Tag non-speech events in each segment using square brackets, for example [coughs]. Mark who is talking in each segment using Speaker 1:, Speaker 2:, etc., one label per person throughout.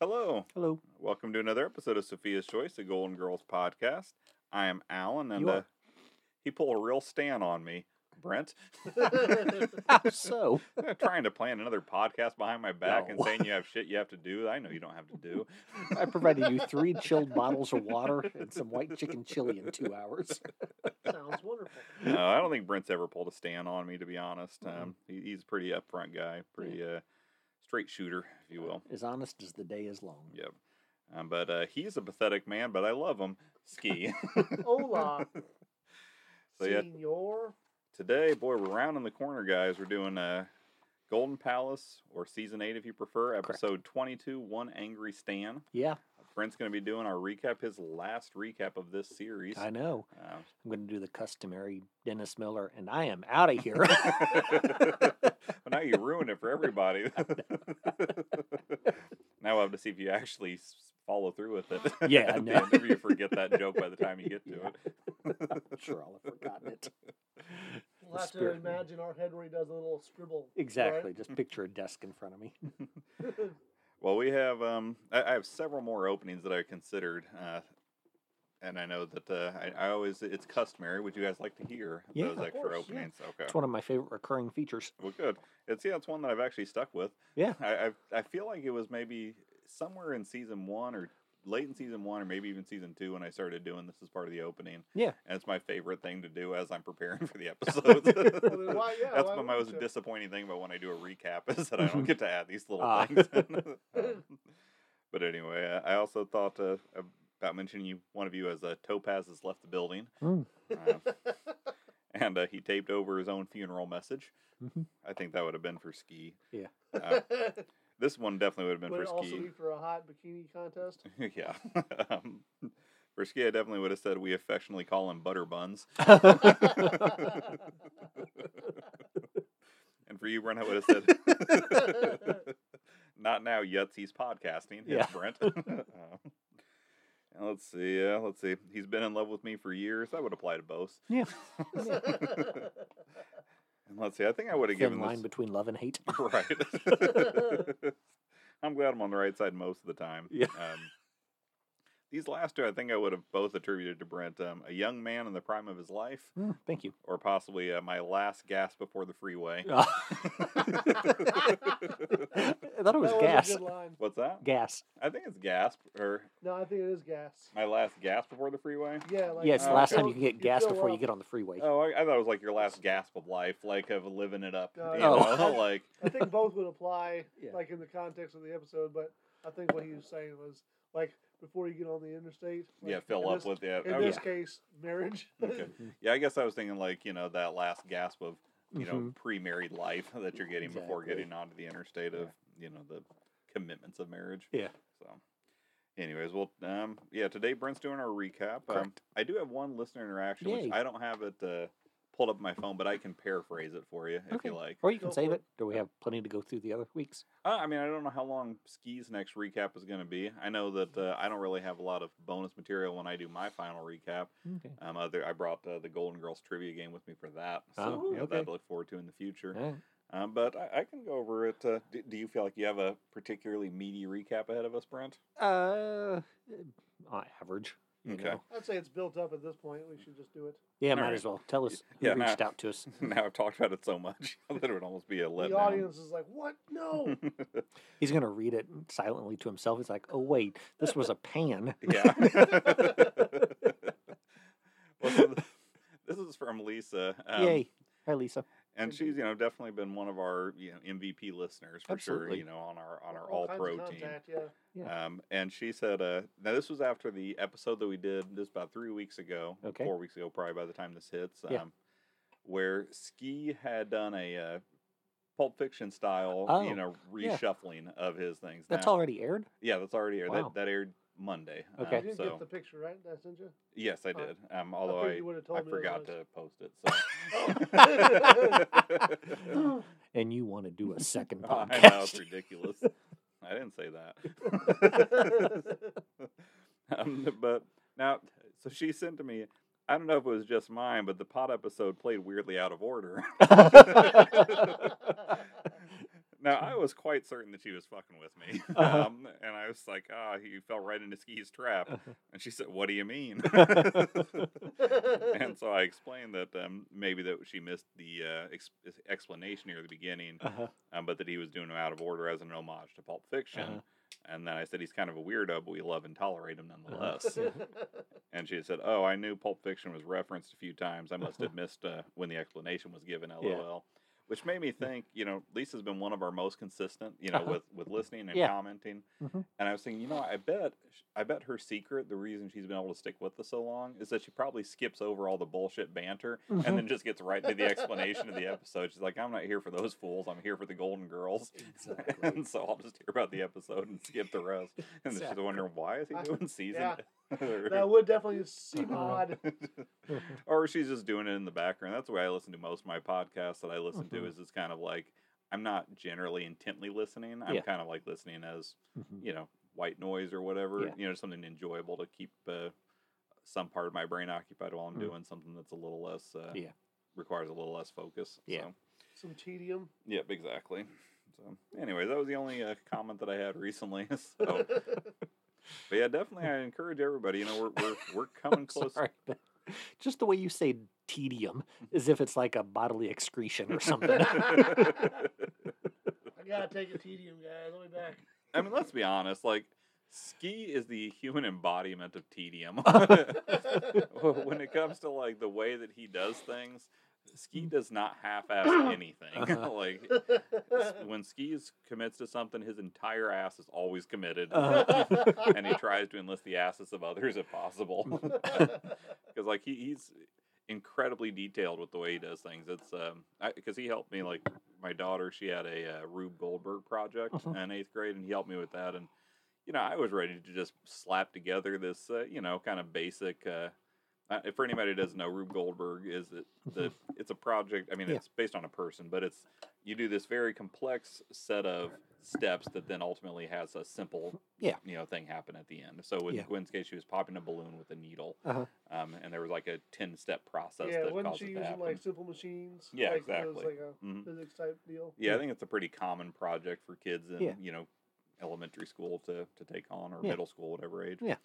Speaker 1: Hello.
Speaker 2: Hello.
Speaker 1: Welcome to another episode of Sophia's Choice, the Golden Girls podcast. I am Alan, and
Speaker 2: You are.
Speaker 1: uh, he pulled a real stand on me,
Speaker 2: [laughs]
Speaker 1: Brent,
Speaker 3: [laughs]
Speaker 2: How Ah, so?
Speaker 1: trying to plan another podcast behind my back and
Speaker 2: No.
Speaker 1: saying you have shit you have to do. that I know you don't have to do.
Speaker 2: I provided you three chilled bottles of water and some white chicken chili in two hours.
Speaker 3: Sounds wonderful.
Speaker 1: No, I don't think Brent's ever pulled a stand on me, to be honest.
Speaker 2: Mm-mm.
Speaker 1: Um, he, he's a pretty upfront guy, pretty uh, straight shooter, if you will.
Speaker 2: As honest as the day is long.
Speaker 1: Yep. Um, but uh, he's a pathetic man, but I love him. Ski.
Speaker 3: Hola,
Speaker 1: [laughs] So, yeah.
Speaker 3: senor.
Speaker 1: Today, boy, we're rounding the corner, guys. We're doing uh, Golden Palace or season eight, if you prefer,
Speaker 2: Correct.
Speaker 1: episode 22 One Angry Stan.
Speaker 2: Yeah,
Speaker 1: Brent's going to be doing our recap, his last recap of this series.
Speaker 2: I know.
Speaker 1: Um,
Speaker 2: I'm going to do the customary Dennis Miller, and I am out of here.
Speaker 1: but now you ruin it for everybody.
Speaker 2: [laughs]
Speaker 1: [laughs] now we'll have to see if you actually s- follow through with it.
Speaker 2: Yeah, I
Speaker 1: [laughs] At the
Speaker 2: know.
Speaker 1: end, if you forget that joke by the time you get to
Speaker 2: [laughs] Yeah.
Speaker 1: it.
Speaker 2: I'm sure I'll have forgotten it.
Speaker 3: We'll have to
Speaker 2: spirit.
Speaker 3: imagine our head where he does a little
Speaker 1: [laughs]
Speaker 3: scribble. right?
Speaker 2: Exactly. Just picture a desk in front of me.
Speaker 1: Well, we have um, I, I have several more openings that I considered, uh, and I know that uh, I, I always it's customary. Would you guys like to hear
Speaker 2: Yeah,
Speaker 1: those
Speaker 3: of
Speaker 1: extra
Speaker 3: course, yeah.
Speaker 1: openings? Okay.
Speaker 2: It's one of my favorite recurring features.
Speaker 1: Well, good. It's yeah, it's one that I've actually stuck with.
Speaker 2: Yeah.
Speaker 1: I I, I feel like it was maybe somewhere in season one or late in season one or maybe even season two when I started doing this as part of the opening.
Speaker 2: Yeah.
Speaker 1: and it's my favorite thing to do as I'm preparing for the episodes.
Speaker 3: Well, then why- [laughs] yeah,
Speaker 1: That's
Speaker 3: why
Speaker 1: my most
Speaker 3: Oh, wouldn't you?
Speaker 1: disappointing thing about when I do a recap [laughs] is that I don't
Speaker 2: Mhm.
Speaker 1: get to add these little
Speaker 2: Ah.
Speaker 1: things. in. Um, but anyway, I I also thought uh, about mentioning you, one of you as uh, Topaz has left the building,
Speaker 2: Mm.
Speaker 1: Um, and uh, he taped over his own funeral message.
Speaker 2: Mhm.
Speaker 1: I think that would have been for ski.
Speaker 2: Yeah.
Speaker 1: Uh, this one definitely would have been
Speaker 3: Would it
Speaker 1: for
Speaker 3: also
Speaker 1: ski.
Speaker 3: be for a hot bikini contest?
Speaker 1: [laughs] yeah. um, for ski, I definitely would have said we affectionately call him butter buns. And for you, Brent, I would have said, "Not now, Yutzy's podcasting." Yeah,
Speaker 2: Yeah.
Speaker 1: Brent. [laughs] um, and let's see. Yeah, let's see. He's been in love with me for years. That would apply to both.
Speaker 2: yeah.
Speaker 1: And let's see. I think I would have
Speaker 2: Thin
Speaker 1: given
Speaker 2: line
Speaker 1: this
Speaker 2: between [laughs] love and hate.
Speaker 1: [laughs] right. I'm glad I'm on the right side most of the time.
Speaker 2: Yeah.
Speaker 1: Um, these last two, I think I would have both attributed to Brent, um, a young man in the prime of his life,
Speaker 2: Mm, thank you.
Speaker 1: or possibly uh, my last gasp before the
Speaker 2: [laughs]
Speaker 1: freeway. [laughs]
Speaker 2: I thought it was
Speaker 3: That
Speaker 2: gas.
Speaker 3: a good line.
Speaker 1: What's that?
Speaker 2: gas.
Speaker 1: I think it's gasp or
Speaker 3: No, I think it is gas.
Speaker 1: My last gasp before the freeway?
Speaker 3: Yeah, like
Speaker 2: yeah, it's the
Speaker 1: uh,
Speaker 2: last
Speaker 1: fill-
Speaker 2: time you can get gas before you
Speaker 3: up.
Speaker 2: get on the freeway.
Speaker 1: Oh, I, I thought it was like your last gasp of life, like of living it up.
Speaker 3: Uh,
Speaker 1: you
Speaker 2: Oh. [laughs]
Speaker 1: know, [laughs] like
Speaker 3: I think both would apply,
Speaker 2: Yeah.
Speaker 3: like in the context of the episode. But I think what he was saying was like before you get on the interstate. Like,
Speaker 1: yeah, fill
Speaker 3: in
Speaker 1: up
Speaker 3: this-
Speaker 1: with it.
Speaker 3: In
Speaker 1: I
Speaker 3: this
Speaker 1: was-
Speaker 3: case, marriage. [laughs]
Speaker 1: okay. [laughs] Yeah, I guess I was thinking like you know that last gasp of you know
Speaker 2: Mhm.
Speaker 1: pre-married life [laughs] that you're getting before
Speaker 2: Exactly.
Speaker 1: getting onto the interstate of you know the commitments of marriage.
Speaker 2: Yeah.
Speaker 1: So, anyways, well, um, yeah, today Brent's doing our recap. Um,
Speaker 2: Correct.
Speaker 1: I do have one listener interaction,
Speaker 2: Yay.
Speaker 1: which I don't have it uh, pulled up on my phone, but I can paraphrase it for you if
Speaker 2: Okay.
Speaker 1: you like.
Speaker 2: Or you can
Speaker 3: Go
Speaker 2: save
Speaker 3: for
Speaker 2: it. Do we have plenty to go through the other weeks?
Speaker 1: Uh, I mean, I don't know how long Ski's next recap is going to be. I know that uh, I don't really have a lot of bonus material when I do my final recap.
Speaker 2: Okay.
Speaker 1: Um, other, I brought uh, the Golden Girls trivia game with me for that, so
Speaker 2: Oh,
Speaker 1: you know,
Speaker 2: okay.
Speaker 1: that to look forward to in the future.
Speaker 2: All right.
Speaker 1: Um, but I, I can go over it. Uh, do, do you feel like you have a particularly meaty recap ahead of us, Brent?
Speaker 2: Uh, on average. You
Speaker 1: Okay.
Speaker 2: Know?
Speaker 3: I'd say it's built up at this point. We should just do it.
Speaker 2: Yeah,
Speaker 1: All
Speaker 2: might
Speaker 1: right.
Speaker 2: as well. Tell us who
Speaker 1: yeah, now-
Speaker 2: reached out
Speaker 1: [laughs]
Speaker 2: to us.
Speaker 1: [laughs] now I've talked about it so much [laughs] that it would almost be a letdown.
Speaker 3: the audience is like, "What?
Speaker 1: [laughs]
Speaker 3: No!"
Speaker 2: He's going to read it silently to himself. He's like, oh, wait, this was a pan.
Speaker 1: Yeah. well, [laughs] so th- this is from Lisa. [laughs] Um,
Speaker 2: Yay. Hi, Lisa.
Speaker 1: and she's
Speaker 3: Indeed.
Speaker 1: you know definitely been one of our you know MVP listeners for sure.
Speaker 2: Absolutely.
Speaker 1: You know on our on our
Speaker 3: All
Speaker 1: All
Speaker 3: kinds of
Speaker 1: Pro team.
Speaker 3: contact, Yeah.
Speaker 2: Yeah.
Speaker 1: Um, and she said, uh, now this was after the episode that we did just about three weeks ago,
Speaker 2: Okay.
Speaker 1: four weeks ago, probably by the time this hits, um,
Speaker 2: Yeah.
Speaker 1: where Ski had done a uh, Pulp Fiction style,
Speaker 2: Oh,
Speaker 1: you know,
Speaker 2: yeah.
Speaker 1: reshuffling of his things.
Speaker 2: That's
Speaker 1: Now-
Speaker 2: already aired?
Speaker 1: Yeah, that's already aired.
Speaker 2: Wow.
Speaker 1: That, that aired Monday.
Speaker 2: Okay.
Speaker 1: um,
Speaker 3: You did
Speaker 1: so
Speaker 3: get the picture, right? That I sent you.
Speaker 1: yes, I
Speaker 3: Alright.
Speaker 1: did. Um, although
Speaker 3: figured
Speaker 1: I,
Speaker 3: you would've
Speaker 1: I,
Speaker 3: told me
Speaker 1: forgot to
Speaker 3: otherwise.
Speaker 1: post it. [laughs] So.
Speaker 3: [laughs] Oh. [laughs]
Speaker 2: And you want to do a second
Speaker 1: [laughs] Oh, I know it's
Speaker 2: podcast.
Speaker 1: ridiculous. I didn't say
Speaker 2: [laughs]
Speaker 1: that. [laughs] um, but now, so she sent to me. I don't know if it was just mine, but the
Speaker 2: [laughs]
Speaker 1: pot episode played weirdly out of order. [laughs] Now I was quite certain that she was fucking with me,
Speaker 2: [laughs] Uh-huh.
Speaker 1: um, and I was like, "Ah, you fell right into Ski's trap."
Speaker 2: Uh-huh.
Speaker 1: And she said, "What do you
Speaker 2: [laughs]
Speaker 1: mean?" [laughs] and
Speaker 3: and
Speaker 1: so I explained that um, maybe that she missed the uh, ex- explanation near the beginning,
Speaker 2: Uh-huh.
Speaker 1: um, but that he was doing them out of order as an homage to Pulp Fiction.
Speaker 2: Uh-huh.
Speaker 1: And then I said, "He's kind of a weirdo, but we love and tolerate him
Speaker 2: [laughs]
Speaker 1: nonetheless."
Speaker 2: Us, yeah.
Speaker 1: And she said, "Oh, I knew Pulp Fiction was referenced a few times. I
Speaker 2: [laughs]
Speaker 1: must have missed uh, when the explanation was given." LOL.
Speaker 2: Yeah.
Speaker 1: Which made me think, you know, Lisa's been one of our most consistent, you know,
Speaker 2: Uh-huh.
Speaker 1: with with listening and
Speaker 2: Yeah.
Speaker 1: commenting.
Speaker 2: Mhm.
Speaker 1: And I was thinking, you know, I bet, I bet her secret, the reason she's been able to stick with us so long, is that she probably skips over all the bullshit banter [laughs]
Speaker 2: Mm-hmm.
Speaker 1: and then just gets right to the explanation of the episode. She's like, "I'm not here for those fools. I'm here for the Golden [laughs] Girls."
Speaker 2: Exactly.
Speaker 1: and so I'll just hear about the episode and skip the rest. And she's
Speaker 2: Exactly.
Speaker 1: wondering why is he
Speaker 3: I-
Speaker 1: doing season? [laughs]
Speaker 3: yeah.
Speaker 1: or-
Speaker 3: that would definitely seem
Speaker 1: Uh-huh.
Speaker 3: odd.
Speaker 2: Mm-hmm.
Speaker 1: or she's just doing it in the background. That's the way I listen to most of my podcasts that I listen to
Speaker 2: Mhm.
Speaker 1: is it's kind of like I'm not generally intently listening. I'm
Speaker 2: Yeah.
Speaker 1: kind of like listening as,
Speaker 2: Mhm. [laughs]
Speaker 1: you know, white noise or whatever,
Speaker 2: Yeah.
Speaker 1: you know, something enjoyable to keep uh, some part of my brain occupied while I'm
Speaker 2: Mm.
Speaker 1: doing something that's a little less uh,
Speaker 2: Yeah.
Speaker 1: requires a little less focus.
Speaker 2: Yeah.
Speaker 1: So,
Speaker 3: Some
Speaker 1: [laughs]
Speaker 3: tedium.
Speaker 1: yep, exactly. So anyway, that was the only uh, comment that I had recently. [laughs]
Speaker 3: [laughs]
Speaker 2: [laughs]
Speaker 1: So, but yeah, definitely I encourage everybody, you know, we're we're, we're coming close
Speaker 2: [laughs] Sorry, but just the way you say tedium,
Speaker 1: Mm-hmm.
Speaker 2: as if it's like a bodily
Speaker 1: [laughs]
Speaker 2: excretion or something.
Speaker 3: I gotta take a tedium, guys. I'll be back.
Speaker 1: I mean, let's be honest. Like, ski is the human embodiment of tedium.
Speaker 2: [laughs]
Speaker 1: [laughs] when it comes to like the way that he does things, ski does not
Speaker 2: [coughs]
Speaker 1: half-ass anything.
Speaker 2: Mm.
Speaker 1: [laughs]
Speaker 2: Uh-huh.
Speaker 1: like,
Speaker 3: [laughs]
Speaker 1: s- when ski is commits to something, his entire ass is always committed,
Speaker 2: Uh-huh.
Speaker 1: [laughs] and he tries to enlist the asses of others if possible.
Speaker 2: Mm.
Speaker 1: Because like he, he's incredibly detailed with the way he does things. It's um because he helped me like my daughter. She had a uh, Rube Goldberg project
Speaker 2: Mhm.
Speaker 1: in eighth grade, and he helped me with that. And you know, I was ready to just slap together this uh, you know kind of basic. Uh, uh, if for anybody who doesn't know, Rube Goldberg is it the it's a project. I mean,
Speaker 2: Mm-hmm. Yeah.
Speaker 1: it's based on a person, but it's you do this very complex set of steps that then ultimately has a simple
Speaker 2: Yeah.
Speaker 1: you know thing happen at the end. So in
Speaker 2: Yeah.
Speaker 1: Gwen's case, she was popping a balloon with a needle,
Speaker 2: Uh-huh.
Speaker 1: um, and there was like a ten step process
Speaker 3: yeah,
Speaker 1: that
Speaker 3: wasn't
Speaker 1: caused
Speaker 3: she
Speaker 1: it to
Speaker 3: using
Speaker 1: happen.
Speaker 3: like simple machines?
Speaker 1: Yeah,
Speaker 3: like, It was
Speaker 1: exactly.
Speaker 3: like a
Speaker 1: Mhm.
Speaker 3: physics type deal.
Speaker 1: Yeah, I think it's a pretty common project for kids in
Speaker 2: Yeah.
Speaker 1: you know elementary school to to take on or
Speaker 2: Yeah.
Speaker 1: middle school, whatever age.
Speaker 2: Yeah.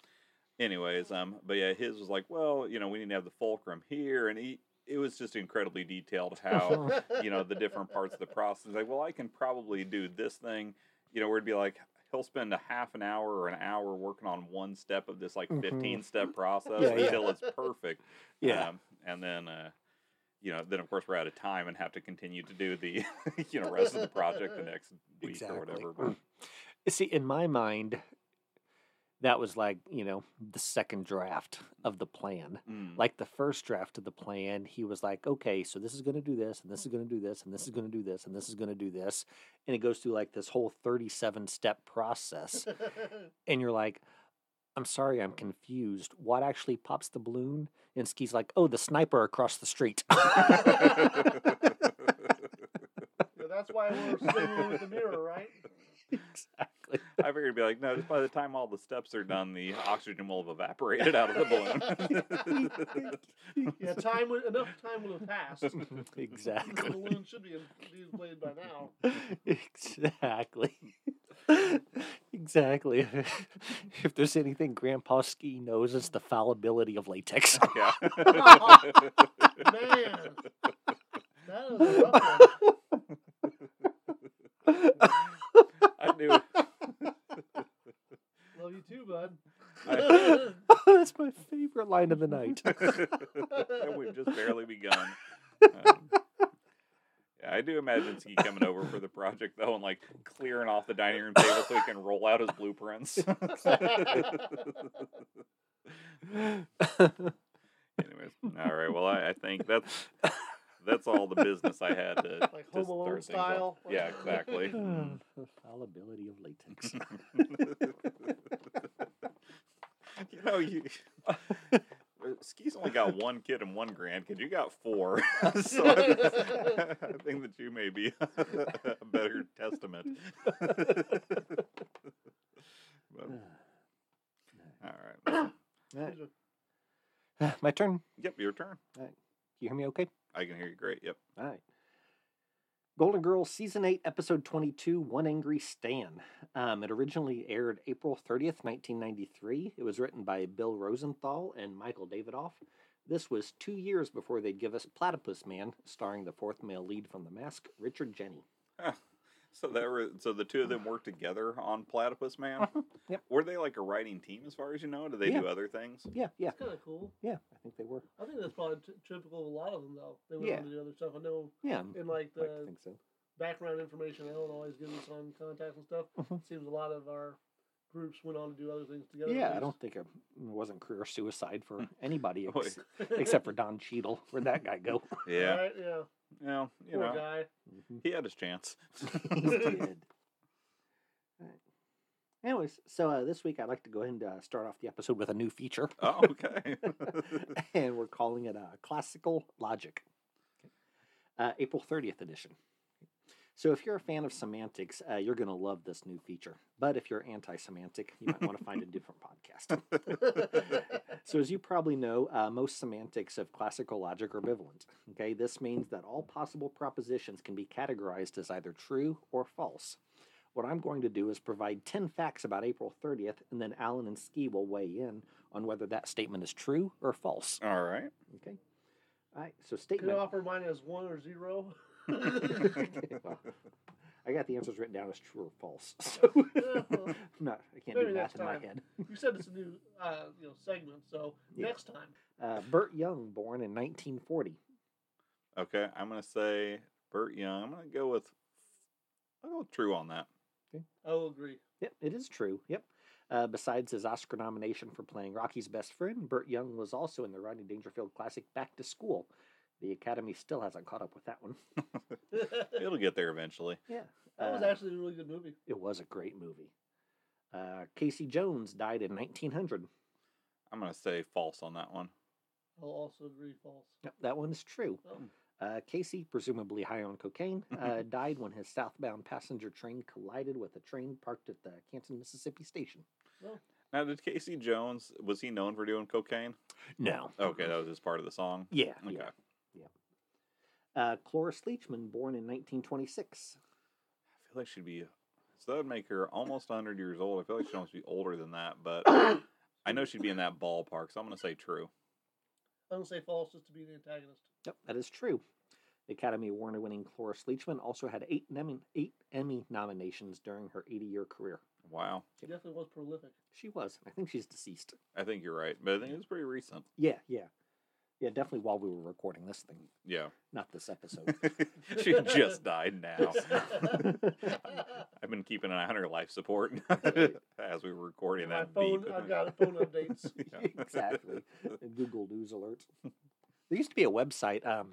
Speaker 1: Anyways, um, but yeah, his was like, well, you know, we need to have the fulcrum here, and he it was just incredibly detailed how
Speaker 2: [laughs]
Speaker 1: you know the different parts of the process. Like, well, I can probably do this thing. You know, where it'd be like he'll spend a half an hour or an hour working on one step of this like
Speaker 2: Mhm.
Speaker 1: fifteen step process
Speaker 2: Yeah, yeah.
Speaker 1: until it's perfect.
Speaker 2: Yeah.
Speaker 1: Um, and then, uh, you know, then of course we're out of time and have to continue to do the, [laughs] you
Speaker 2: [laughs]
Speaker 1: know, rest of the project the next week
Speaker 2: Exactly.
Speaker 1: or
Speaker 2: Mm.
Speaker 1: whatever.
Speaker 2: [laughs]
Speaker 1: But
Speaker 2: See, in my mind, that was like, you know, the second draft of the plan.
Speaker 1: mm, [laughs]
Speaker 2: Like the first draft of the plan, he was like, okay, so this is going to do this, and this is going to do this, and this is going to do this, and this is going to do this. And it goes through like this whole 37 step process. and you're like, I'm sorry, I'm confused. What actually pops the balloon? And Ski's like, oh, the sniper across
Speaker 1: [laughs]
Speaker 2: the street.
Speaker 3: [laughs]
Speaker 2: [laughs]
Speaker 3: Yeah, that's
Speaker 1: [laughs]
Speaker 3: why we're singing with the mirror, right?
Speaker 2: exactly.
Speaker 1: I figured it'd be like, no, just by the time all the steps are done, the oxygen will have evaporated out of the balloon. [laughs]
Speaker 3: [laughs] Yeah, time would- enough time would have
Speaker 1: [laughs]
Speaker 3: passed. The
Speaker 2: exactly.
Speaker 3: balloon should be in- inflated by now.
Speaker 2: [laughs] exactly. [laughs] exactly. [laughs] if there's anything Grandpa Ski knows, it's the fallibility of latex. [laughs]
Speaker 1: yeah. [laughs]
Speaker 3: Man, that is a rough one.
Speaker 1: I knew.
Speaker 3: Love you too, bud.
Speaker 1: I- [laughs]
Speaker 2: That's my favorite line of the night. [sighs]
Speaker 1: and we've just barely begun. Um, yeah, I do imagine Ski coming over for the project though, and like clearing off the dining room table so he can roll out his blueprints. Anyways, all right. Well, I, I think that's that's all the business I had to
Speaker 3: [laughs] Like
Speaker 1: to
Speaker 3: Home Alone
Speaker 1: start things off.
Speaker 3: style?
Speaker 1: Yeah, exactly.
Speaker 2: the fallibility of latex.
Speaker 1: [laughs]
Speaker 2: [sighs]
Speaker 1: you know, you [laughs] Ski's only got one kid and one grandkid. You got four, [laughs] so I, I think that you may be [laughs] a better testament. [laughs] But, all right.
Speaker 2: Alright, My turn.
Speaker 1: Yep, your turn.
Speaker 2: You hear me okay?
Speaker 1: I can hear you great. Yep.
Speaker 2: All right. Golden Girls season eight, episode twenty-two, "One Angry Stan." Um, it originally aired April thirtieth, nineteen ninety-three. It was written by Bill Rosenthal and Michael Davidoff. This was two years before they'd give us Platypus Man, starring the fourth male lead from The Mask, Richard Jenny.
Speaker 1: So that were so the two of
Speaker 2: [sighs]
Speaker 1: them worked together on Platypus Man.
Speaker 2: Uh-huh, Yep.
Speaker 1: Were they like a writing team, as far as you know? Do they
Speaker 2: Yeah.
Speaker 1: do other
Speaker 2: [laughs]
Speaker 1: things?
Speaker 2: Yeah, yeah,
Speaker 3: It's kind of cool.
Speaker 2: yeah. I think they were.
Speaker 3: I think that's probably t- typical of a lot of them, though. They went
Speaker 2: Yeah.
Speaker 3: on to do other stuff. I know
Speaker 2: Yeah,
Speaker 3: in like
Speaker 2: I like to
Speaker 3: the
Speaker 2: think so.
Speaker 3: background information Ellen always gives us on contacts and stuff.
Speaker 2: Mhm.
Speaker 3: Seems a lot of our groups went on to do other things together.
Speaker 2: Yeah,
Speaker 3: at
Speaker 2: I
Speaker 3: least.
Speaker 2: don't think it wasn't career suicide for anybody
Speaker 1: Boy.
Speaker 2: ex- except for Don Cheadle. Where'd that guy go? Uh,
Speaker 1: Yeah.
Speaker 3: Right? Yeah.
Speaker 1: Well, you
Speaker 3: Poor
Speaker 1: know,
Speaker 3: guy.
Speaker 2: Mhm.
Speaker 1: he had his
Speaker 2: [laughs]
Speaker 1: chance. [laughs]
Speaker 2: He did. Right. Anyways, so uh, this week I'd like to go ahead and uh, start off the episode with a new feature, [laughs]
Speaker 1: oh, okay. [laughs]
Speaker 2: and we're calling it uh, Classical Logic, uh, April 30th edition. So if you're a fan of semantics, uh, you're going to love this new feature. But if you're anti-semantic, you might want to find a different podcast. So, as you probably know, uh, most semantics of classical logic are bivalent. Okay, this means that all possible propositions can be categorized as either true or false. What I'm going to do is provide 10 facts about April 30th, and then Alan and Ski will weigh in on whether that statement is true or false.
Speaker 1: All right.
Speaker 2: Okay, all right, so
Speaker 3: Could I
Speaker 2: statement.
Speaker 3: offer mine as one or zero?
Speaker 2: [laughs] Well, [laughs] I got the answers written down as true or false. [laughs] So,
Speaker 3: Well,
Speaker 2: no, I can't
Speaker 3: Maybe
Speaker 2: do math
Speaker 3: next
Speaker 2: in my
Speaker 3: time.
Speaker 2: head.
Speaker 3: you said it's a new uh, you know segment, so
Speaker 2: Yeah.
Speaker 3: next time.
Speaker 2: Uh, Burt Young, born in 1940.
Speaker 1: Okay. I'm gonna say Burt Young. I'm gonna go with. I'll go with true on that.
Speaker 3: I will agree. [laughs]
Speaker 2: Yep, it is true. Yep. Uh, besides his Oscar nomination for playing Rocky's best friend, Burt Young was also in the Rodney Dangerfield classic Back to School. The Academy still hasn't caught up with that one.
Speaker 3: that
Speaker 1: It'll get there eventually.
Speaker 2: Yeah. [laughs] Uh,
Speaker 3: was actually a really good movie.
Speaker 2: it was a great movie. Uh, Casey Jones died in 1900.
Speaker 1: I'm gonna say false on that one.
Speaker 3: I'll also agree false.
Speaker 2: Yep, that one is true.
Speaker 3: Oh,
Speaker 2: Uh, Casey, presumably high on cocaine, uh, died when his southbound passenger train collided with a train parked at the Canton, Mississippi station.
Speaker 1: Now, did Casey Jones was he known for doing cocaine?
Speaker 2: No.
Speaker 1: Okay, that was just part of the song.
Speaker 2: Yeah.
Speaker 1: Okay.
Speaker 2: yeah. Uh, Cloris Leachman, born in 1926.
Speaker 1: I feel like she'd be. So that would make her almost 100 years old. I feel like she'd almost be older than that, but I know she'd be in that ballpark, so I'm going to say true.
Speaker 3: I'm gonna say false just to be the antagonist.
Speaker 2: Yep, that is true. The Academy Award winning Cloris Leachman also had eight Emmy, eight Emmy nominations during her 80 year career.
Speaker 1: Wow.
Speaker 3: She definitely was
Speaker 2: [laughs]
Speaker 3: prolific. [laughs]
Speaker 2: She was. I think she's deceased.
Speaker 1: I think you're right, but I think it's pretty recent.
Speaker 2: Yeah, yeah. Yeah, definitely while we were recording this thing,
Speaker 1: Yeah. [laughs]
Speaker 2: not this episode. [laughs]
Speaker 1: she just died
Speaker 3: [laughs]
Speaker 1: now. I've been keeping an eye on her life support [laughs] as we were recording
Speaker 3: My
Speaker 1: that
Speaker 3: phone,
Speaker 1: beep. [laughs]
Speaker 3: I've got phone updates.
Speaker 1: Yeah.
Speaker 2: [laughs]
Speaker 3: [laughs]
Speaker 2: exactly. The Google News alerts. There used to be a website, um,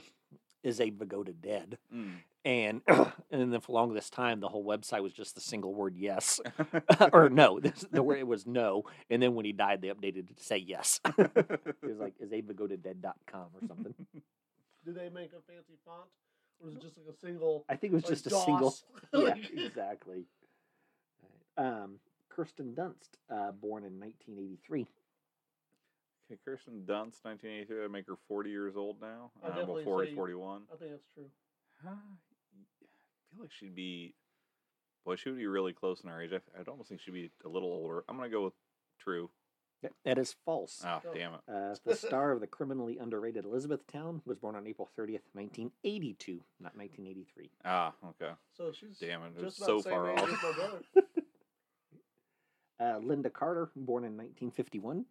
Speaker 2: Is a Vagoda Dead?
Speaker 1: Mm.
Speaker 2: And [clears throat] and then for long this time, the whole website was just the single word yes [laughs] or no. [laughs] This, the word it was no, and then when he died, they updated it to say yes. [laughs] It was like is isabegodadead.com or something.
Speaker 3: Do they make a fancy font, or is it just like [laughs] a single?
Speaker 2: I think it was
Speaker 3: like,
Speaker 2: just a single.
Speaker 3: DOS? [laughs]
Speaker 2: Yeah,
Speaker 3: Like-
Speaker 2: exactly. Um, Kirsten Dunst, uh, born in 1983.
Speaker 1: Okay, Kirsten Dunst, 1983. That'd make her 40 years old now.
Speaker 3: I'd
Speaker 1: Uh, well,
Speaker 3: definitely
Speaker 1: 40,
Speaker 3: say-
Speaker 1: 41.
Speaker 3: I think that's true.
Speaker 1: Huh? I feel like she'd be. Boy, she would be really close in her age. I, I'd almost think she'd be a little older. I'm gonna go with true.
Speaker 2: Yep, That is false.
Speaker 1: Oh,
Speaker 3: Oh.
Speaker 1: damn it!
Speaker 2: Uh, the star of the criminally underrated Elizabethtown was born on April 30th, 1982, not 1983.
Speaker 1: Ah, okay.
Speaker 3: So she's
Speaker 1: Damn it! It was
Speaker 3: just about
Speaker 1: so
Speaker 3: the same
Speaker 1: far
Speaker 3: age
Speaker 1: off.
Speaker 3: as my
Speaker 1: [laughs]
Speaker 3: brother.
Speaker 2: Uh, Linda Carter, born in 1951.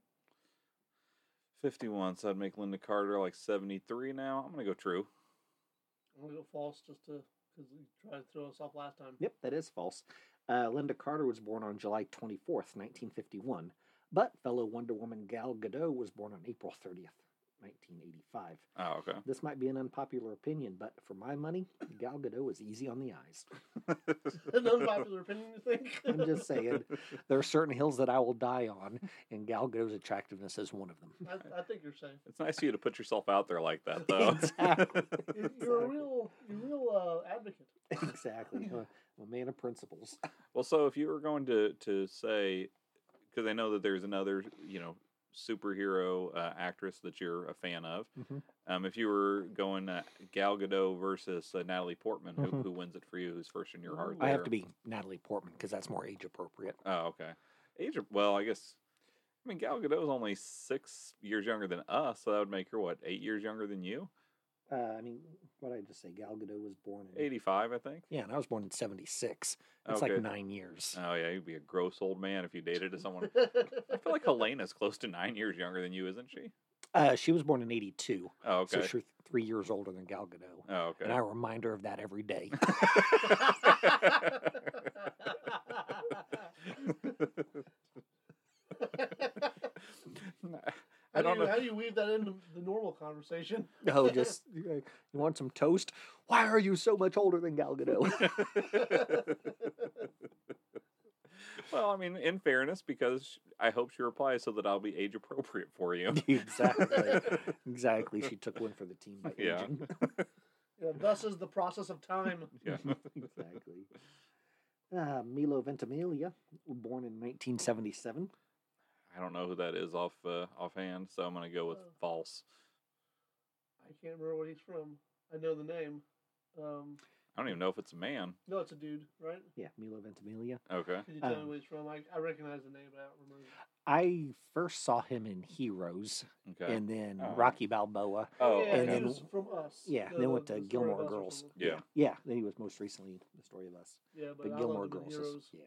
Speaker 1: Fifty-one. So I'd make Linda Carter like seventy-three now. I'm gonna go true.
Speaker 3: I'm gonna go false just to because you tried to throw us off last time. [laughs]
Speaker 2: Yep, that is false. Uh, Linda Carter was born on July 24th, 1951, but fellow Wonder Woman Gal Gadot was born on April 30th, 1985.
Speaker 1: Oh, okay.
Speaker 2: This might be an unpopular opinion, but for my money, Gal Gadot is easy on the eyes.
Speaker 3: An unpopular opinion, you
Speaker 2: [laughs]
Speaker 3: think?
Speaker 2: I'm just saying, there are certain hills that I will die on, and Gal Gadot's attractiveness is one of them.
Speaker 3: [laughs] I, I think you're
Speaker 2: [laughs]
Speaker 3: safe.
Speaker 1: It's nice of you to put yourself out there like that, though.
Speaker 2: Exactly.
Speaker 3: You- You're a
Speaker 2: Exactly.
Speaker 3: real, you're a real uh, advocate.
Speaker 2: [laughs] Exactly. I'm a- I'm a man of principles. [laughs]
Speaker 1: well, so if you were going to to say, because I know that there's another, you know, superhero uh, actress that you're a fan of.
Speaker 2: Mhm.
Speaker 1: Um, if you were going uh, Gal Gadot versus uh, Natalie Portman, who,
Speaker 2: Mhm.
Speaker 1: who wins it for you? Who's first in your heart?
Speaker 2: I have
Speaker 1: there?
Speaker 2: to be Natalie Portman because that's more age appropriate.
Speaker 1: Oh, okay. Age. of- Well, I guess. I mean, Gal Gadot is only six years younger than us, so that would make her what eight years younger than you?
Speaker 2: Uh, I mean, what did I just say? Gal Gadot was born in
Speaker 1: Eighty-five, I think.
Speaker 2: Yeah, and I was born in '76. It's
Speaker 1: okay.
Speaker 2: like nine years.
Speaker 1: Oh yeah, you'd be a gross old man if you dated to someone. I feel
Speaker 2: [laughs]
Speaker 1: like Helena's close to nine years younger than you, isn't she?
Speaker 2: Uh, she was born in '82,
Speaker 1: Oh okay.
Speaker 2: so she's three years older than Gal Gadot.
Speaker 1: Oh [laughs]
Speaker 2: And
Speaker 1: okay.
Speaker 2: I remind her of that
Speaker 1: [laughs]
Speaker 2: every day. [laughs]
Speaker 1: I
Speaker 3: uh,
Speaker 2: [laughs]
Speaker 3: [laughs]
Speaker 1: [laughs]
Speaker 3: How
Speaker 1: don't
Speaker 3: do, you,
Speaker 1: know.
Speaker 3: how do you weave that into the normal
Speaker 1: [laughs]
Speaker 3: conversation? [laughs]
Speaker 2: no, Oh, just you know, you want some toast? Why are you so much older than Gal Gadot?
Speaker 1: [laughs]
Speaker 2: [laughs]
Speaker 1: well, I mean, in fairness, because I hope she replies so that I'll be age appropriate for
Speaker 2: [laughs]
Speaker 1: you. [laughs]
Speaker 2: exactly, exactly. She took one for the team by
Speaker 1: Yeah.
Speaker 2: aging.
Speaker 3: Yeah, thus is the process of time.
Speaker 1: yeah.
Speaker 2: [laughs] exactly. Uh, Milo Ventimiglia, born in 1977.
Speaker 1: I don't know who that is off uh, offhand, so I'm gonna go with
Speaker 3: Oh.
Speaker 1: false.
Speaker 3: I can't remember what he's from. I know the name. Um,
Speaker 1: I don't even know if it's a man.
Speaker 3: no, it's a dude, right?
Speaker 2: Yeah, Milo Ventimiglia.
Speaker 1: Okay.
Speaker 3: Could you tell
Speaker 2: Um,
Speaker 3: me where he's from? I, I recognize the name, but I don't remember.
Speaker 2: I first saw him in Heroes,
Speaker 1: Okay.
Speaker 2: and then
Speaker 1: Oh.
Speaker 2: Rocky Balboa.
Speaker 1: oh,
Speaker 3: yeah,
Speaker 1: okay.
Speaker 2: and
Speaker 3: he
Speaker 2: then-
Speaker 3: was from us.
Speaker 2: Yeah,
Speaker 3: The-
Speaker 2: they
Speaker 3: the-
Speaker 2: went
Speaker 3: the
Speaker 2: to
Speaker 3: story
Speaker 2: Gilmore
Speaker 3: of Us was
Speaker 2: Girls.
Speaker 3: from-
Speaker 1: yeah.
Speaker 2: Yeah, then he was most recently the story of us.
Speaker 3: Yeah, but,
Speaker 2: But
Speaker 3: I
Speaker 2: Gilmore
Speaker 3: loved him in
Speaker 2: Girls is
Speaker 3: Heroes.
Speaker 2: yeah.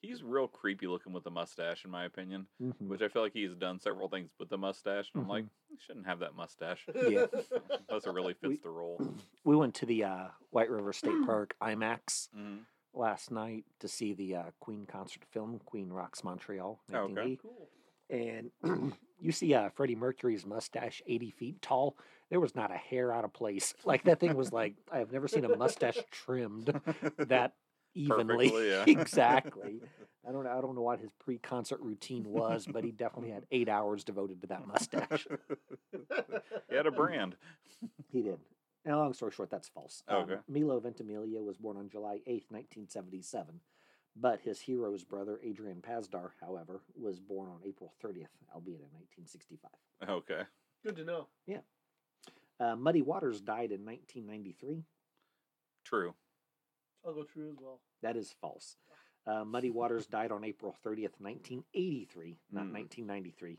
Speaker 1: He's real creepy looking with the mustache, in my opinion.
Speaker 2: Mhm.
Speaker 1: Which I feel like he's done several things with the mustache, and I'm like, you shouldn't have that mustache
Speaker 2: Mm-hmm. [laughs] Yeah.
Speaker 3: [laughs]
Speaker 1: unless it really fits
Speaker 2: We-
Speaker 1: the role.
Speaker 2: We went to the uh, White River State Park [clears throat] IMAX
Speaker 1: hmm
Speaker 2: last night to see the uh, Queen concert film Queen Rocks Montreal,
Speaker 1: Oh, okay.
Speaker 2: 1980.
Speaker 1: [laughs]
Speaker 3: cool.
Speaker 2: And [clears throat] you see uh, Freddie Mercury's mustache 80 feet tall. There was not a hair out of place. Like that thing was like I have never seen a mustache trimmed [laughs] that
Speaker 1: [laughs]
Speaker 2: evenly.
Speaker 1: Perfectly, yeah. [laughs]
Speaker 2: [laughs] exactly. I don't know. I don't know what his pre-concert routine was, but he definitely had eight hours devoted to that
Speaker 1: [laughs]
Speaker 2: mustache.
Speaker 1: He had a brand.
Speaker 2: He did. Now, long story short, that's false.
Speaker 1: Oh,
Speaker 2: Um,
Speaker 1: Okay.
Speaker 2: Milo Ventimiglia was born on July eighth, 1977, but his hero's brother, Adrian Pazdar, however, was born on April 30th, albeit in 1965.
Speaker 1: Okay.
Speaker 3: Good to know.
Speaker 2: Uh, Muddy Waters died in 1993.
Speaker 1: True.
Speaker 3: I'll go true as well.
Speaker 2: That is false. Uh,
Speaker 1: [laughs]
Speaker 2: Muddy Waters died on April 30th, 1983, not
Speaker 1: Mm.
Speaker 2: 1993.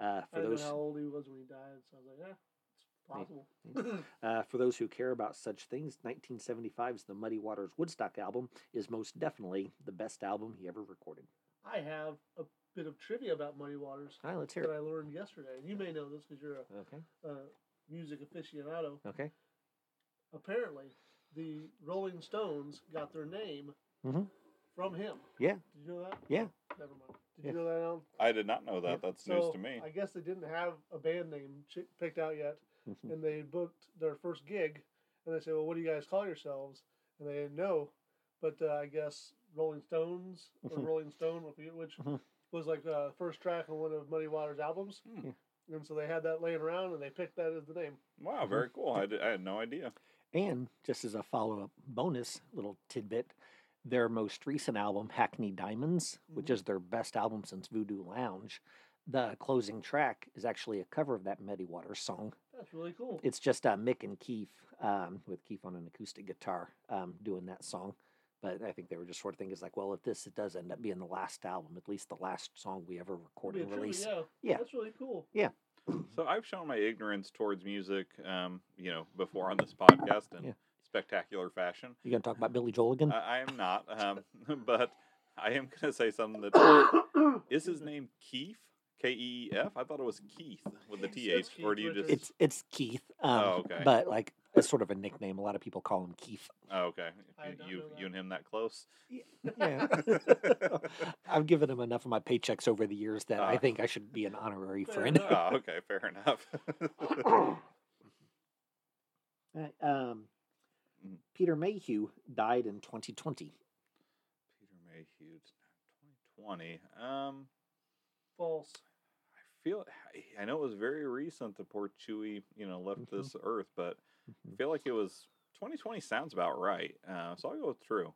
Speaker 2: Uh,
Speaker 3: I
Speaker 2: for
Speaker 3: didn't
Speaker 2: those
Speaker 3: know how old he was when he died, so I was like, eh, it's possible.
Speaker 2: Uh, for those who care about such things, 1975's The Muddy Waters Woodstock album is most definitely the best album he ever recorded.
Speaker 3: [laughs] I have a bit of trivia about Muddy Waters
Speaker 2: All right, let's hear
Speaker 3: that
Speaker 2: it.
Speaker 3: I learned yesterday. You may know this because you're a,
Speaker 2: Okay.
Speaker 3: a music aficionado.
Speaker 2: Okay. [laughs]
Speaker 3: Apparently, the Rolling Stones got their name
Speaker 2: Mhm.
Speaker 3: from him.
Speaker 2: Yeah.
Speaker 3: Did you know that?
Speaker 2: Yeah.
Speaker 3: Never mind. Did
Speaker 2: Yeah.
Speaker 3: you know that, Alan?
Speaker 1: I did not know that.
Speaker 2: Yeah.
Speaker 1: That's
Speaker 3: So
Speaker 1: news to me.
Speaker 3: I guess they didn't have a band name chi- picked out yet,
Speaker 2: Mhm.
Speaker 3: and they booked their first gig, and they said, "Well, what do you guys call yourselves?" And they didn't know, but uh, I guess Rolling Stones or
Speaker 2: Mhm.
Speaker 3: Rolling Stone, which
Speaker 2: Mhm.
Speaker 3: was like the first track on one of Muddy Waters' albums,
Speaker 1: Hmm.
Speaker 3: and so they had that laying around, and they picked that as the name.
Speaker 1: Wow, very cool. I, did, I had no idea.
Speaker 2: And just as a follow up bonus little tidbit, their most recent album, Hackney Diamonds, which
Speaker 3: Mhm.
Speaker 2: is their best album since Voodoo Lounge, the closing track is actually a cover of that Muddy Waters song.
Speaker 3: That's really cool.
Speaker 2: It's just uh, Mick and Keith, um, with Keith on an acoustic guitar, um, doing that song. But I think they were just sort of thinking, it's like, well, if this it does end up being the last album, at least the last song we ever record
Speaker 3: Be a
Speaker 2: and
Speaker 3: trivia,
Speaker 2: release.
Speaker 3: yeah.
Speaker 2: Yeah.
Speaker 3: that's really
Speaker 1: [coughs]
Speaker 3: cool.
Speaker 1: So I've shown my ignorance towards music, um, you know, before on this podcast in
Speaker 2: Yeah.
Speaker 1: spectacular fashion.
Speaker 2: You gonna talk about Billy Joel
Speaker 3: Uh,
Speaker 2: again?
Speaker 1: I, I am
Speaker 3: [laughs]
Speaker 1: not, um, [laughs] but I am going to say something that
Speaker 3: [coughs]
Speaker 1: is his name Keith. K E E F. I thought it was Keith with the T H.
Speaker 3: It's
Speaker 1: Or
Speaker 3: Keith
Speaker 1: do you just?
Speaker 3: Richards.
Speaker 2: it's it's Keith. Um,
Speaker 1: Oh, okay.
Speaker 2: But like, it's sort of a nickname. A lot of people call him Keith.
Speaker 1: Oh, okay.
Speaker 3: I
Speaker 1: You
Speaker 3: don't
Speaker 1: you,
Speaker 3: know that.
Speaker 1: you and him that
Speaker 3: [laughs]
Speaker 1: close? [laughs]
Speaker 2: [laughs] Yeah. I've given him enough of my paychecks over the years that I
Speaker 1: Ah.
Speaker 2: think I should be an honorary
Speaker 3: Fair
Speaker 2: friend. [laughs]
Speaker 3: enough.
Speaker 1: oh, okay. Fair
Speaker 3: [laughs]
Speaker 1: enough. [laughs]
Speaker 2: Right, um,
Speaker 3: Mm.
Speaker 1: Mhm.
Speaker 2: Peter Mayhew died in 2020.
Speaker 1: Peter Mayhew, 2020. Um,
Speaker 3: False.
Speaker 1: I feel I- I know it was very recent. The poor Chewy, you know, left
Speaker 2: Mhm. Mm-hmm.
Speaker 1: this earth, but I feel like it was 2020. Sounds about right. Uh, so I'll go with true.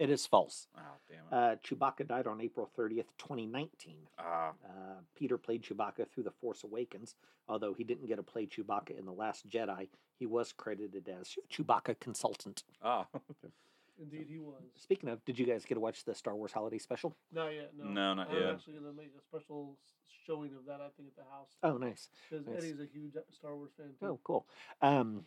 Speaker 2: It is false.
Speaker 1: Oh, damn it.
Speaker 2: Uh, Chewbacca died on April 30th, 2019.
Speaker 1: ah,
Speaker 2: Uh, Peter played Chewbacca through The Force Awakens, although he didn't get to play Chewbacca in The Last Jedi. He was credited as Chewbacca consultant.
Speaker 1: ah. [laughs]
Speaker 3: Indeed, he was.
Speaker 2: Speaking of, did you guys get to watch the Star Wars Holiday Special?
Speaker 3: Not yet. No,
Speaker 1: No, not
Speaker 3: I'm
Speaker 1: yet.
Speaker 3: actually going to make a special s- showing of that. I think at the house
Speaker 2: Oh, nice.
Speaker 3: because
Speaker 2: nice.
Speaker 3: Eddie's a huge Star Wars fan too.
Speaker 2: Oh, cool. Um,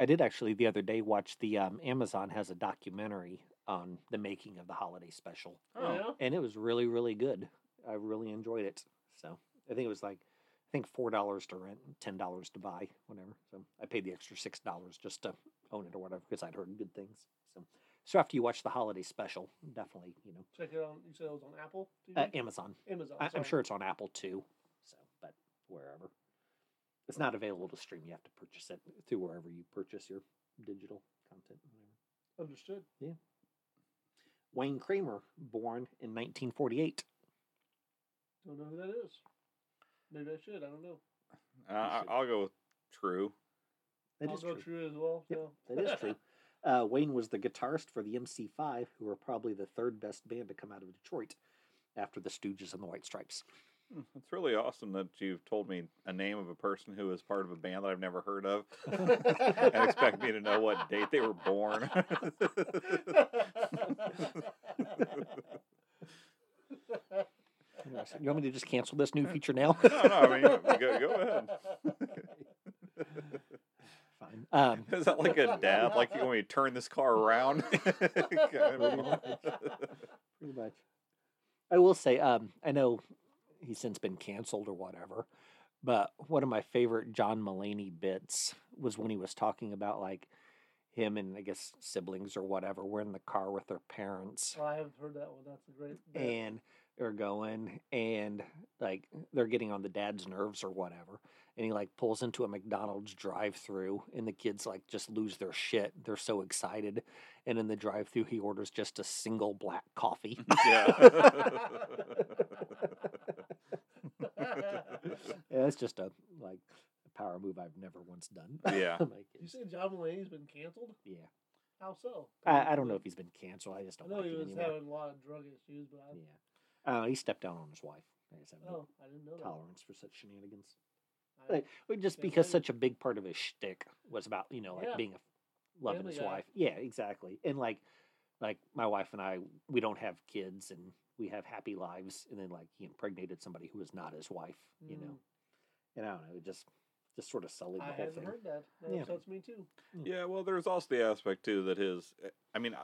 Speaker 2: I did actually the other day watch the um, Amazon has a documentary on the making of the holiday special,
Speaker 1: oh.
Speaker 3: yeah.
Speaker 2: and it was really, really good. I really enjoyed it. So I think it was like I think four dollars to rent, and ten dollars to buy, whatever. So I paid the extra six dollars just to own it or whatever because I'd heard good things. So so after you watch the holiday special, definitely you know
Speaker 3: Check it on. You said it was on Apple. TV?
Speaker 2: uh, Amazon.
Speaker 3: Amazon.
Speaker 2: I, I'm
Speaker 3: sorry.
Speaker 2: sure it's on Apple too. So, but wherever. It's not available to stream. You have to purchase it through wherever you purchase your digital content. and whatever.
Speaker 3: Understood.
Speaker 2: Wayne Kramer, born in 1948.
Speaker 3: Don't know who that is. Maybe I should. I don't know.
Speaker 1: Uh, I-
Speaker 2: should-
Speaker 1: I'll go with true.
Speaker 2: That
Speaker 3: I'll
Speaker 2: is
Speaker 3: go
Speaker 2: true.
Speaker 3: true as well.
Speaker 2: Yep,
Speaker 3: so.
Speaker 2: That is [laughs]
Speaker 3: [laughs]
Speaker 2: true. Uh, Wayne was the guitarist for the MC5, who were probably the third best band to come out of Detroit after the Stooges and the White Stripes.
Speaker 1: Hmm, It's really awesome that you've told me a name of a person who is part of a band that I've never heard of [laughs] and expect me to know what date they were [laughs] born.
Speaker 3: [laughs]
Speaker 2: Interesting. You want me to just cancel this new feature [laughs] now?
Speaker 1: no, no, I mean, go, go
Speaker 3: [laughs]
Speaker 1: ahead.
Speaker 2: Fine. Um,
Speaker 1: Is that like a dab? Like, you want me to turn this car around? [laughs] Kind of.
Speaker 2: [laughs]
Speaker 3: [laughs]
Speaker 2: pretty much. I will say, um, I know he's since been canceled or whatever, but one of my favorite John Mullaney bits was when he was talking about like him and I guess siblings or whatever were in the car with their parents
Speaker 3: Oh, I haven't heard that one. That's a great. bit.
Speaker 2: [laughs]
Speaker 3: [laughs]
Speaker 2: and they're going and like they're getting on the dad's nerves or whatever. And he like pulls into a McDonald's drive through and the kids like just lose their shit. They're so excited. And in the drive through he orders just a single black coffee.
Speaker 3: Mm-hmm. [laughs]
Speaker 2: Yeah, [laughs] that's just a like a power move I've never once done. [laughs]
Speaker 1: yeah. Yeah.
Speaker 2: I'm like,
Speaker 3: you said John Mulaney's been canceled?
Speaker 2: yeah,
Speaker 3: How so?
Speaker 2: I, I don't know if he's been canceled. I just
Speaker 3: I
Speaker 2: don't
Speaker 3: know
Speaker 2: like
Speaker 3: he
Speaker 2: him
Speaker 3: was
Speaker 2: anymore.
Speaker 3: having a lot of drug issues, but I,
Speaker 2: Yeah, uh, he stepped down on his wife. I just have no
Speaker 3: oh, I didn't know
Speaker 2: tolerance for such shenanigans.
Speaker 3: that. I, [laughs]
Speaker 2: Like, well, just
Speaker 3: Yeah,
Speaker 2: because
Speaker 3: right.
Speaker 2: such a big part of his shtick was about you know like
Speaker 3: Yeah.
Speaker 2: being a loving
Speaker 3: Family
Speaker 2: his
Speaker 3: guy.
Speaker 2: wife. Yeah, exactly. And like like my wife and I, we don't have kids and we have happy lives. And then like he impregnated somebody who was not his wife. You know,
Speaker 3: Mm.
Speaker 2: and I don't know, it just just sort of sullied
Speaker 3: I
Speaker 2: the whole
Speaker 3: hadn't
Speaker 2: thing.
Speaker 3: heard that. That
Speaker 2: Yeah.
Speaker 3: upsets me too.
Speaker 1: Yeah, well, there's also the aspect too that his. eh, I mean, I-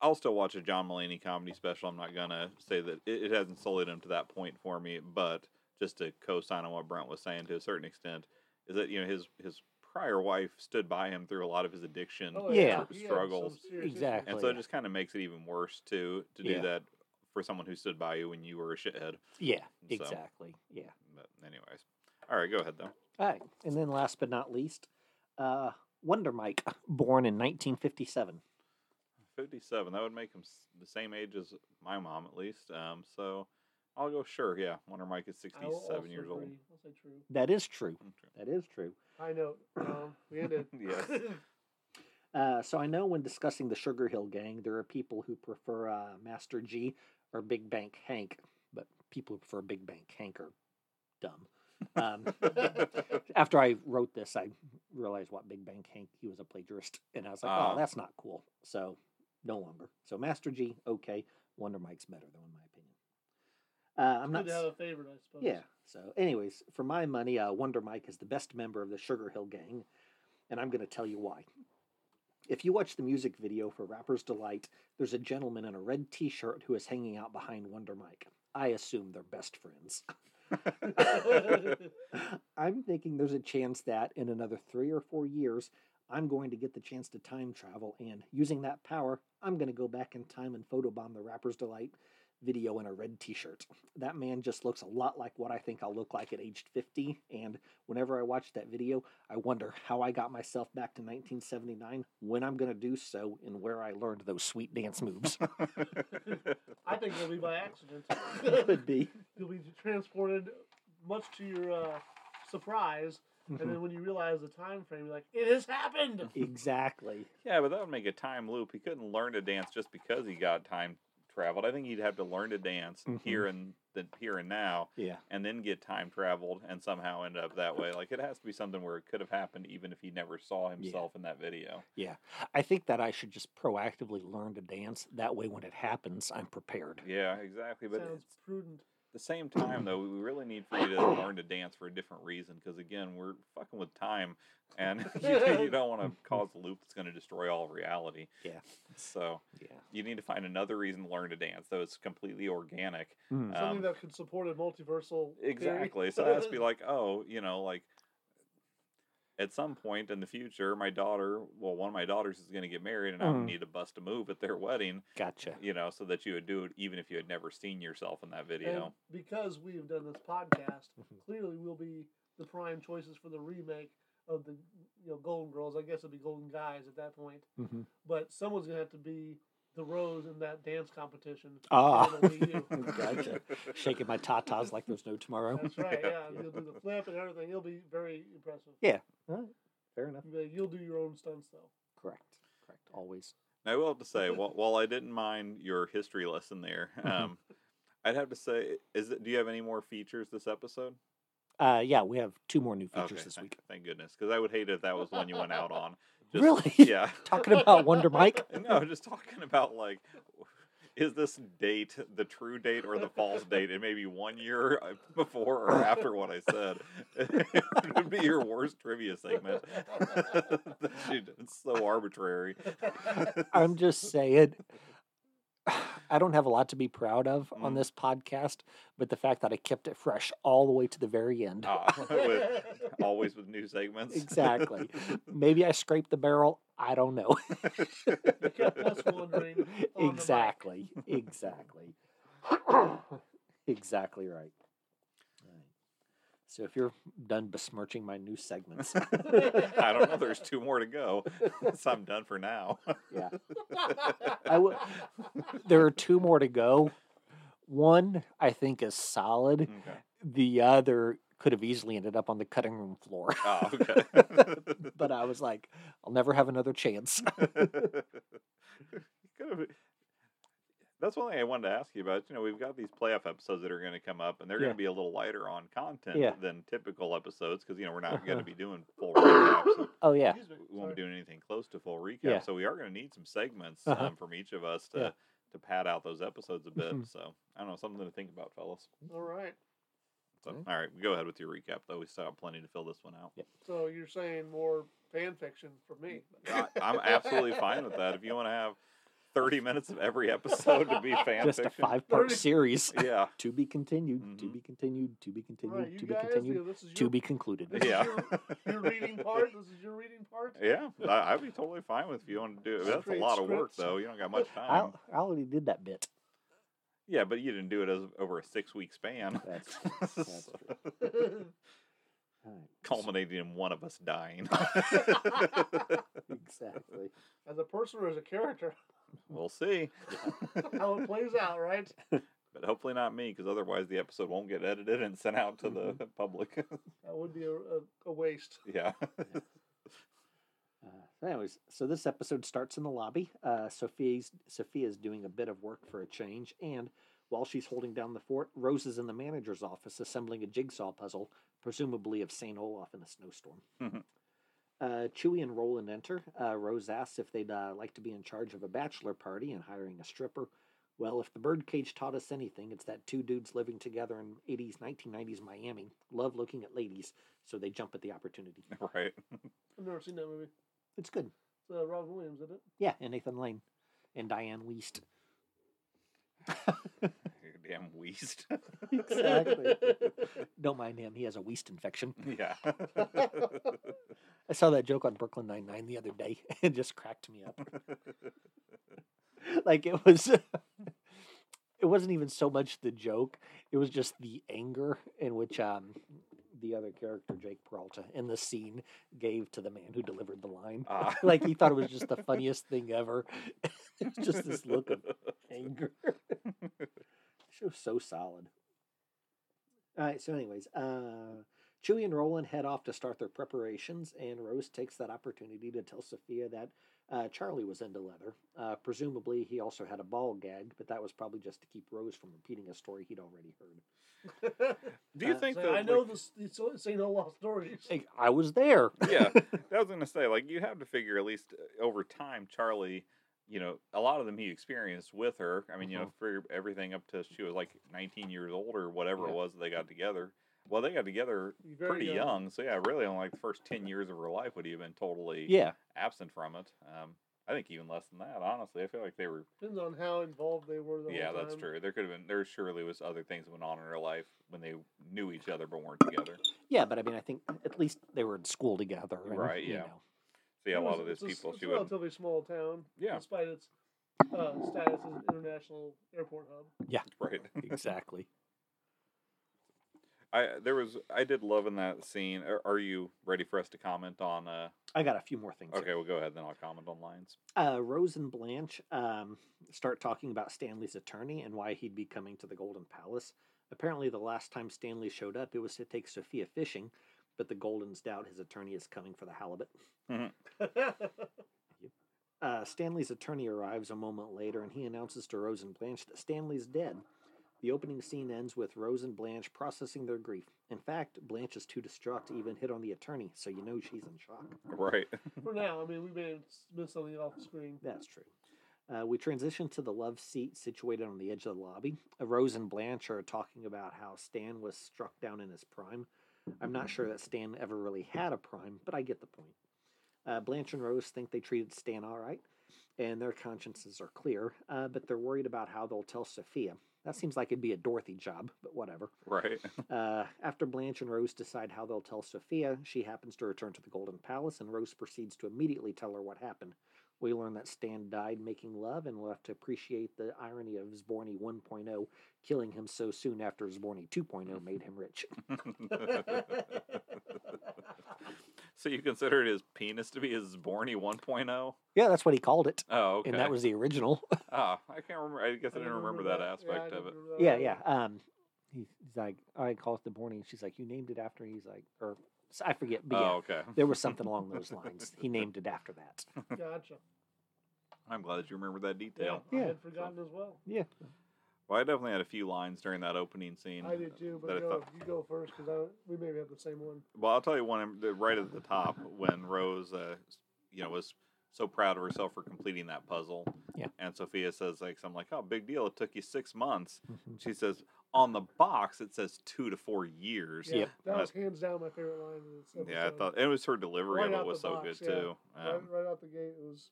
Speaker 1: I'll still watch a John Mulaney comedy special. I'm not gonna say that it, it hasn't sullied him to that point for me, but just to co-sign on what Brent was saying to a certain extent, is that you know his his prior wife stood by him through a lot of his addiction
Speaker 3: Oh,
Speaker 2: Yeah.
Speaker 3: he had some
Speaker 1: struggles,
Speaker 3: serious issues.
Speaker 2: Exactly.
Speaker 1: and so it just kind of makes it even worse to to do
Speaker 2: Yeah.
Speaker 1: that for someone who stood by you when you were a shithead.
Speaker 2: Yeah,
Speaker 1: So-
Speaker 2: exactly. Yeah.
Speaker 1: But anyways, all right, go ahead though.
Speaker 2: All right. And then last but not least, uh, Wonder Mike, [laughs] born in 1957.
Speaker 1: 57. That would make him s- the same age as my mom, at least. Um, so I'll go sure. Yeah, Wonder Mike is
Speaker 3: I will
Speaker 1: 67 years
Speaker 3: also
Speaker 1: old.
Speaker 3: agree. I'll say true.
Speaker 2: That is true.
Speaker 1: Okay.
Speaker 2: That is true.
Speaker 3: High note. Um, we ended.
Speaker 1: [laughs]
Speaker 3: [laughs]
Speaker 1: Yes.
Speaker 2: Uh, so I know when discussing the Sugar Hill Gang, there are people who prefer uh, Master G or Big Bank Hank, but people who prefer Big Bank Hank are dumb. Um,
Speaker 1: [laughs]
Speaker 2: after I wrote this, I realized what Big Bang Hank he was a plagiarist, and I was like,
Speaker 1: Ah.
Speaker 2: oh, that's not cool. So no longer. So Master G, okay. Wonder Mike's better though, in my opinion. Uh, I'm not.
Speaker 3: Good to
Speaker 2: s-
Speaker 3: have a favorite, I suppose.
Speaker 2: yeah. So, anyways, for my money, uh, Wonder Mike is the best member of the Sugar Hill Gang, and I'm going to tell you why. If you watch the music video for Rapper's Delight, there's a gentleman in a red t shirt who is hanging out behind Wonder Mike. I assume they're best friends. I'm thinking there's a chance that in another three or four years, I'm going to get the chance to time travel, and using that power, I'm going to go back in time and photobomb the Rapper's Delight video in a red t shirt. That man just looks a lot like what I think I'll look like at age 50, and whenever I watch that video, I wonder how I got myself back to 1979, when I'm going to do so, and where I learned those sweet dance
Speaker 3: [laughs]
Speaker 2: moves.
Speaker 3: [laughs] I think it'll be by accident. [laughs]
Speaker 2: Could be.
Speaker 3: You'll be transported, much to your uh, surprise,
Speaker 2: Hmm.
Speaker 3: and then when you realize the time frame, you're like, it has
Speaker 1: [laughs]
Speaker 3: happened.
Speaker 2: exactly.
Speaker 1: Yeah, but that would make a time loop. He couldn't learn to dance just because he got time traveled. I think he'd have to learn to dance
Speaker 2: Mhm.
Speaker 1: here and the here and now,
Speaker 2: Yeah.
Speaker 1: and then get time traveled and somehow end up that way. Like it has to be something where it could have happened even if he never saw himself in that video.
Speaker 2: I think that I should just proactively learn to dance. That way, when it happens, I'm prepared.
Speaker 1: Yeah, exactly. But
Speaker 3: Sounds
Speaker 1: it's-
Speaker 3: prudent.
Speaker 1: at the same time, though, we really need for you to learn to dance for a different reason because again, we're fucking with time, and [laughs] you, you don't want
Speaker 2: [laughs]
Speaker 1: to cause a loop that's going to destroy all reality.
Speaker 2: Yeah.
Speaker 1: So
Speaker 2: Yeah.
Speaker 1: you need to find another reason to learn to dance, though it's completely organic.
Speaker 2: Mm.
Speaker 1: Um,
Speaker 3: Something that could support a multiversal. theory. [laughs]
Speaker 1: Exactly. So it has to be like, oh, you know, like at some point in the future, my daughter, well, one of my daughters is going to get married, and I'm
Speaker 2: Mhm.
Speaker 1: going to need to bust a move at their wedding,
Speaker 2: Gotcha.
Speaker 1: you know, so that you would do it even if you had never seen yourself in that
Speaker 3: [laughs] And
Speaker 1: video.
Speaker 3: because we've done this
Speaker 1: [laughs]
Speaker 3: podcast,
Speaker 2: Mhm.
Speaker 3: clearly we'll be the prime choices for the remake of the you know Golden Girls. I guess it'd be Golden Guys at that point,
Speaker 2: Mhm.
Speaker 3: but someone's gonna have to be the rose in that dance competition.
Speaker 2: Ah.
Speaker 3: It'll be
Speaker 1: [laughs]
Speaker 3: you.
Speaker 2: gotcha. [laughs] Shaking my tatas like there's no tomorrow.
Speaker 3: That's right.
Speaker 1: Yeah.
Speaker 3: Yeah, you'll do the flip and everything. It'll be very impressive.
Speaker 2: [laughs] Fair enough.
Speaker 3: But You'll do your own stunts though. [laughs]
Speaker 2: Correct. Correct. Always.
Speaker 1: Now, I will have to
Speaker 2: [laughs]
Speaker 1: say, while, while I didn't mind your history lesson there,
Speaker 2: [laughs]
Speaker 1: um, I'd have to say, is it, do you have any more features this episode?
Speaker 2: Uh, yeah, we have two more new features
Speaker 1: Okay,
Speaker 2: this
Speaker 1: thank,
Speaker 2: week.
Speaker 1: thank goodness, because I would hate it if that was one you went out
Speaker 2: [laughs]
Speaker 1: on.
Speaker 2: Really?
Speaker 1: Yeah. [laughs]
Speaker 2: Talking about Wonder Mike. [laughs]
Speaker 1: No, just talking about like, is this date the true date or the false date? And maybe one year uh, before or after what I said. [laughs] it would be your worst trivia segment. [laughs] That you did. it's so arbitrary.
Speaker 2: I'm just saying. [sighs] I don't have a lot to be proud of on
Speaker 1: Mm.
Speaker 2: this podcast, but the fact that I kept it fresh all the way to the very end.
Speaker 1: [laughs] Ah, with- always with new segments.
Speaker 2: [laughs] Exactly. Maybe I scraped the barrel. I don't know.
Speaker 3: You kept us wondering. on the mic. [laughs]
Speaker 2: [laughs] exactly. Exactly. exactly right. Right. So if you're done besmirching my new segments,
Speaker 1: I don't know. There's two more to go. [laughs] so I'm done for now.
Speaker 3: [laughs]
Speaker 2: I [laughs] will- there are two more to go. One I think is solid.
Speaker 1: Okay.
Speaker 2: The other could have easily ended up on the cutting room floor.
Speaker 1: [laughs]
Speaker 2: [laughs]
Speaker 1: Oh, okay. [laughs]
Speaker 2: but I was like, I'll never have another [laughs] chance.
Speaker 1: Could have- That's one thing I wanted to ask you about. You know, we've got these playoff episodes that are going to come up, and they're
Speaker 2: Yeah.
Speaker 1: going to be a little lighter on content
Speaker 2: Yeah.
Speaker 1: than typical episodes because you know we're not
Speaker 2: Uh-huh.
Speaker 1: going
Speaker 2: [laughs]
Speaker 1: to be doing full recaps. and
Speaker 2: Oh yeah.
Speaker 3: Excuse me,
Speaker 1: we won't
Speaker 3: sorry.
Speaker 1: be doing anything close to full recap,
Speaker 2: Yeah.
Speaker 1: so we are going to need some segments
Speaker 2: Uh-huh.
Speaker 1: um, from each of us to
Speaker 2: Yeah.
Speaker 1: to pad out those episodes a bit.
Speaker 2: [laughs] Mhm.
Speaker 1: So I don't know, something to think about, fellas.
Speaker 3: All right.
Speaker 1: So
Speaker 2: Okay.
Speaker 1: all right, go ahead with your recap, though. We still have plenty to fill this one out.
Speaker 3: So you're saying more fan fiction for me?
Speaker 1: I, I'm absolutely fine with that. If you want to have 30 minutes of every episode to
Speaker 2: [laughs]
Speaker 1: be fan
Speaker 2: Just a
Speaker 1: fiction,
Speaker 2: five part
Speaker 3: Thirty-
Speaker 2: series. Mm-hmm.
Speaker 1: yeah,
Speaker 2: to be continued, to
Speaker 1: Mhm.
Speaker 2: be continued, to be
Speaker 3: All
Speaker 2: continued,
Speaker 3: right, you
Speaker 2: to be
Speaker 3: guys.
Speaker 2: continued,
Speaker 3: yeah, this is
Speaker 2: to
Speaker 3: your,
Speaker 2: be concluded.
Speaker 3: This is
Speaker 1: Yeah.
Speaker 3: your, your reading part. This is your reading part.
Speaker 1: yeah, I, I'd be totally fine with if you want to do it. That's a
Speaker 3: Straight
Speaker 1: lot of work,
Speaker 3: scripts.
Speaker 1: though. You don't got much
Speaker 2: I,
Speaker 3: um
Speaker 1: time.
Speaker 2: al- I already did that bit.
Speaker 1: Yeah, but you didn't do it as over a six week span, [laughs]
Speaker 3: [laughs]
Speaker 2: That's true. That's true. All right.
Speaker 1: culminating in one of us
Speaker 2: [laughs]
Speaker 1: dying. [laughs]
Speaker 2: Exactly.
Speaker 3: [laughs] as a person or as a character, [laughs]
Speaker 1: we'll see,
Speaker 3: how it plays out, right?
Speaker 1: but hopefully not me, because otherwise the episode won't get edited and sent out to
Speaker 2: Mm-hmm.
Speaker 1: the [laughs] public.
Speaker 3: That would be a, a, a waste.
Speaker 1: yeah,
Speaker 2: Uh, so anyways, so this episode starts in the lobby. Uh, Sophia's Sophia's doing a bit of work for a change, and while she's holding down the fort, Rose is in the manager's office assembling a jigsaw puzzle, presumably of Saint Olaf in a snowstorm.
Speaker 1: Mhm.
Speaker 2: Uh, Chewy and Roland enter. Uh, Rose asks if they'd uh, like to be in charge of a bachelor party and hiring a stripper. Well, if the birdcage taught us anything, it's that two dudes living together in 80s, 1990s Miami love looking at ladies, so they jump at the opportunity.
Speaker 1: right. [laughs]
Speaker 3: I've never seen that movie.
Speaker 2: It's good.
Speaker 3: It's uh, Robin Williams, isn't it?
Speaker 2: Yeah, and Nathan Lane and Diane Weist.
Speaker 1: You're damn weased.
Speaker 3: [laughs]
Speaker 2: Exactly. Don't mind him. He has a Weist infection.
Speaker 1: [laughs]
Speaker 2: [laughs]
Speaker 1: yeah. [laughs]
Speaker 2: I saw that joke on Brooklyn Nine-Nine the other day. [laughs] It just cracked me up. Like, it was. [laughs] It wasn't even so much the joke. It was just the anger in which um, the other character, Jake Peralta, in the scene gave to the man who delivered the line.
Speaker 1: Ah.
Speaker 2: Like, he thought it was just the funniest thing ever. [laughs] It's just this look of
Speaker 1: [laughs]
Speaker 2: anger. [laughs] she was so solid. All right. So, anyways, uh, Chewie and Roland head off to start their preparations, and Rose takes that opportunity to tell Sophia that uh, Charlie was into leather. Uh, presumably, he also had a ball gag, but that was probably just to keep Rose from repeating a story he'd already heard.
Speaker 1: Do you
Speaker 2: Uh,
Speaker 1: think
Speaker 3: Say,
Speaker 1: that
Speaker 3: I know
Speaker 1: like-
Speaker 3: this. It's, it's ain't no lost stories.
Speaker 2: Hey, I was there.
Speaker 3: [laughs]
Speaker 1: yeah, I was gonna say like you have to figure at least uh, over time, Charlie. You know, a lot of them he experienced with her. I mean, you know,
Speaker 3: Mm-hmm.
Speaker 1: for everything up to she was like 19 years old or whatever
Speaker 2: Yeah.
Speaker 1: it was that they got together. Well, they got together
Speaker 3: You're very uh,
Speaker 1: pretty young, so yeah, really only like the first 10 years of her life would he have been totally
Speaker 2: Yeah.
Speaker 1: absent from it. Um, I think even less than that, honestly. I feel like they were.
Speaker 3: Depends on how involved they were. The
Speaker 1: yeah,
Speaker 3: whole
Speaker 1: that's
Speaker 3: time.
Speaker 1: true. There could have been. There surely was other things that went on in her life when they knew each other but weren't together.
Speaker 2: Yeah, but I mean, I think at least they were in school together. and,
Speaker 1: Right,
Speaker 2: you
Speaker 1: yeah.
Speaker 2: know.
Speaker 1: So yeah, a
Speaker 3: It
Speaker 1: lot
Speaker 3: was-
Speaker 1: of these
Speaker 3: it's a s-
Speaker 1: people
Speaker 3: It's
Speaker 1: she
Speaker 3: a
Speaker 1: would.
Speaker 3: relatively small town.
Speaker 1: Yeah.
Speaker 3: Despite its uh, status as an international airport hub. [laughs]
Speaker 1: Right.
Speaker 2: Exactly.
Speaker 1: I there was. I did love in that scene. Are, are you ready for us to comment on? Uh,
Speaker 2: I got a few more things. here.
Speaker 1: okay, well go ahead. Then I'll comment on lines.
Speaker 2: uh, Rose and Blanche um, start talking about Stanley's attorney and why he'd be coming to the Golden Palace. Apparently, the last time Stanley showed up, it was to take Sophia fishing, but the Goldens doubt his attorney is coming for the halibut. Uh, Stanley's attorney arrives a moment later and he announces to Rose and Blanche that Stanley's dead. The opening scene ends with Rose and Blanche processing their grief. In fact, Blanche is too distraught to even hit on the attorney, so you know she's in shock.
Speaker 1: Right. [laughs]
Speaker 3: For now, I mean, we may have s- missed something off screen. [laughs]
Speaker 2: That's true. Uh, we transition to the love seat situated on the edge of the lobby. Uh, Rose and Blanche are talking about how Stan was struck down in his prime. I'm not sure that Stan ever really had a prime, but I get the point. Uh, Blanche and Rose think they treated Stan all right, and their consciences are clear, uh, but they're worried about how they'll tell Sophia. That seems like it'd be a Dorothy job, but whatever.
Speaker 1: Right. [laughs]
Speaker 2: Uh, after Blanche and Rose decide how they'll tell Sophia, she happens to return to the Golden Palace, and Rose proceeds to immediately tell her what happened. We learn that Stan died making love, and we'll have to appreciate the irony of Zborny 1.0 killing him so soon after Zborny 2.0 made him rich. [laughs]
Speaker 1: so you considered his penis to be his Borny 1.0?
Speaker 2: Yeah, that's what he called it,
Speaker 1: Oh, okay.
Speaker 2: and that was the original. [laughs]
Speaker 1: Ah, I can't remember. I guess I, didn't remember, that,
Speaker 3: Yeah, I
Speaker 1: aspect of
Speaker 3: didn't
Speaker 1: it.
Speaker 3: remember that
Speaker 2: yeah,
Speaker 3: either.
Speaker 2: yeah. Um, he's like, I call it the Borny, and she's like, you named it after. And he's like, or I forget, but yeah,
Speaker 1: Oh, okay.
Speaker 2: there was something along those lines. He named it after that.
Speaker 3: [laughs]
Speaker 2: [laughs]
Speaker 3: Gotcha.
Speaker 1: I'm glad that you remember that
Speaker 3: Yeah,
Speaker 1: detail.
Speaker 3: I
Speaker 2: Yeah.
Speaker 3: had forgotten as well.
Speaker 2: Yeah,
Speaker 1: Well, I definitely had a few lines during that opening scene.
Speaker 3: I did too,
Speaker 1: that I
Speaker 3: but no,
Speaker 1: thought-
Speaker 3: you go first because we maybe have the same one.
Speaker 1: Well, I'll tell you one um, the- right at the top when Rose, uh, you know, was so proud of herself for completing that puzzle.
Speaker 2: Yeah.
Speaker 1: And Sophia says like something like, "Oh, big deal! It took you six months." She says, "On the box, it says two to four years."
Speaker 3: Yeah,
Speaker 2: Yep.
Speaker 3: that was hands down my favorite line. In this episode.
Speaker 1: Yeah, I thought and it was her delivery
Speaker 3: Right
Speaker 1: of it
Speaker 3: out
Speaker 1: was
Speaker 3: the
Speaker 1: so
Speaker 3: box,
Speaker 1: good
Speaker 3: yeah.
Speaker 1: too.
Speaker 3: right,
Speaker 1: Um,
Speaker 3: right out the gate, it was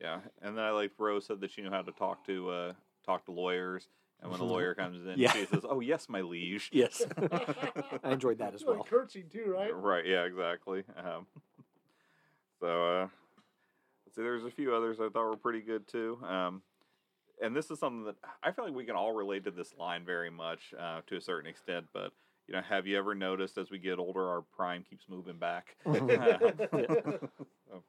Speaker 1: Yeah, and then I like Rose said that she knew how to talk to uh, talk to lawyers, and
Speaker 2: [laughs]
Speaker 1: when the lawyer comes in,
Speaker 2: Yeah.
Speaker 1: she says, "Oh yes, my
Speaker 2: [laughs]
Speaker 1: liege."
Speaker 2: yes, [laughs] I enjoyed
Speaker 3: [laughs]
Speaker 2: that as
Speaker 3: Well, he
Speaker 2: well.
Speaker 3: curtsied too, right?
Speaker 1: Right. Yeah. Exactly. Um, [laughs] so, uh, let's see. There's a few others I thought were pretty good too. Um, and this is something that I feel like we can all relate to this line very much uh, to a certain extent. But you know, have you ever noticed as we get older, our prime keeps moving back? [laughs] So,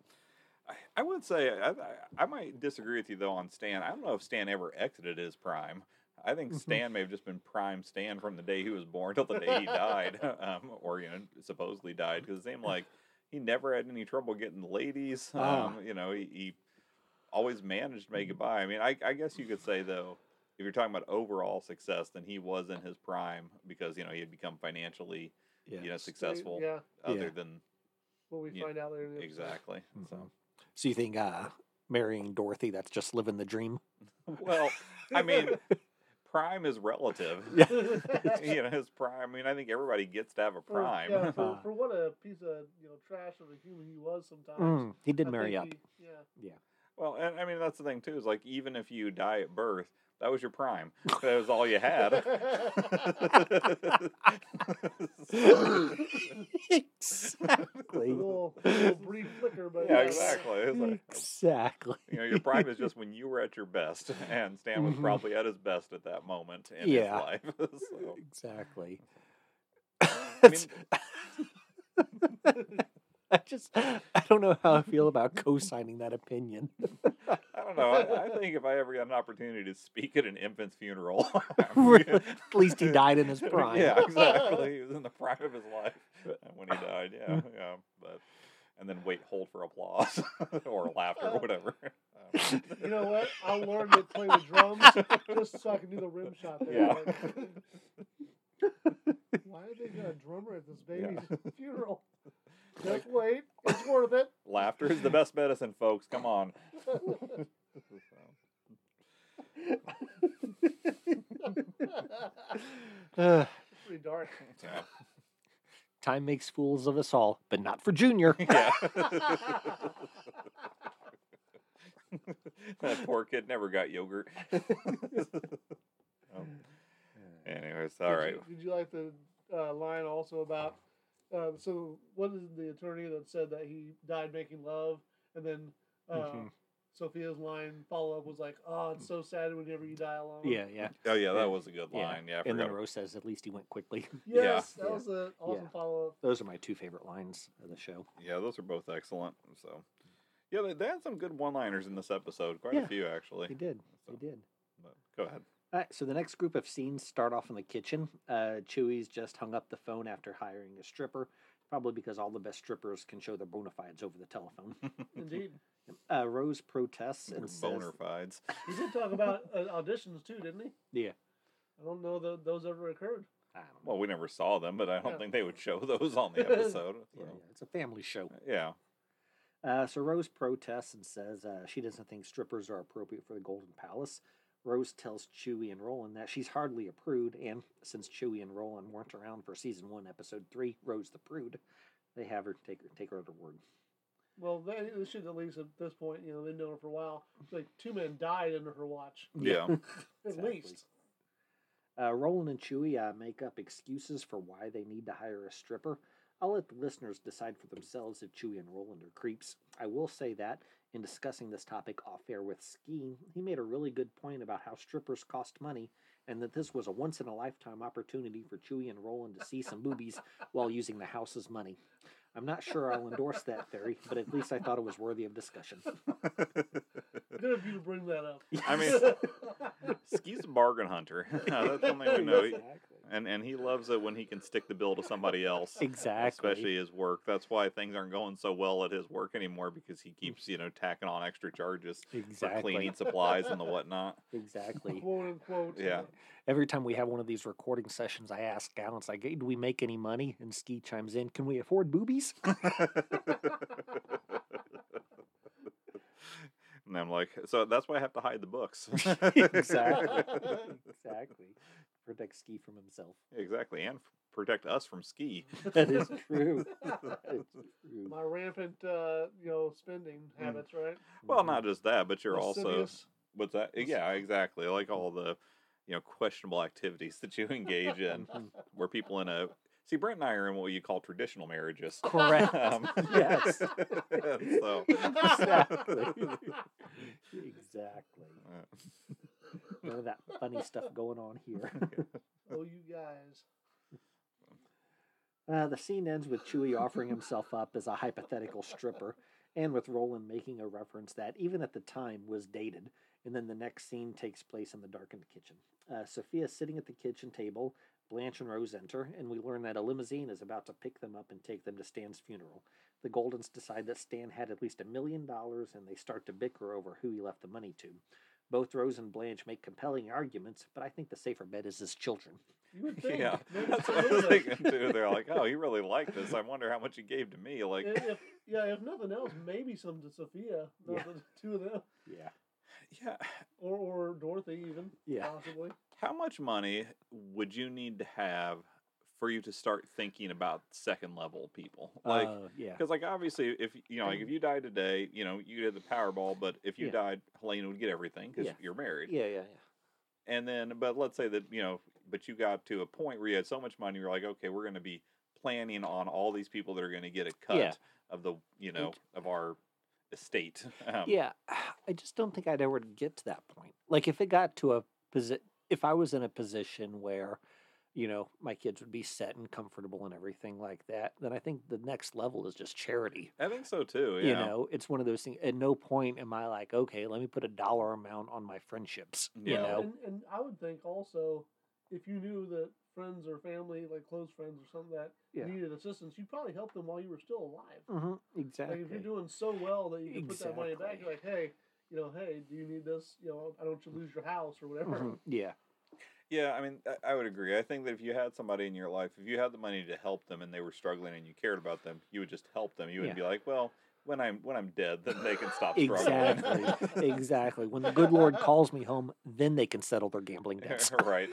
Speaker 1: I, I would say I, I, I might disagree with you though on Stan. I don't know if Stan ever exited his prime. I think
Speaker 2: Mhm.
Speaker 1: Stan may have just been prime Stan from the day he was born till the day he died, [laughs] um, or you know, supposedly died. Because it seemed like he never had any trouble getting the ladies. Um,
Speaker 2: Ah.
Speaker 1: You know, he, he always managed to make it by. I mean, I, I guess you could say though, if you're talking about overall success, then he was in his prime because you know he had become financially
Speaker 2: Yeah.
Speaker 1: you know successful.
Speaker 3: Yeah,
Speaker 1: Other
Speaker 2: Yeah.
Speaker 1: than
Speaker 3: what we
Speaker 1: Yeah,
Speaker 3: find out later. In the episode.
Speaker 1: exactly, so.
Speaker 2: Mhm. So you think uh, marrying Dorothy, that's just living the dream?
Speaker 1: Well, I
Speaker 3: [laughs]
Speaker 1: mean, prime is relative.
Speaker 2: Yeah.
Speaker 1: [laughs] you know, his prime. I mean, I think everybody gets to have a
Speaker 3: For-
Speaker 1: prime.
Speaker 3: yeah, for,
Speaker 2: Ah.
Speaker 3: for what a piece of you know trash of a human he was sometimes.
Speaker 2: Mm, he did
Speaker 3: I
Speaker 2: marry up.
Speaker 3: think he- yeah.
Speaker 1: Well, and I mean, that's the thing too. Is like even if you die at birth, that was your
Speaker 2: [laughs]
Speaker 1: prime. That was all you had. [laughs]
Speaker 2: [laughs]
Speaker 3: A
Speaker 2: exactly.
Speaker 3: little, a little brief flicker, but
Speaker 1: yeah,
Speaker 2: Yes.
Speaker 1: exactly. It's
Speaker 2: oh.
Speaker 1: like,
Speaker 2: Exactly.
Speaker 1: you know, your prime is just when you were at your
Speaker 2: [laughs]
Speaker 1: best, and Stan was
Speaker 2: Mhm.
Speaker 1: probably at his best at that moment in
Speaker 2: Yeah.
Speaker 1: his life. [laughs]
Speaker 2: [laughs]
Speaker 1: so,
Speaker 2: Exactly.
Speaker 1: I
Speaker 2: That's-
Speaker 1: mean,
Speaker 2: I just I don't know how I feel about co-signing that opinion. [laughs]
Speaker 1: I, I don't know. I, I think if I ever got an opportunity to speak at an infant's funeral, [laughs]
Speaker 2: [laughs]
Speaker 1: I'm
Speaker 2: Really?
Speaker 1: gonna-
Speaker 2: At least he died in his prime. [laughs]
Speaker 1: Yeah, exactly. He was in the prime of his life uh, when he died.
Speaker 2: [laughs]
Speaker 1: Yeah, yeah. But and then wait, hold for applause [laughs] or laughter
Speaker 2: Oh.
Speaker 1: or
Speaker 2: [laughs]
Speaker 1: whatever. Um,
Speaker 3: You know
Speaker 1: [laughs]
Speaker 3: what? I learned to play the drums just so I can do the rim shot. There.
Speaker 1: Yeah.
Speaker 2: [laughs]
Speaker 3: Like, why did they get a drummer at this baby's
Speaker 1: [laughs]
Speaker 3: funeral? Just wait, it's worth it. [laughs]
Speaker 1: Laughter is the best medicine, folks. Come
Speaker 2: [laughs]
Speaker 1: on.
Speaker 2: Ugh.
Speaker 3: Pretty dark.
Speaker 1: [laughs]
Speaker 3: [laughs]
Speaker 1: Yeah.
Speaker 2: [sighs] time makes fools of us all, but not for [laughs] Junior.
Speaker 1: yeah. [laughs] that poor kid never got
Speaker 2: [laughs]
Speaker 1: yogurt. Um, anyways, all
Speaker 3: Did
Speaker 1: right.
Speaker 3: You, did you like the uh, line also about? Uh, so, what is the attorney that said that he died making love, and then uh,
Speaker 2: Mhm.
Speaker 3: Sophia's line follow up was like, "Oh, it's so sad whenever you die alone."
Speaker 2: Yeah, yeah.
Speaker 1: Oh yeah,
Speaker 2: Yeah.
Speaker 1: that was a good
Speaker 2: Yeah.
Speaker 1: line. Yeah, I
Speaker 2: and then
Speaker 1: forgot.
Speaker 2: Rose says, at least he went quickly. [laughs]
Speaker 3: Yes, that
Speaker 2: Yeah.
Speaker 3: was an awesome
Speaker 2: Yeah.
Speaker 3: follow up.
Speaker 2: Those are my two favorite lines of the show.
Speaker 1: Yeah, those are both excellent. So, yeah, they, they had some good one-liners in this episode. Quite
Speaker 2: Yeah.
Speaker 1: a few actually.
Speaker 2: He did.
Speaker 1: So,
Speaker 2: He did.
Speaker 1: but go ahead.
Speaker 2: All right, Uh, so the next group of scenes start off in the kitchen. Uh, Chewie's just hung up the phone after hiring a stripper, probably because all the best strippers can show their bona fides over
Speaker 1: [laughs]
Speaker 2: the telephone.
Speaker 3: Indeed,
Speaker 2: Uh, Rose protests
Speaker 1: Your
Speaker 2: and says,
Speaker 1: boner fides.
Speaker 3: he did talk about uh, auditions too, didn't he?
Speaker 2: "Yeah,
Speaker 3: I don't know that those ever occurred.
Speaker 2: I don't know.
Speaker 1: Well, we never saw them, but I don't
Speaker 2: Oh.
Speaker 3: Yeah.
Speaker 1: think they would
Speaker 2: [laughs]
Speaker 1: show those on the episode.
Speaker 2: yeah,
Speaker 1: so,
Speaker 2: yeah, it's a family show."
Speaker 1: yeah.
Speaker 2: Uh, so Rose protests and says uh, she doesn't think strippers are appropriate for the Golden Palace. Rose tells Chewie and Roland that she's hardly a prude, and since Chewie and Roland weren't around for season one, episode three, Rose the prude, they have her take her take her at her word.
Speaker 3: Well, they, they should at least at this point, you know, they've known her for a while. Like two men died under her watch,
Speaker 1: Yeah.
Speaker 3: at
Speaker 2: Exactly.
Speaker 3: least.
Speaker 2: Uh, Roland and Chewie uh, make up excuses for why they need to hire a stripper. I'll let the listeners decide for themselves if Chewie and Roland are creeps. I will say that, in discussing this topic off air with Skeen, he made a really good point about how strippers cost money and that this was a once in a lifetime opportunity for Chewie and Roland to see some boobies while using the house's money. I'm not sure I'll endorse that theory, but at least I thought it was worthy of discussion.
Speaker 3: Good of you to bring that up.
Speaker 1: I
Speaker 3: [laughs]
Speaker 1: mean, Ski's a bargain hunter. [laughs] That's something we know. He- And and he loves it when he can stick the bill to somebody else.
Speaker 2: Exactly.
Speaker 1: Especially his work. That's why things aren't going so well at his work anymore because he keeps, you know, tacking on extra charges for
Speaker 2: Exactly.
Speaker 1: cleaning supplies and the whatnot.
Speaker 2: Exactly.
Speaker 3: quote unquote.
Speaker 1: Yeah.
Speaker 2: Every time we have one of these recording sessions, I ask Alan, it's like, hey, do we make any money? And Ski chimes in, can we afford boobies? [laughs]
Speaker 1: And I'm like, so that's why I have to hide the books.
Speaker 2: [laughs] exactly. exactly. Protect Ski from himself.
Speaker 1: [laughs] Exactly, and f- protect us from ski.
Speaker 2: That is true.
Speaker 1: [laughs]
Speaker 2: That is true.
Speaker 3: My rampant, uh, you know, spending habits, right?
Speaker 1: Well,
Speaker 2: Mhm.
Speaker 1: not just that, but Hmm. you're also
Speaker 3: Lascivious.
Speaker 1: what's that? Eh, Yeah, exactly. Like all the you know questionable activities that you engage
Speaker 2: [laughs]
Speaker 1: in,
Speaker 2: Mhm.
Speaker 1: where people in a see Brent and I are in what you call traditional marriages.
Speaker 2: [laughs] Correct.
Speaker 1: Um,
Speaker 2: [laughs]
Speaker 1: Oh.
Speaker 2: Yes.
Speaker 1: and [laughs]
Speaker 3: [laughs]
Speaker 1: so. [laughs]
Speaker 2: Exactly. exactly.
Speaker 1: uh,
Speaker 2: None of that funny stuff going on here.
Speaker 3: Oh, you guys.
Speaker 2: Uh, the scene ends with Chewie offering himself up as a hypothetical stripper, and with Roland making a reference that, even at the time, was dated. And then the next scene takes place in the darkened kitchen. Uh, Sophia is sitting at the kitchen table. Blanche and Rose enter, and we learn that a limousine is about to pick them up and take them to Stan's funeral. The Goldens decide that Stan had at least a million dollars, and they start to bicker over who he left the money to. Both Rose and Blanche make compelling arguments, but I think the safer bet is his children.
Speaker 3: You would think.
Speaker 1: yeah,
Speaker 3: maybe
Speaker 1: [laughs] that's
Speaker 3: some
Speaker 1: what I was
Speaker 3: of us- [laughs]
Speaker 1: thinking too. They're like, oh, he really liked this. I wonder how much he gave to me. Like,
Speaker 3: if, if- yeah, if nothing else, maybe some to Sophia, those
Speaker 2: Yeah.
Speaker 3: are the two of them,
Speaker 2: Yeah.
Speaker 1: yeah,
Speaker 3: or or Dorothy even,
Speaker 2: Yeah.
Speaker 3: possibly.
Speaker 1: How much money would you need to have for you to start thinking about second level people? Like,
Speaker 2: Uh, yeah.
Speaker 1: because like obviously, if you know, like if you died today, you know, you did the Powerball, but if you
Speaker 2: Yeah.
Speaker 1: died, Helena would get everything because
Speaker 2: Yeah.
Speaker 1: you're married.
Speaker 2: Yeah, yeah, yeah.
Speaker 1: And then, but let's say that you know, but you got to a point where you had so much money, you're like, okay, we're going to be planning on all these people that are going to get a cut
Speaker 2: Yeah.
Speaker 1: of the you know of our estate. [laughs] Um,
Speaker 2: yeah, [sighs] I just don't think I'd ever get to that point. Like if it got to a posi- if I was in a position where you know, my kids would be set and comfortable and everything like that, then I think the next level is just charity.
Speaker 1: I think so too. Oh, Yeah.
Speaker 2: You know, it's one of those things. At no point am I like, okay, let me put a dollar amount on my friendships. You
Speaker 1: Yeah.
Speaker 2: know,
Speaker 3: and, and I would think also if you knew that friends or family, like close friends or something that
Speaker 2: Yeah.
Speaker 3: needed assistance, you probably helped them while you were still alive.
Speaker 2: hmm
Speaker 3: Like
Speaker 2: exactly.
Speaker 3: if you're doing so well that you can put that money back,
Speaker 2: Exactly.
Speaker 3: you're like, hey, you know, hey, do you need this? You know, I don't want you to lose your house or whatever.
Speaker 2: Mhm, Yeah,
Speaker 1: [laughs] Yeah, I mean, I, I would agree. I think that if you had somebody in your life, if you had the money to help them and they were struggling and you cared about them, you would just help them. You would
Speaker 2: Yeah.
Speaker 1: be like, well, when I'm when I'm dead, then they can stop struggling.
Speaker 2: [laughs] exactly, exactly. When the good Lord calls me home, then they can settle their
Speaker 1: [laughs]
Speaker 2: gambling debts. [laughs]
Speaker 1: right.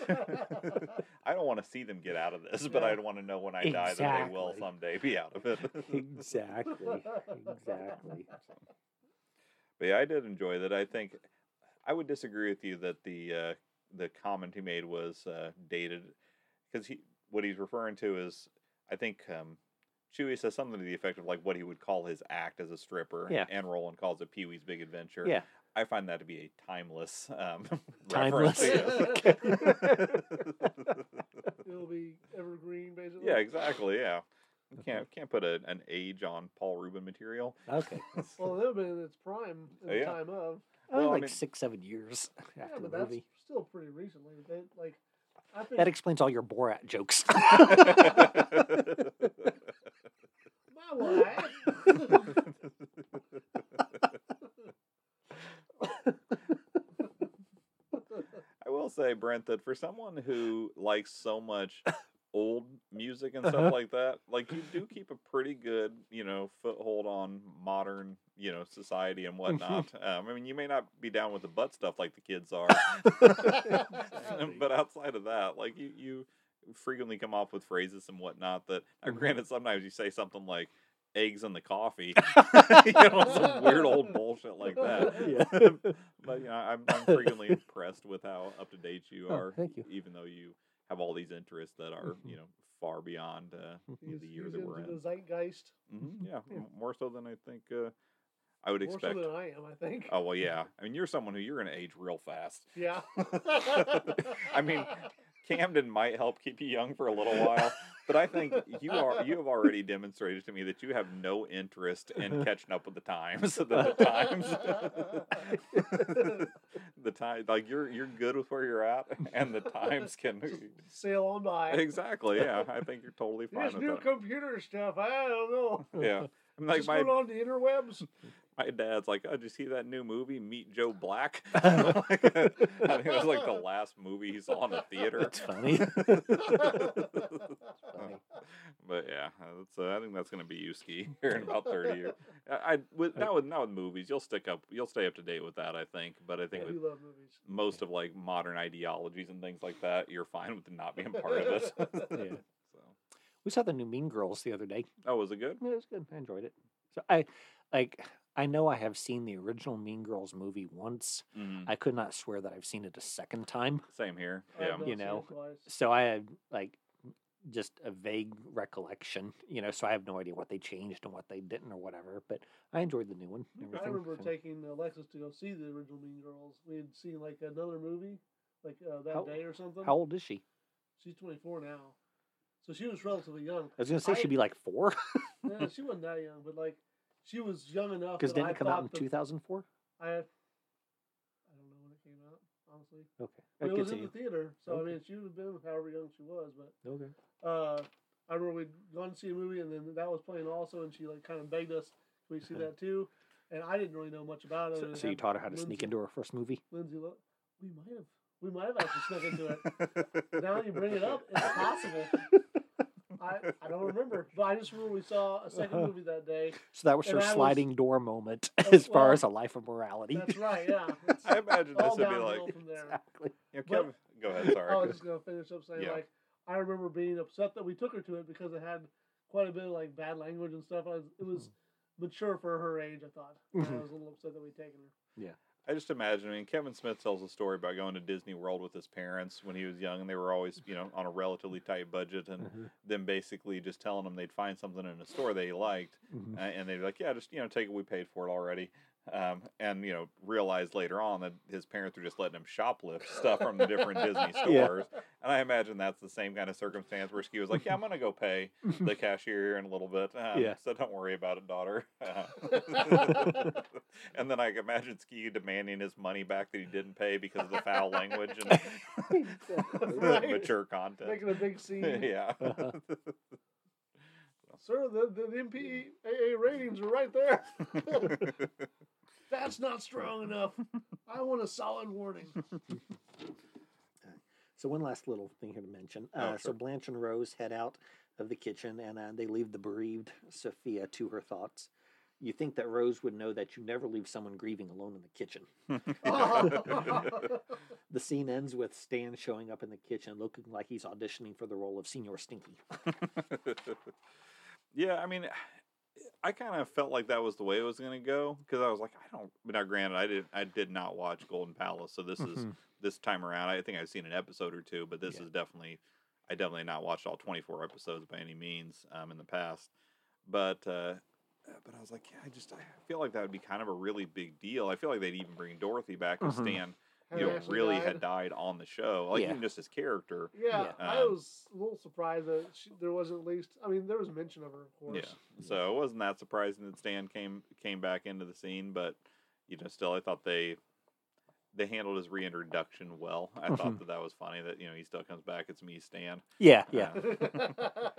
Speaker 1: I don't want to see them get out of this, but
Speaker 3: Yeah.
Speaker 1: I want to know when I die that they will
Speaker 2: Exactly.
Speaker 1: someday be out
Speaker 2: [laughs]
Speaker 1: of it. [laughs]
Speaker 2: exactly, exactly.
Speaker 1: But yeah, I did enjoy that. I think I would disagree with you that the uh, the comment he made was uh, dated because he what he's referring to is I think um, Chewie says something to the effect of like what he would call his act as a stripper.
Speaker 2: Yeah.
Speaker 1: And Roland calls it Pee Wee's Big Adventure.
Speaker 2: Yeah.
Speaker 1: I find that to be a timeless um, [laughs]
Speaker 2: Timeless.
Speaker 1: reference. [laughs] yes.
Speaker 3: [laughs] It'll be evergreen basically.
Speaker 1: yeah, exactly. Yeah. You can't can't put a, an age on Paul Rubin material.
Speaker 2: [laughs] Okay,
Speaker 1: [laughs]
Speaker 3: Well, [laughs] that would have been in its prime at the
Speaker 1: Yeah.
Speaker 3: time of.
Speaker 1: Well, I
Speaker 2: like
Speaker 1: mean-
Speaker 2: six, seven years
Speaker 3: Yeah,
Speaker 2: after
Speaker 3: but
Speaker 2: the
Speaker 3: that's
Speaker 2: movie.
Speaker 3: still pretty recently. They, like, I think
Speaker 2: That explains all your Borat jokes.
Speaker 3: my wife.
Speaker 1: [laughs] I will say, Brent, that for someone who likes so much old music and
Speaker 2: Uh-huh.
Speaker 1: stuff like that, like you do keep a pretty good, you know, foothold on modern, you know, society and whatnot. um, I mean, you may not be down with the butt stuff like the kids are,
Speaker 3: [laughs]
Speaker 1: [laughs] but outside of that, like you, you frequently come off with phrases and whatnot that, now
Speaker 2: Mhm.
Speaker 1: granted, sometimes you say something like eggs in the coffee, [laughs] you know, some weird old bullshit like
Speaker 2: [laughs]
Speaker 1: that.
Speaker 2: yeah.
Speaker 1: But you know, I'm, I'm frequently impressed with how up to date you
Speaker 2: Oh,
Speaker 1: are.
Speaker 2: thank you.
Speaker 1: Even though you have all these interests that are,
Speaker 2: Mhm.
Speaker 1: you know, far beyond uh, you know,
Speaker 3: He's,
Speaker 1: the year
Speaker 3: he's
Speaker 1: that we're
Speaker 3: into the
Speaker 1: in.
Speaker 3: zeitgeist
Speaker 1: hmm Yeah,
Speaker 2: Yeah.
Speaker 1: m- more so than I think uh, I would
Speaker 3: more so
Speaker 1: expect.
Speaker 3: than I am, I think.
Speaker 1: Oh well, yeah. I mean, you're someone who you're gonna age real fast.
Speaker 3: Yeah.
Speaker 1: [laughs] I mean, Camden might help keep you young for a little while, but I think you are you have already demonstrated to me that you have no interest
Speaker 3: [laughs]
Speaker 1: in catching up with the times. That the times.
Speaker 3: [laughs]
Speaker 1: [laughs] the time like you're you're good with where you're at and the times can
Speaker 3: [laughs] [laughs] Just sail on
Speaker 1: [laughs]
Speaker 3: by.
Speaker 1: exactly yeah i think you're totally fine
Speaker 3: This
Speaker 1: with
Speaker 3: new
Speaker 1: that
Speaker 3: computer stuff, I don't know. [laughs]
Speaker 1: yeah i'm [laughs] like
Speaker 3: Just
Speaker 1: my,
Speaker 3: going on the
Speaker 1: [laughs]
Speaker 3: interwebs.
Speaker 1: my dad's like oh did you see that new movie meet joe
Speaker 3: [laughs]
Speaker 1: black [laughs] i think it was like the last movie he saw in the theater
Speaker 3: [laughs]
Speaker 2: That's funny. funny.
Speaker 1: but yeah that's uh, i think that's going to be you ski [laughs] here in about 30
Speaker 3: [laughs]
Speaker 1: years i, I with not with not with movies you'll stick up you'll stay up to date with that i think but i think
Speaker 3: We
Speaker 1: with
Speaker 3: love movies.
Speaker 1: most of like modern ideologies and things like that, you're fine with not being part of
Speaker 3: [laughs]
Speaker 1: it.
Speaker 2: Yeah.
Speaker 1: So,
Speaker 2: We saw the new Mean Girls the other day.
Speaker 1: oh, was it good?
Speaker 2: Yeah, it was good. I enjoyed it. So I like I know I have seen the original Mean Girls movie once.
Speaker 1: Mm,
Speaker 2: I could not swear that I've seen it a second time.
Speaker 1: same here.
Speaker 3: I've
Speaker 1: Yeah.
Speaker 3: not
Speaker 2: You
Speaker 3: seen it
Speaker 2: know,
Speaker 3: twice.
Speaker 2: So I have like just a vague recollection, you know, so I have no idea what they changed and what they didn't or whatever, but I enjoyed the new one. and
Speaker 3: I
Speaker 2: everything,
Speaker 3: remember
Speaker 2: so-
Speaker 3: taking Alexis to go see the original Mean Girls. We had seen like another movie, like uh, that
Speaker 2: How-
Speaker 3: day or something.
Speaker 2: How old is she?
Speaker 3: She's 24 now, so she was relatively young.
Speaker 2: I was going to say
Speaker 3: I-
Speaker 2: she'd be like
Speaker 3: [laughs]
Speaker 2: 4
Speaker 3: Yeah, she wasn't that young, but like she was young enough.
Speaker 2: because
Speaker 3: that
Speaker 2: didn't
Speaker 3: I
Speaker 2: it come out in
Speaker 3: thought that
Speaker 2: 2004?
Speaker 3: I, I don't know when it came out, honestly.
Speaker 2: Okay.
Speaker 3: But it was in the
Speaker 2: Continue.
Speaker 3: theater, so
Speaker 2: Okay.
Speaker 3: I mean, she would have been however young she was. But
Speaker 2: Okay.
Speaker 3: uh, I remember we'd gone to see a movie, and then that was playing also, and she like kind of begged us, "Can we see that too?" And I didn't really know much about it.
Speaker 2: Hmm. So,
Speaker 3: and
Speaker 2: so you
Speaker 3: had
Speaker 2: taught her how to
Speaker 3: Lindsay-
Speaker 2: sneak into her first movie?
Speaker 3: Lindsay, look, we might have, we might have actually snuck into
Speaker 1: [laughs]
Speaker 3: it. Now you bring it up, it's possible. I, I don't remember, but I just remember we saw a 2nd
Speaker 2: Uh-huh.
Speaker 3: movie
Speaker 2: [laughs]
Speaker 3: that day.
Speaker 2: So that was
Speaker 3: And
Speaker 2: her
Speaker 3: I was-
Speaker 2: sliding door moment
Speaker 3: Oh,
Speaker 2: [laughs] as far
Speaker 3: well,
Speaker 2: as a life of morality. [laughs]
Speaker 3: That's right, yeah. It's
Speaker 1: I imagine this
Speaker 3: all
Speaker 1: would be
Speaker 3: downhill
Speaker 1: like,
Speaker 3: from there.
Speaker 2: Exactly.
Speaker 1: you know,
Speaker 3: But-
Speaker 1: Kevin, go ahead. Sorry.
Speaker 3: I was just gonna finish up saying
Speaker 1: Yeah.
Speaker 3: like I remember being upset that we took her to it because it had quite a bit of like bad language and stuff. I was, it
Speaker 2: Hmm.
Speaker 3: was mature for her age, I thought. And
Speaker 2: [laughs]
Speaker 3: I
Speaker 2: Mhm.
Speaker 3: was a little upset that we'd taken her.
Speaker 1: I just imagine. I mean, Kevin Smith tells a story about going to Disney World with his parents when he was young, and they were always, you know, on a relatively tight budget, and
Speaker 2: Mhm,
Speaker 1: then basically just telling them they'd find something in a store they liked,
Speaker 2: mhm.
Speaker 1: uh, and they'd be like, "Yeah, just you know, take it. We paid for it already." Um, and you know, realized later on that his parents were just letting him shoplift stuff from the different Disney
Speaker 2: [laughs] Yeah.
Speaker 1: stores. And I imagine that's the same kind of circumstance where Ski was like, "Yeah, I'm gonna go pay
Speaker 2: [laughs]
Speaker 1: the cashier here in a little bit. Um,
Speaker 2: Yeah.
Speaker 1: So don't worry about it,
Speaker 2: [laughs]
Speaker 1: daughter." [laughs] Uh, and then I imagine Ski demanding his money back that he didn't pay because of the foul language
Speaker 2: [laughs]
Speaker 1: and
Speaker 3: Right.
Speaker 1: [laughs] mature content.
Speaker 3: Making a big
Speaker 1: [laughs]
Speaker 2: [laughs]
Speaker 3: scene.
Speaker 1: yeah.
Speaker 2: Uh-huh.
Speaker 3: Sir, the, the MPAA ratings are right
Speaker 1: [laughs]
Speaker 3: there. That's not strong enough. I want a
Speaker 1: [laughs]
Speaker 3: solid warning. [laughs]
Speaker 2: So one last little thing here to mention.
Speaker 1: Oh,
Speaker 2: Uh, So
Speaker 1: sure.
Speaker 2: Blanche and Rose head out of the kitchen, and uh, they leave the bereaved Sophia to her thoughts. You think that Rose would know that you never leave someone grieving alone in the kitchen. The scene ends with Stan showing up in the kitchen, looking like he's auditioning for the role of Senior Stinky.
Speaker 1: [laughs] yeah, I mean, I kind of felt like that was the way it was going to go because I was like, I don't. Now, granted, I did I did not watch Golden Palace, so this is
Speaker 2: Mhm.
Speaker 1: this time around. I think I've seen an episode or two, but this
Speaker 2: Yeah.
Speaker 1: is definitely I definitely not watched all twenty four episodes by any means um, in the past. But uh, but I was like, yeah, I just I feel like that would be kind of a really big deal. I feel like they'd even bring Dorothy back if
Speaker 2: Mhm.
Speaker 1: Stan
Speaker 3: Had
Speaker 1: you know
Speaker 3: actually
Speaker 1: really
Speaker 3: died.
Speaker 1: had died on the show, like
Speaker 2: Yeah.
Speaker 1: even just his character.
Speaker 3: Yeah,
Speaker 2: Yeah.
Speaker 3: I
Speaker 1: Um,
Speaker 3: was a little surprised that she, there wasn't at least. I mean, there was mention of her, of course.
Speaker 1: Yeah. So it wasn't that surprising that Stan came came back into the scene, but you know, still I thought they they handled his reintroduction well. I
Speaker 2: Mhm.
Speaker 3: Mm-hmm.
Speaker 1: thought that that was funny that you know he still comes back. It's me, Stan.
Speaker 2: Yeah,
Speaker 3: [laughs]
Speaker 2: yeah.
Speaker 1: Uh,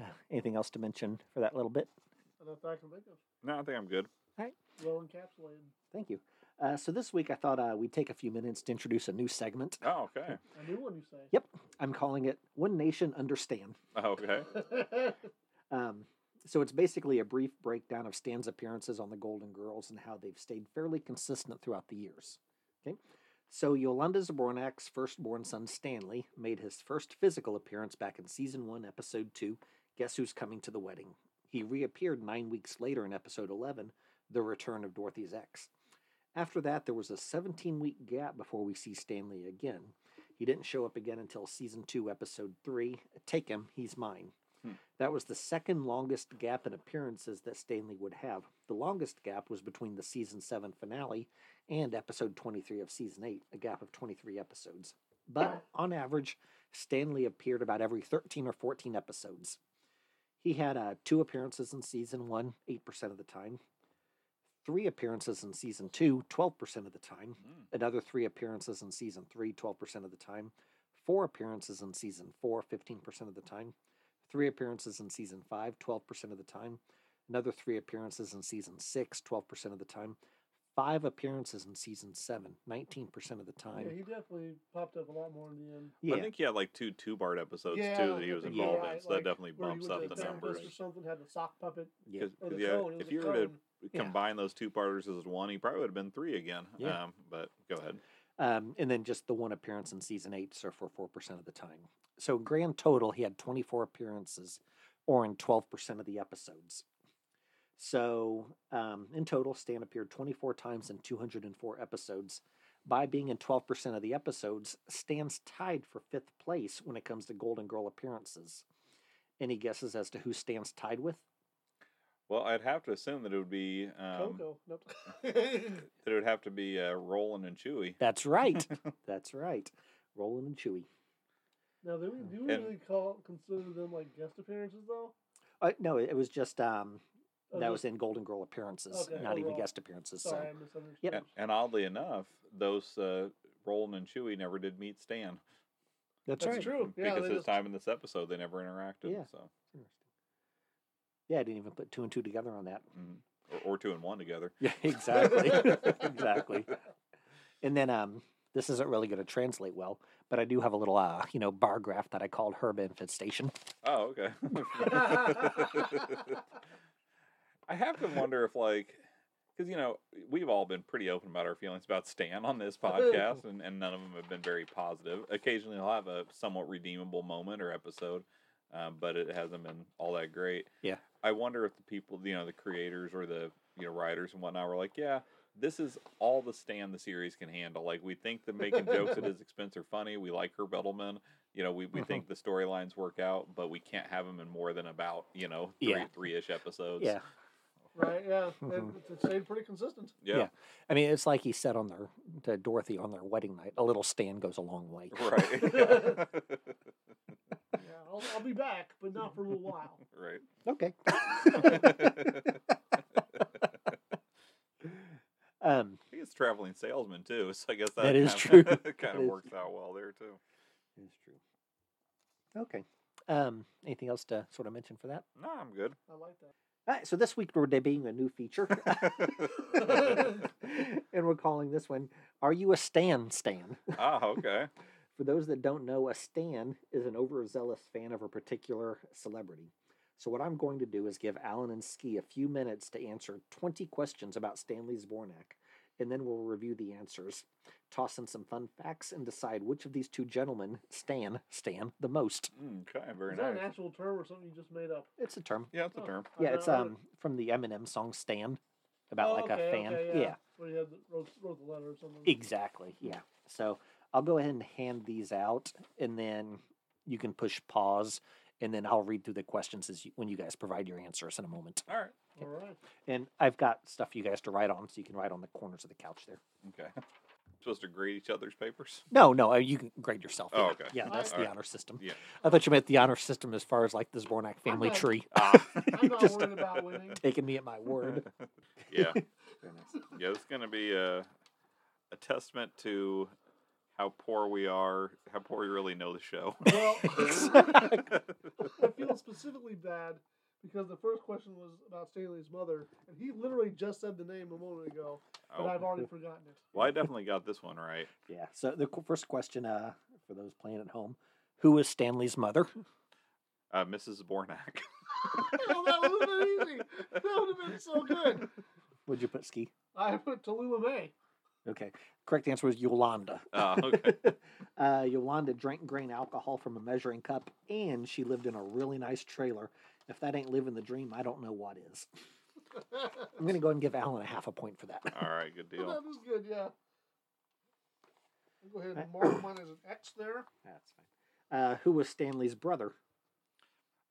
Speaker 2: Uh, Anything else to mention for that little bit?
Speaker 3: That's all I can think of.
Speaker 1: no, I think I'm good.
Speaker 3: Well encapsulated.
Speaker 2: Thank you. Uh, so this week I thought uh, we'd take a few minutes to introduce a new segment.
Speaker 1: Oh, okay.
Speaker 3: A new one, you say?
Speaker 2: Yep. I'm calling it One Nation Understand.
Speaker 1: [laughs] Okay.
Speaker 2: Um, so it's basically a brief breakdown of Stan's appearances on the Golden Girls and how they've stayed fairly consistent throughout the years. Okay. So Yolanda Zabornak's firstborn son Stanley made his first physical appearance back in season one, episode two. Guess who's coming to the wedding? He reappeared nine weeks later in episode eleven, The Return of Dorothy's Ex. After that, there was a 17 week gap before we see Stanley again. He didn't show up again until season two, episode three. Take him, he's mine. That was the second longest gap in appearances that Stanley would have. The longest gap was between the season 7 finale and episode 23 of season 8, a gap of 23 episodes. But on average, Stanley appeared about every 13 or 14 episodes. He had uh, two appearances in season 1, 8% of the time, three appearances in season 2, 12% of the time,
Speaker 3: Hmm.
Speaker 1: Mm.
Speaker 2: another three appearances in season 3, 12% of the time, four appearances in season 4, 15% of the time three appearances in season five, 12% of the time, another three appearances in season six, 12% of the time, five appearances in season seven, 19% of the
Speaker 3: [laughs] yeah, he
Speaker 2: time.
Speaker 3: definitely popped up a lot more in the end.
Speaker 2: Yeah.
Speaker 1: I think he had like two two part episodes
Speaker 3: Yeah,
Speaker 1: too that he
Speaker 3: I
Speaker 1: was
Speaker 3: think you're
Speaker 1: involved in,
Speaker 3: right,
Speaker 1: so
Speaker 3: like,
Speaker 1: that definitely
Speaker 3: Where he
Speaker 1: bumps
Speaker 3: went
Speaker 1: up
Speaker 3: to
Speaker 1: the
Speaker 3: the therapist
Speaker 1: numbers.
Speaker 3: Or something had the sock puppet.
Speaker 2: yeah.
Speaker 1: 'Cause-
Speaker 3: Or the
Speaker 1: 'cause, yeah,
Speaker 3: cone. It was
Speaker 1: if
Speaker 3: a
Speaker 1: you were to
Speaker 3: cone.
Speaker 2: Yeah.
Speaker 1: combine those two parters as one, he probably would have been three again.
Speaker 2: Yeah.
Speaker 1: Um, but go ahead.
Speaker 2: Um, and then just the one appearance in season eight, so for 4% of the time. So, grand total, he had 24 appearances or in 12% of the episodes. So, um, in total, Stan appeared 24 times in 204 episodes. By being in 12% of the episodes, Stan's tied for fifth place when it comes to Golden Girl appearances. Any guesses as to who Stan's tied with?
Speaker 1: Well, I'd have to assume that it would be um,
Speaker 3: "Oh, Coco. [laughs]
Speaker 1: [laughs]
Speaker 3: Nope.
Speaker 1: that it would have to be uh, Roland and Chewy.
Speaker 2: That's right. That's right. Roland and Chewy.
Speaker 3: now, do we, do we
Speaker 1: And-
Speaker 3: really call consider them like guest appearances though?
Speaker 2: Uh, no, it was just um,
Speaker 3: Or
Speaker 2: that was
Speaker 3: just-
Speaker 2: in Golden Girl appearances,
Speaker 3: Okay,
Speaker 2: not even
Speaker 3: overall.
Speaker 2: guest appearances.
Speaker 3: Sorry, I
Speaker 2: So
Speaker 3: misunderstood. [laughs]
Speaker 2: Yep.
Speaker 1: A- And oddly enough, those uh, Roland and Chewy never did meet Stan
Speaker 2: that's,
Speaker 3: That's
Speaker 2: right.
Speaker 3: true. Yeah,
Speaker 1: because
Speaker 3: they
Speaker 1: his
Speaker 3: just-
Speaker 1: time in this episode they never interacted.
Speaker 2: Yeah.
Speaker 1: So
Speaker 2: Interesting. Yeah, I didn't even put two and two together on that. [laughs]
Speaker 1: mhm. or, or two and one together.
Speaker 2: Yeah,
Speaker 3: [laughs]
Speaker 2: exactly, exactly. And then um, this isn't really going to translate well, but I do have a little uh, you know, bar graph that I called herb infestation.
Speaker 1: Oh, okay.
Speaker 3: [laughs]
Speaker 1: I have
Speaker 2: [laughs]
Speaker 1: to wonder if like. Because you know we've all been pretty open about our feelings about Stan on
Speaker 2: [laughs]
Speaker 1: this
Speaker 2: Oh,
Speaker 1: podcast, and, and none of them have been very positive. Occasionally, he'll have a somewhat redeemable moment or episode, um, but it hasn't been all that great.
Speaker 2: Yeah.
Speaker 1: I wonder if the people, you know, the creators or the you know writers and whatnot were like, yeah, this is all the stand the series can handle. Like we think that making jokes
Speaker 2: [laughs]
Speaker 1: at his expense are funny. We like her Bedelman. You know, we,
Speaker 2: Mm-hmm.
Speaker 1: we think the storylines work out, but we can't have them in more than about you know three
Speaker 2: Yeah.
Speaker 1: three ish episodes.
Speaker 2: Yeah,
Speaker 3: right? Yeah,
Speaker 2: [laughs] Mhm.
Speaker 3: it, it stayed pretty consistent.
Speaker 1: Yeah.
Speaker 2: I mean, it's like he said on their to Dorothy on their wedding night, a little stand goes a long way.
Speaker 1: [laughs]
Speaker 2: [laughs]
Speaker 1: [laughs] Right.
Speaker 3: Yeah, I'll, I'll be back, but not for a little while.
Speaker 1: right.
Speaker 2: Okay. [laughs] Um,
Speaker 1: [laughs] He is traveling salesman too, so I guess that,
Speaker 2: That
Speaker 1: [laughs]
Speaker 2: is
Speaker 1: kind
Speaker 2: true. [laughs]
Speaker 1: of, kind
Speaker 2: That
Speaker 1: of
Speaker 2: is
Speaker 1: works out well there too.
Speaker 2: it's true. Okay. Um, anything else to sort of mention for that?
Speaker 1: No, I'm
Speaker 2: [laughs]
Speaker 1: good. [laughs]
Speaker 3: I like that.
Speaker 2: All right, so this week we're debuting a new feature, [laughs]
Speaker 1: Ah,
Speaker 2: and we're calling this one "Are You a Stan?" Stan.
Speaker 1: Ah, okay.
Speaker 2: For those that don't know, a Stan is an overzealous fan of a particular celebrity. So, what I'm going to do is give Alan and Ski a few minutes to answer 20 questions about Stanley Zbornak, and then we'll review the answers, toss in some fun facts, and decide which of these two gentlemen Stan Stan the most.
Speaker 1: Okay, very
Speaker 3: Is that an
Speaker 1: nice.
Speaker 3: actual term or something you just made up?
Speaker 2: It's a term.
Speaker 1: Yeah, it's a
Speaker 3: Oh,
Speaker 1: term.
Speaker 3: I
Speaker 2: Yeah, it's
Speaker 3: thought I heard
Speaker 2: um from the Eminem song Stan, about
Speaker 3: Oh,
Speaker 2: like a
Speaker 3: okay,
Speaker 2: fan.
Speaker 3: okay,
Speaker 2: yeah.
Speaker 3: Well, you had the, wrote, wrote the letter or something.
Speaker 2: Exactly. Yeah. So I'll go ahead and hand these out, and then you can push pause, and then I'll read through the questions as you, when you guys provide your answers in a moment.
Speaker 1: All right.
Speaker 3: All
Speaker 2: [laughs]
Speaker 3: right.
Speaker 2: And I've got stuff for you guys to write on, so you can write on the corners of the couch there.
Speaker 1: Okay. [laughs] Supposed to grade each other's
Speaker 2: [laughs]
Speaker 1: papers?
Speaker 2: No, no, uh, you can grade yourself.
Speaker 1: Oh,
Speaker 2: yeah.
Speaker 1: okay.
Speaker 2: Yeah,
Speaker 3: I-
Speaker 2: that's the
Speaker 1: Alright.
Speaker 2: honor system.
Speaker 1: Yeah.
Speaker 2: I thought you meant the honor system as far as like the Zbornak family
Speaker 3: not-
Speaker 2: tree.
Speaker 1: Ah,
Speaker 3: I'm not
Speaker 2: Just- [laughs]
Speaker 3: worried about winning.
Speaker 2: Taking me at my
Speaker 1: [laughs]
Speaker 2: word.
Speaker 1: yeah. Yeah, it's going to be a, a testament to how poor we are, how poor we really know the
Speaker 2: [laughs]
Speaker 1: show. [laughs] Oh,
Speaker 3: Well, [laughs]
Speaker 2: Exactly.
Speaker 3: I feel specifically bad because the first question was about Stanley's mother, and he literally just said the name a moment ago, but
Speaker 1: Oh,
Speaker 3: I've already forgotten it.
Speaker 1: well, I definitely got this one right.
Speaker 2: yeah. So the qu- first question uh, for those playing at home Who is Stanley's mother?
Speaker 1: Uh, Mrs. Bornak. [laughs]
Speaker 3: [laughs] Oh, that would have been easy. That would have been so good.
Speaker 2: Would you put ski?
Speaker 3: I put Tallulah May. [laughs]
Speaker 2: Okay. Correct answer was Yolanda.
Speaker 1: Ah, okay.
Speaker 2: [laughs] uh, Yolanda drank grain alcohol from a measuring cup, and she lived in a really nice trailer. If that ain't living the dream, I don't know what is. I'm going to go ahead and give Alan a half a point for that.
Speaker 1: All right, good
Speaker 3: Well, [laughs]
Speaker 1: deal.
Speaker 3: that was good, yeah. I'll go ahead and mark mine as an X there.
Speaker 2: That's fine. Uh, who was Stanley's brother?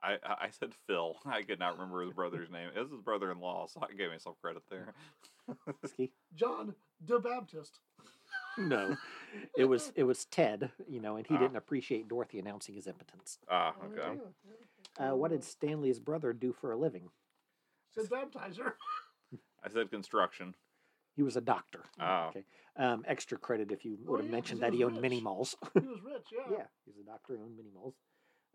Speaker 1: I, I I said Phil. [laughs] I could not remember his brother's name. It was his brother in law, so I gave myself credit
Speaker 3: [laughs]
Speaker 1: there.
Speaker 2: Ski?
Speaker 3: John the Baptist.
Speaker 2: [laughs] No, it was it was Ted, you know, and he
Speaker 1: Ah.
Speaker 2: didn't appreciate Dorothy announcing his impotence.
Speaker 1: Ah,
Speaker 3: Oh,
Speaker 1: okay.
Speaker 3: yeah, yeah.
Speaker 2: Uh, what did Stanley's brother do for a living?
Speaker 3: said baptizer?
Speaker 1: I said construction.
Speaker 2: He was a doctor.
Speaker 3: Mm,
Speaker 1: Ah.
Speaker 2: Okay. Um, extra credit if you
Speaker 3: Oh,
Speaker 2: would have
Speaker 3: yeah, 'cause
Speaker 2: mentioned
Speaker 3: he
Speaker 2: that
Speaker 3: was
Speaker 2: he owned
Speaker 3: rich.
Speaker 2: mini malls.
Speaker 3: He was rich, yeah.
Speaker 2: Yeah, [laughs] he's a doctor who owned mini malls.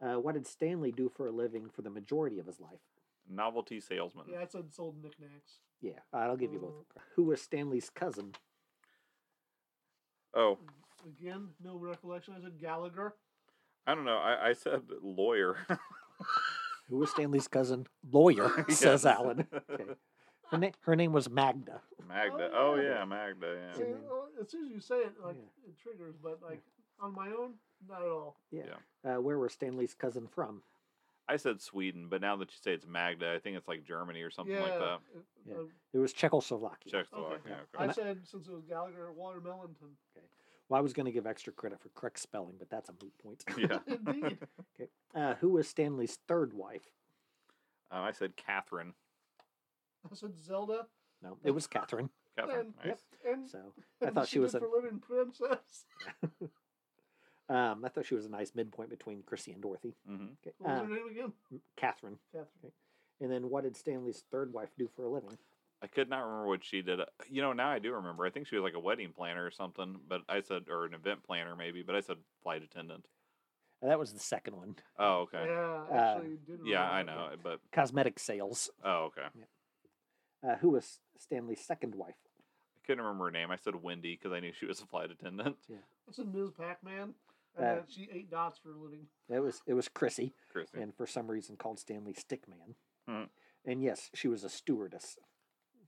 Speaker 2: Uh, what did Stanley do for a living for the majority of his life?
Speaker 1: Novelty salesman.
Speaker 3: Yeah, I said sold knickknacks.
Speaker 2: Yeah, I'll give you both.
Speaker 3: Mm.
Speaker 2: Who was Stanley's cousin?
Speaker 1: Oh,
Speaker 3: Again, no recollection. I said Gallagher.
Speaker 1: I don't know. I, I said lawyer. [laughs]
Speaker 2: Who was Stanley's cousin? Lawyer,
Speaker 1: Yes. [laughs]
Speaker 2: says Alan. Okay. Her, na- her name was Magda.
Speaker 1: Magda.
Speaker 3: Oh,
Speaker 1: Oh,
Speaker 3: yeah.
Speaker 1: yeah, Magda.
Speaker 3: See,
Speaker 1: Yeah.
Speaker 2: Mhm.
Speaker 3: oh, as soon as you say it, like
Speaker 2: Yeah.
Speaker 3: it triggers, but like on my own, not at all.
Speaker 2: Yeah. Uh, where was Stanley's cousin from?
Speaker 1: I said Sweden, but now that you say it's Magda, I think it's like Germany or something
Speaker 3: yeah.
Speaker 1: like that.
Speaker 3: it-
Speaker 2: Yeah.
Speaker 3: uh,
Speaker 2: It was Czechoslovakia.
Speaker 1: Czechoslovakia.
Speaker 3: Okay.
Speaker 1: Okay.
Speaker 3: I said since it was Gallagher, Watermelonton.
Speaker 2: Well, I was going to give extra credit for correct spelling, but that's a moot point.
Speaker 1: [laughs] Yeah.
Speaker 3: [laughs] Indeed.
Speaker 2: Uh, who was Stanley's third wife?
Speaker 1: Um, I said Catherine.
Speaker 3: I said Zelda.
Speaker 2: No, it
Speaker 1: [laughs]
Speaker 2: was Catherine.
Speaker 1: Catherine.
Speaker 3: And-
Speaker 1: Nice.
Speaker 3: And
Speaker 2: So I thought she
Speaker 3: did
Speaker 2: was a,
Speaker 3: for living princess. [laughs]
Speaker 2: um, I thought she was a nice midpoint between Chrissy and Dorothy.
Speaker 1: hmm
Speaker 2: Okay.
Speaker 3: What was
Speaker 2: uh,
Speaker 3: her name again?
Speaker 2: Catherine.
Speaker 3: Catherine.
Speaker 2: And then what did Stanley's third wife do for a living?
Speaker 1: I could not remember what she did. uh, You know, now I do remember. I think she was like a wedding planner or something, but I said, or an event planner maybe, but I said flight attendant.
Speaker 2: Uh, That was the second one.
Speaker 1: Oh, okay.
Speaker 3: Yeah,
Speaker 2: Uh,
Speaker 3: actually, you did
Speaker 1: Yeah, I
Speaker 3: remember.
Speaker 1: know. uh, But,
Speaker 2: Cosmetic sales.
Speaker 1: oh, okay.
Speaker 2: Uh, who was Stanley's second wife?
Speaker 1: I couldn't remember her name. I said Wendy because I knew she was a flight attendant.
Speaker 3: I said Ms. Pac-Man, and
Speaker 2: Uh,
Speaker 3: that she ate dots for a living.
Speaker 2: It was it was Chrissy,
Speaker 1: Chrissy.
Speaker 2: and for some reason called Stanley Stickman.
Speaker 1: Mhm.
Speaker 2: And yes, she was a stewardess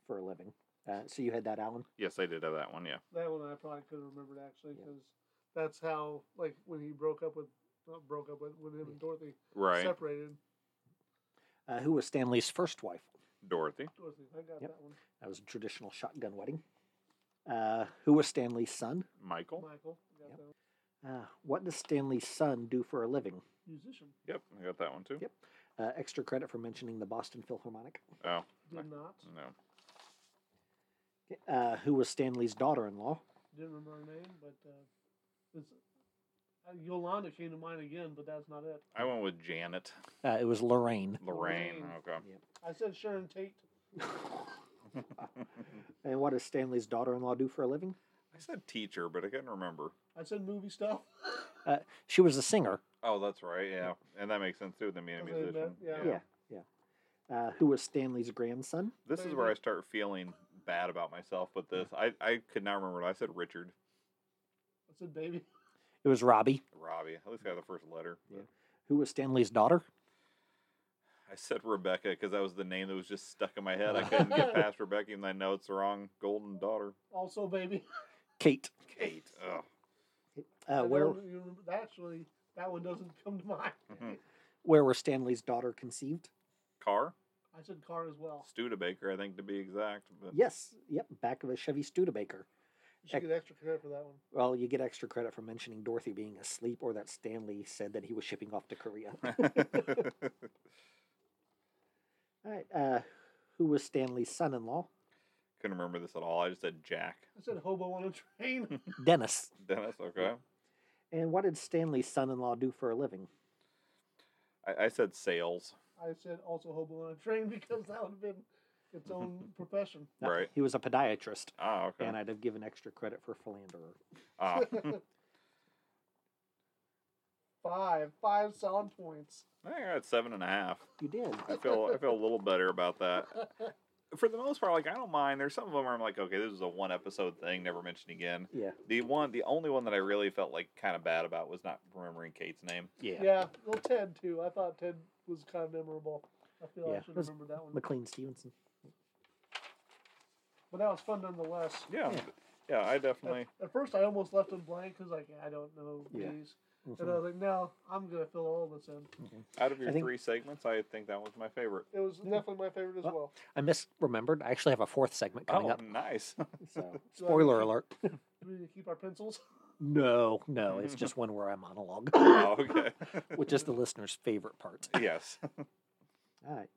Speaker 2: for a living. Uh, so you had that, Alan.
Speaker 1: Yes, I did have that one. Yeah.
Speaker 3: That one I probably could have remembered actually,
Speaker 2: Yeah.
Speaker 3: because that's how like when he broke up with, not broke up with when him and Dorothy
Speaker 1: Right.
Speaker 3: separated.
Speaker 2: Uh, who was Stanley's first wife?
Speaker 1: Dorothy.
Speaker 3: Dorothy, I got
Speaker 2: Yep.
Speaker 3: that one.
Speaker 2: That was a traditional shotgun wedding. Uh, who was Stanley's son?
Speaker 1: Michael.
Speaker 3: Michael, I got
Speaker 2: Yep.
Speaker 3: that one.
Speaker 2: Uh, what does Stanley's son do for a living?
Speaker 3: Musician.
Speaker 1: Yep. I got that one too.
Speaker 2: Yep. Uh, extra credit for mentioning the Boston Philharmonic.
Speaker 1: Oh,
Speaker 3: Did not.
Speaker 1: No.
Speaker 2: uh, who was Stanley's daughter-in-law.
Speaker 3: Didn't remember her name, but uh, it's, uh, Yolanda came to mind again, but that's not it.
Speaker 1: I went with Janet.
Speaker 2: Uh, it was Lorraine.
Speaker 1: Lorraine.
Speaker 3: Lorraine.
Speaker 1: Okay.
Speaker 3: I said Sharon Tate.
Speaker 2: [laughs] and what does Stanley's daughter-in-law do for a living?
Speaker 1: I said teacher, but I couldn't remember.
Speaker 3: I said movie stuff. [laughs]
Speaker 2: She was a singer.
Speaker 1: Oh, that's right. Yeah. And that makes sense too, them being a
Speaker 3: As they met,
Speaker 1: musician.
Speaker 3: yeah.
Speaker 2: Yeah, yeah. Uh, who was Stanley's grandson?
Speaker 1: This is
Speaker 2: Mm-hmm.
Speaker 1: where I start feeling bad about myself with this. I, I could not remember. I said Richard.
Speaker 3: I said baby.
Speaker 2: It was Robbie.
Speaker 1: Robbie. At least I got the first letter.
Speaker 2: Yeah. Who was Stanley's daughter?
Speaker 1: I said Rebecca because that was the name that was just stuck in my head. I couldn't
Speaker 2: [laughs]
Speaker 1: get past Rebecca, even though I know it's the wrong golden daughter.
Speaker 3: Also baby.
Speaker 2: Uh, Kate.
Speaker 1: Kate. Oh.
Speaker 2: Uh,
Speaker 3: I
Speaker 2: where
Speaker 3: don't even remember- that actually, that one doesn't come to [laughs] mind.
Speaker 1: mm-hmm.
Speaker 2: where was Stanley's daughter conceived?
Speaker 1: Car?
Speaker 3: I said car as well.
Speaker 1: Studebaker, I think, to be exact. But
Speaker 2: Yes. Yep. Back of a Chevy Studebaker.
Speaker 3: You should get extra credit for that one.
Speaker 2: Well, you get extra credit for mentioning Dorothy being asleep, or that Stanley said that he was shipping off to Korea. All right. Uh, who was Stanley's son-in-law?
Speaker 1: [laughs] couldn't remember this at all. I just said Jack.
Speaker 3: I said hobo on a train.
Speaker 2: Dennis.
Speaker 1: Dennis, okay.
Speaker 2: And what did Stanley's son-in-law do for a living?
Speaker 1: I, I said sales.
Speaker 3: I said also hobo on a train [laughs] because that would have been its own
Speaker 2: [laughs]
Speaker 3: profession. [laughs]
Speaker 2: No,
Speaker 1: Right.
Speaker 2: Uh, He was a podiatrist,
Speaker 1: Ah, okay.
Speaker 2: and I'd have given extra credit for philanderer. [laughs]
Speaker 1: ah.
Speaker 3: Five, five solid points. [laughs]
Speaker 1: I think I got seven and a half.
Speaker 2: You did.
Speaker 1: I feel I feel a little better about that. For the most part, like I don't mind. There's some of them where I'm like, okay, this is a one episode thing, never mentioned again.
Speaker 2: Yeah.
Speaker 1: The one, the only one that I really felt like kind of bad about was not remembering Kate's name.
Speaker 2: Yeah.
Speaker 3: Yeah. well, Ted too. I thought Ted was kind of memorable. I feel
Speaker 2: Yeah,
Speaker 3: I should
Speaker 2: it was
Speaker 3: remember that one.
Speaker 2: McLean Stevenson.
Speaker 3: But that was fun nonetheless.
Speaker 1: Yeah, yeah,
Speaker 2: Yeah.
Speaker 1: I
Speaker 3: At,
Speaker 1: definitely.
Speaker 3: at first, I almost left them blank because like I don't know
Speaker 2: Yeah.
Speaker 3: these, and I
Speaker 2: Mhm.
Speaker 3: was like, no, I'm gonna fill all of this in.
Speaker 1: Out of your
Speaker 2: I think-
Speaker 1: three segments, I think that was my favorite.
Speaker 3: It was definitely my favorite as
Speaker 2: Well,
Speaker 3: well.
Speaker 2: I misremembered. I actually have a fourth segment coming
Speaker 1: Oh,
Speaker 2: [laughs] up.
Speaker 1: nice. [laughs]
Speaker 2: So
Speaker 3: Do I
Speaker 2: spoiler
Speaker 3: need
Speaker 2: [laughs]
Speaker 3: to-
Speaker 2: alert.
Speaker 3: Do we need to keep our pencils?
Speaker 2: No, no, it's just one where I [laughs] monologue,
Speaker 1: oh, okay.
Speaker 2: which is the listener's favorite part.
Speaker 1: yes. [laughs]
Speaker 2: All right.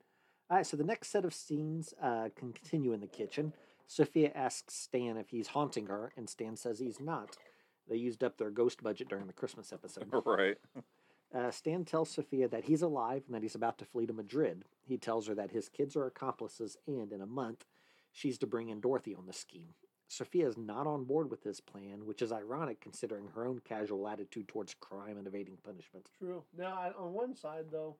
Speaker 2: All right, so the next set of scenes uh, can continue in the kitchen. Sophia asks Stan if he's haunting her, and Stan says he's not. They used up their ghost budget during the Christmas episode.
Speaker 1: right.
Speaker 2: Uh, Stan tells Sophia that he's alive and that he's about to flee to Madrid. He tells her that his kids are accomplices, and in a month, she's to bring in Dorothy on the scheme. Sophia is not on board with this plan, which is ironic considering her own casual attitude towards crime and evading punishment.
Speaker 3: True. Now, I, on one side though,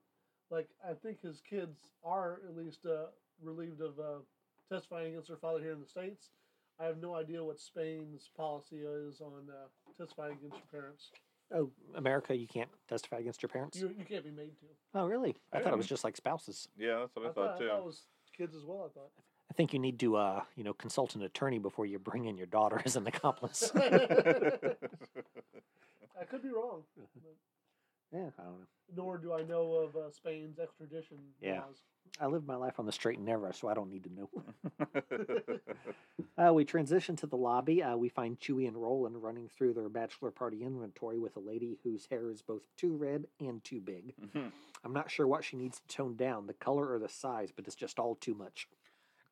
Speaker 3: like I think his kids are at least uh, relieved of uh, testifying against their father here in the states. I have no idea what Spain's policy is on uh, testifying against your parents.
Speaker 2: Oh, America, you can't testify against your parents?
Speaker 3: You, you can't be made to.
Speaker 2: Oh, really?
Speaker 1: I
Speaker 2: I, thought it
Speaker 1: didn't-
Speaker 2: was just like spouses.
Speaker 1: Yeah, that's what I, thought, too.
Speaker 3: I thought it was kids as well.
Speaker 2: [laughs]
Speaker 3: I thought.
Speaker 2: I think you need to, uh, you know, consult an attorney before you bring in your daughter [laughs] as an accomplice.
Speaker 3: I could be wrong.
Speaker 2: yeah, I don't know.
Speaker 3: Nor do I know of uh, Spain's extradition
Speaker 2: Yeah.
Speaker 3: laws.
Speaker 2: I live my life on the straight and narrow, so I don't need to know.
Speaker 1: [laughs]
Speaker 2: Uh, we transition to the lobby. Uh, we find Chewie and Roland running through their bachelor party inventory with a lady whose hair is both too red and too big. I'm not sure what she needs to tone down, the color or the size, but it's just all too much.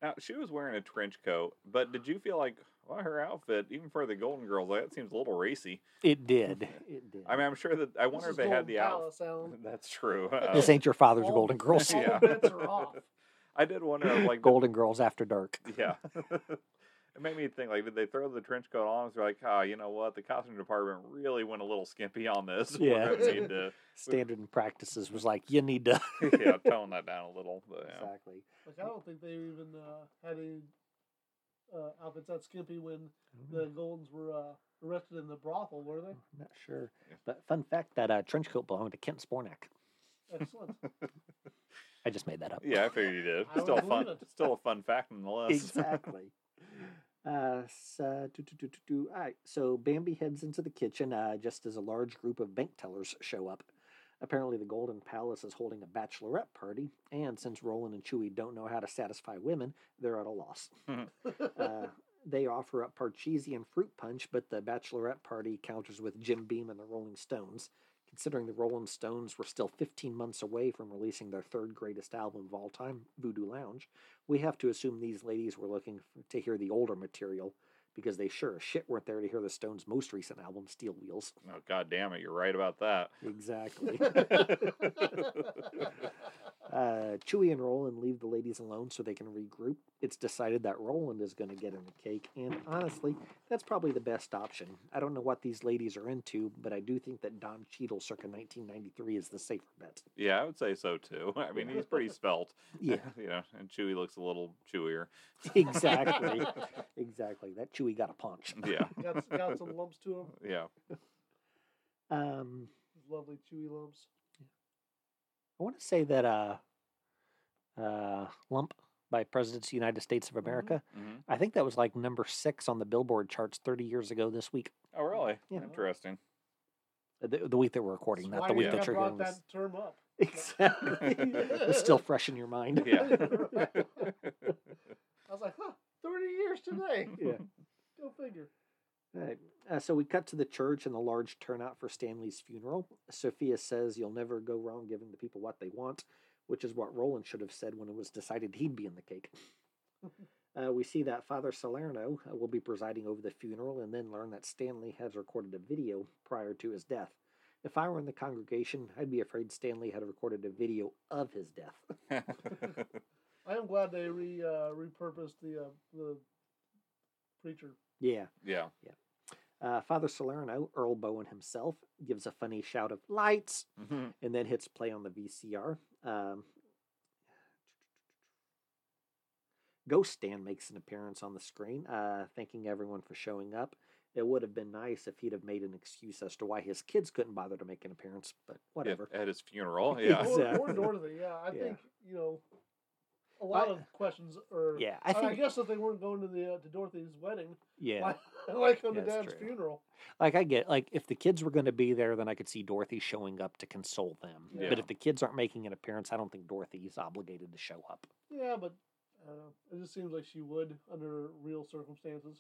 Speaker 1: now, she was wearing a trench coat, but did you feel like, well, her outfit, even for the Golden Girls, like, that seems a little racy?
Speaker 2: It did. [laughs] It did.
Speaker 1: I mean, I'm sure that I wonder
Speaker 3: This
Speaker 1: if they
Speaker 3: is
Speaker 1: had
Speaker 3: Golden
Speaker 1: the outfit.
Speaker 3: Palace, Alan.
Speaker 1: [laughs] That's true. Uh, [laughs]
Speaker 2: this ain't your father's
Speaker 3: all-
Speaker 2: Golden Girls.
Speaker 3: All
Speaker 1: Yeah.
Speaker 3: the bets are off.
Speaker 1: I did wonder,
Speaker 2: [laughs]
Speaker 1: like, did-
Speaker 2: Golden Girls after dark.
Speaker 1: Yeah. it made me think like, did they throw the trench coat on? They're like, ah, you know what? The costume department really went a little skimpy on this. [laughs] We're
Speaker 2: Yeah.
Speaker 1: gonna need to
Speaker 2: Standard and practices was like, you need to.
Speaker 1: yeah, tone that down a little. But, yeah.
Speaker 2: Exactly.
Speaker 3: Like I don't think they even uh, had any uh, outfits that skimpy when the Goldens were uh, arrested in the brothel, were they?
Speaker 2: I'm not sure.
Speaker 1: Yeah.
Speaker 2: But fun fact that uh, trench coat belonged to Kent Spornak.
Speaker 3: Excellent.
Speaker 2: I just made that up.
Speaker 1: Yeah, I figured you did.
Speaker 3: I would
Speaker 1: Still a
Speaker 3: believe
Speaker 1: fun,
Speaker 3: it.
Speaker 1: still a fun fact [laughs] nonetheless.
Speaker 2: exactly. Uh, so, do, do, do, do, do. All right. So Bambi heads into the kitchen uh, just as a large group of bank tellers show up. Apparently, the Golden Palace is holding a bachelorette party, and since Roland and Chewie don't know how to satisfy women, they're at a loss. uh, they offer up Parcheesi and fruit punch, but the bachelorette party counters with Jim Beam and the Rolling Stones. Considering the Rolling Stones were still 15 months away from releasing their third greatest album of all time, Voodoo Lounge, We have to assume these ladies were looking for, to hear the older material because they sure as shit weren't there to hear the Stones' most recent album, Steel Wheels.
Speaker 1: Oh, God damn it. You're right about
Speaker 2: [laughs]
Speaker 1: that.
Speaker 2: Exactly. uh, Chewy and Roland leave the ladies alone so they can regroup. It's decided that Roland is going to get in the cake, and honestly, that's probably the best option. I don't know what these ladies are into, but I do think that Don Cheadle circa 1993 is the safer bet.
Speaker 1: yeah, I would say so too. I mean, he's pretty spelt. [laughs]
Speaker 2: Yeah,
Speaker 1: you know, and Chewy looks a little chewier.
Speaker 2: [laughs] [laughs] exactly. exactly. That Chewy got a punch.
Speaker 1: Yeah.
Speaker 3: got, got some lumps to them.
Speaker 1: Yeah.
Speaker 2: Um,
Speaker 3: Lovely chewy lumps.
Speaker 2: I want to say that uh, uh, Lump by Presidents of the United States of
Speaker 3: Mm-hmm.
Speaker 2: America.
Speaker 1: hmm
Speaker 2: I think that was like number six on the Billboard charts 30 years ago this week,
Speaker 1: Oh, really?
Speaker 2: Yeah.
Speaker 1: Interesting.
Speaker 2: the, the week that we're
Speaker 3: That's
Speaker 2: recording, not
Speaker 3: why
Speaker 2: the
Speaker 3: we
Speaker 2: week
Speaker 1: Yeah.
Speaker 2: that
Speaker 3: haven't
Speaker 2: you're
Speaker 3: brought
Speaker 2: hearing
Speaker 3: that
Speaker 2: this.
Speaker 3: term up.
Speaker 2: Exactly. [laughs] it's
Speaker 3: [laughs]
Speaker 2: still fresh in your mind.
Speaker 1: Yeah. [laughs]
Speaker 2: [laughs]
Speaker 3: I was like, huh, 30 years today.
Speaker 2: Yeah.
Speaker 3: Go figure.
Speaker 2: Right. Uh, so we cut to the church and the large turnout for Stanley's funeral. Sophia says, You'll never go wrong giving the people what they want, which is what Roland should have said when it was decided he'd be in the cake. Uh, we see that Father Salerno uh, will be presiding over the funeral and then learn that Stanley has recorded a video prior to his death. If I were in the congregation, I'd be afraid Stanley had recorded a video of his death. [laughs]
Speaker 3: I am glad they re uh, repurposed the uh, the preacher.
Speaker 2: yeah.
Speaker 1: yeah.
Speaker 2: Uh, Father Salerno, Earl Bowen himself, gives a funny shout of lights
Speaker 1: Mhm.
Speaker 2: and then hits play on the VCR. Um, Ghost Stan makes an appearance on the screen, uh, thanking everyone for showing up. It would have been nice if he'd have made an excuse as to why his kids couldn't bother to make an appearance, but whatever.
Speaker 1: At, at his
Speaker 2: [laughs]
Speaker 1: funeral. Yeah.
Speaker 3: Or, or
Speaker 2: Exactly.
Speaker 3: Dorothy, yeah. I
Speaker 2: Yeah.
Speaker 3: think, you know, a lot
Speaker 2: I-
Speaker 3: of questions are.
Speaker 2: Yeah,
Speaker 3: I,
Speaker 2: I think.
Speaker 3: I guess that they weren't going to the uh, to Dorothy's wedding,
Speaker 2: yeah,
Speaker 3: why- [laughs] like on the
Speaker 2: That's
Speaker 3: dad's
Speaker 2: true.
Speaker 3: funeral.
Speaker 2: like I get like if the kids were going to be there, then I could see Dorothy showing up to console them.
Speaker 3: Yeah.
Speaker 2: But if the kids aren't making an appearance, I don't think Dorothy is obligated to show up.
Speaker 3: Yeah, but I don't know. It just seems like she would under real circumstances.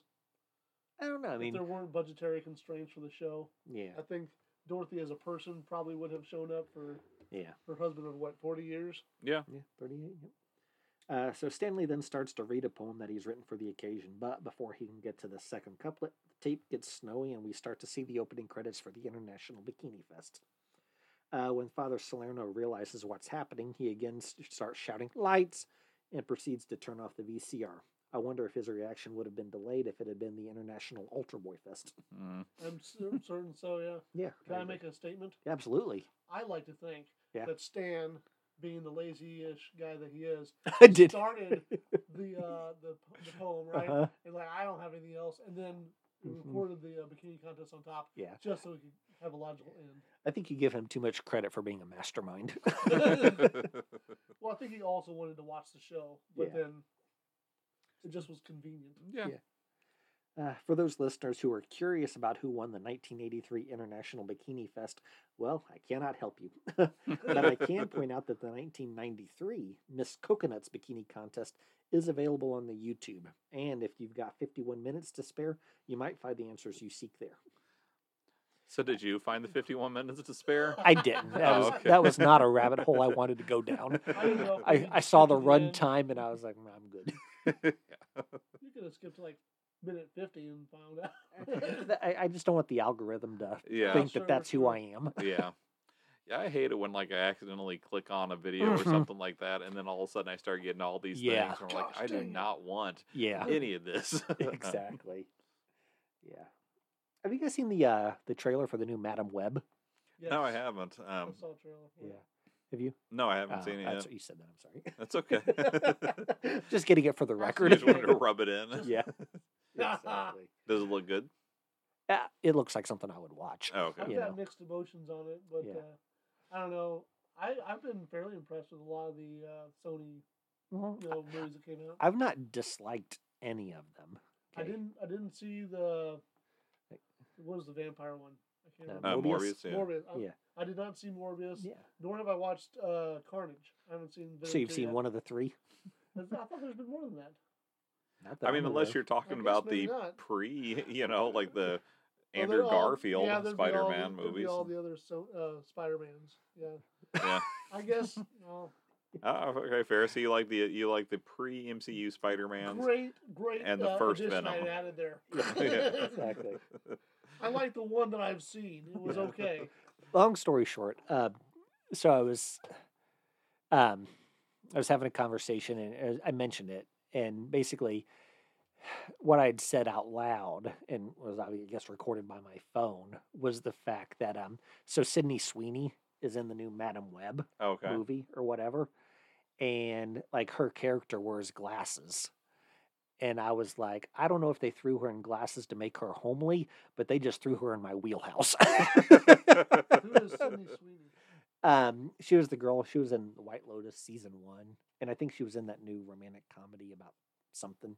Speaker 2: I don't know. I
Speaker 3: if
Speaker 2: mean,
Speaker 3: there weren't budgetary constraints for the show,
Speaker 2: yeah,
Speaker 3: I think Dorothy as a person probably would have shown up for
Speaker 2: yeah.
Speaker 3: her husband of what forty years.
Speaker 1: Yeah.
Speaker 2: Yeah, 38. Yep. Uh, so Stanley then starts to read a poem that he's written for the occasion, but before he can get to the second couplet, the tape gets snowy and we start to see the opening credits for the International Bikini Fest. Uh, when Father Salerno realizes what's happening, he again s- starts shouting, Lights! and proceeds to turn off the VCR. I wonder if his reaction would have been delayed if it had been the International Ultra Boy Fest. [laughs]
Speaker 1: Mm.
Speaker 3: I'm cer- certain so. Yeah.
Speaker 2: Yeah.
Speaker 3: Can I
Speaker 2: agree.
Speaker 3: make a statement?
Speaker 2: Absolutely. [laughs]
Speaker 3: I like to think
Speaker 2: Yeah.
Speaker 3: that Stan, being the lazy-ish guy that he is,
Speaker 2: I did. [laughs]
Speaker 3: started the uh, the, p- the poem right,
Speaker 2: Uh-huh.
Speaker 3: and like I don't have anything else, and then he
Speaker 2: Mhm.
Speaker 3: recorded the uh, bikini contest on top
Speaker 2: Yeah.
Speaker 3: just so we could have a logical end.
Speaker 2: I think you give him too much credit for being a mastermind.
Speaker 3: Well, I think he also wanted to watch the show, but
Speaker 2: Yeah.
Speaker 3: then it just was convenient.
Speaker 1: yeah.
Speaker 2: Yeah. Uh, for those listeners who are curious about who won the 1983 International Bikini Fest, well, I cannot help you. but I can point out that the 1993 Miss Coconuts Bikini Contest is available on the YouTube. And if you've got 51 minutes to spare, you might find the answers you seek there.
Speaker 1: [laughs] So did you find the 51 minutes to spare?
Speaker 2: I [laughs] didn't. That,
Speaker 1: Oh,
Speaker 2: was,
Speaker 1: okay.
Speaker 2: that was not a rabbit [laughs] hole I wanted to go down.
Speaker 3: I didn't know. if we
Speaker 2: I,
Speaker 3: could
Speaker 2: I saw
Speaker 3: skip
Speaker 2: the
Speaker 3: to
Speaker 2: run
Speaker 3: end.
Speaker 2: time and I was like, "Nah, I'm good.
Speaker 3: You could have skipped to like minute fifty and found out.
Speaker 2: [laughs]
Speaker 3: [laughs]
Speaker 2: I, I just don't want the algorithm to
Speaker 1: [laughs] Yeah.
Speaker 2: think
Speaker 3: Sure,
Speaker 2: that that's who
Speaker 3: sure.
Speaker 2: I am.
Speaker 1: yeah. Yeah, I hate it when like I accidentally click on a video or
Speaker 2: Mhm.
Speaker 1: something like that, and then all of a sudden I start getting all these
Speaker 2: Yeah.
Speaker 1: things. And I'm like,
Speaker 3: Gosh,
Speaker 1: I do
Speaker 3: dang it.
Speaker 1: not want
Speaker 2: Yeah.
Speaker 1: any of
Speaker 2: [laughs]
Speaker 1: this.
Speaker 2: exactly. Yeah. Have you guys seen the uh the trailer for the new Madam Web?
Speaker 1: [laughs]
Speaker 3: Yes.
Speaker 1: No, I haven't.
Speaker 3: [laughs] I
Speaker 1: Um,
Speaker 3: saw a trailer for it.
Speaker 2: Have you?
Speaker 1: no, I haven't
Speaker 2: Oh,
Speaker 1: seen it yet.
Speaker 2: that's [laughs] what you said that.
Speaker 1: That's okay.
Speaker 2: I'm
Speaker 1: [laughs]
Speaker 2: sorry. Just getting it for the
Speaker 1: You
Speaker 2: [laughs] record.
Speaker 1: just
Speaker 2: [laughs]
Speaker 1: wanted to rub it in. [laughs]
Speaker 2: yeah. Exactly.
Speaker 1: Does it look good?
Speaker 2: Yeah, it looks like something I would watch.
Speaker 1: Oh, okay.
Speaker 3: I've
Speaker 2: You
Speaker 3: got
Speaker 2: know.
Speaker 3: mixed emotions on it, but
Speaker 2: Yeah.
Speaker 3: uh, I don't know. I I've been fairly impressed with a lot of the uh, Sony
Speaker 2: Mhm.
Speaker 1: Oh.
Speaker 3: you know, movies that came out. I,
Speaker 2: I've not disliked any of them. okay?
Speaker 3: didn't I didn't see the what was the vampire one? I can't
Speaker 2: Uh,
Speaker 1: Uh,
Speaker 3: remember.
Speaker 1: Morbius.
Speaker 2: Morbius?
Speaker 1: yeah.
Speaker 3: Morbius. I,
Speaker 2: Yeah.
Speaker 3: I did not see Morbius,
Speaker 2: Yeah.
Speaker 3: nor have I watched uh, Carnage. I haven't seen.
Speaker 2: So you've
Speaker 3: Venom
Speaker 2: seen
Speaker 3: yet.
Speaker 2: one of the three?
Speaker 3: I thought there's been more than that.
Speaker 2: Not that
Speaker 1: I mean,
Speaker 2: I'm
Speaker 1: unless
Speaker 2: aware.
Speaker 1: you're talking
Speaker 3: guess
Speaker 1: about the
Speaker 3: maybe not.
Speaker 1: pre, [laughs] you know, like the
Speaker 3: Well,
Speaker 1: Andrew
Speaker 3: they're all-
Speaker 1: Garfield
Speaker 3: yeah, there'd be all the-
Speaker 1: Spider Man
Speaker 3: there'd be
Speaker 1: movies.
Speaker 3: [laughs] All the other so, uh, Spider Mans. Yeah.
Speaker 1: [laughs]
Speaker 2: [laughs]
Speaker 1: Yeah.
Speaker 3: I guess. Well,
Speaker 1: Oh, okay, fair. So you like the you like the pre MCU Spider Man's.
Speaker 3: Great, great.
Speaker 1: And the
Speaker 3: uh,
Speaker 1: first
Speaker 3: addition
Speaker 1: Venom.
Speaker 3: I added there.
Speaker 1: [laughs]
Speaker 3: [laughs]
Speaker 1: Yeah.
Speaker 2: Exactly.
Speaker 3: I like the one that I've seen. It was
Speaker 1: Yeah.
Speaker 2: [laughs]
Speaker 3: okay.
Speaker 2: long story short, um, so I was, um, I was having a conversation and uh, I mentioned it, and basically, what I had said out loud and was I guess recorded by my phone was the fact that um, so Sydney Sweeney is in the new Madam Web
Speaker 1: Okay. [laughs]
Speaker 2: movie or whatever, and like her character wears glasses. And I was like, I don't know if they threw her in glasses to make her homely, but they just threw her in my wheelhouse. [laughs]
Speaker 3: Who is Sydney Sweeney?
Speaker 2: Um, she was the girl. She was in The White Lotus season one, and I think she was in that new romantic comedy about something.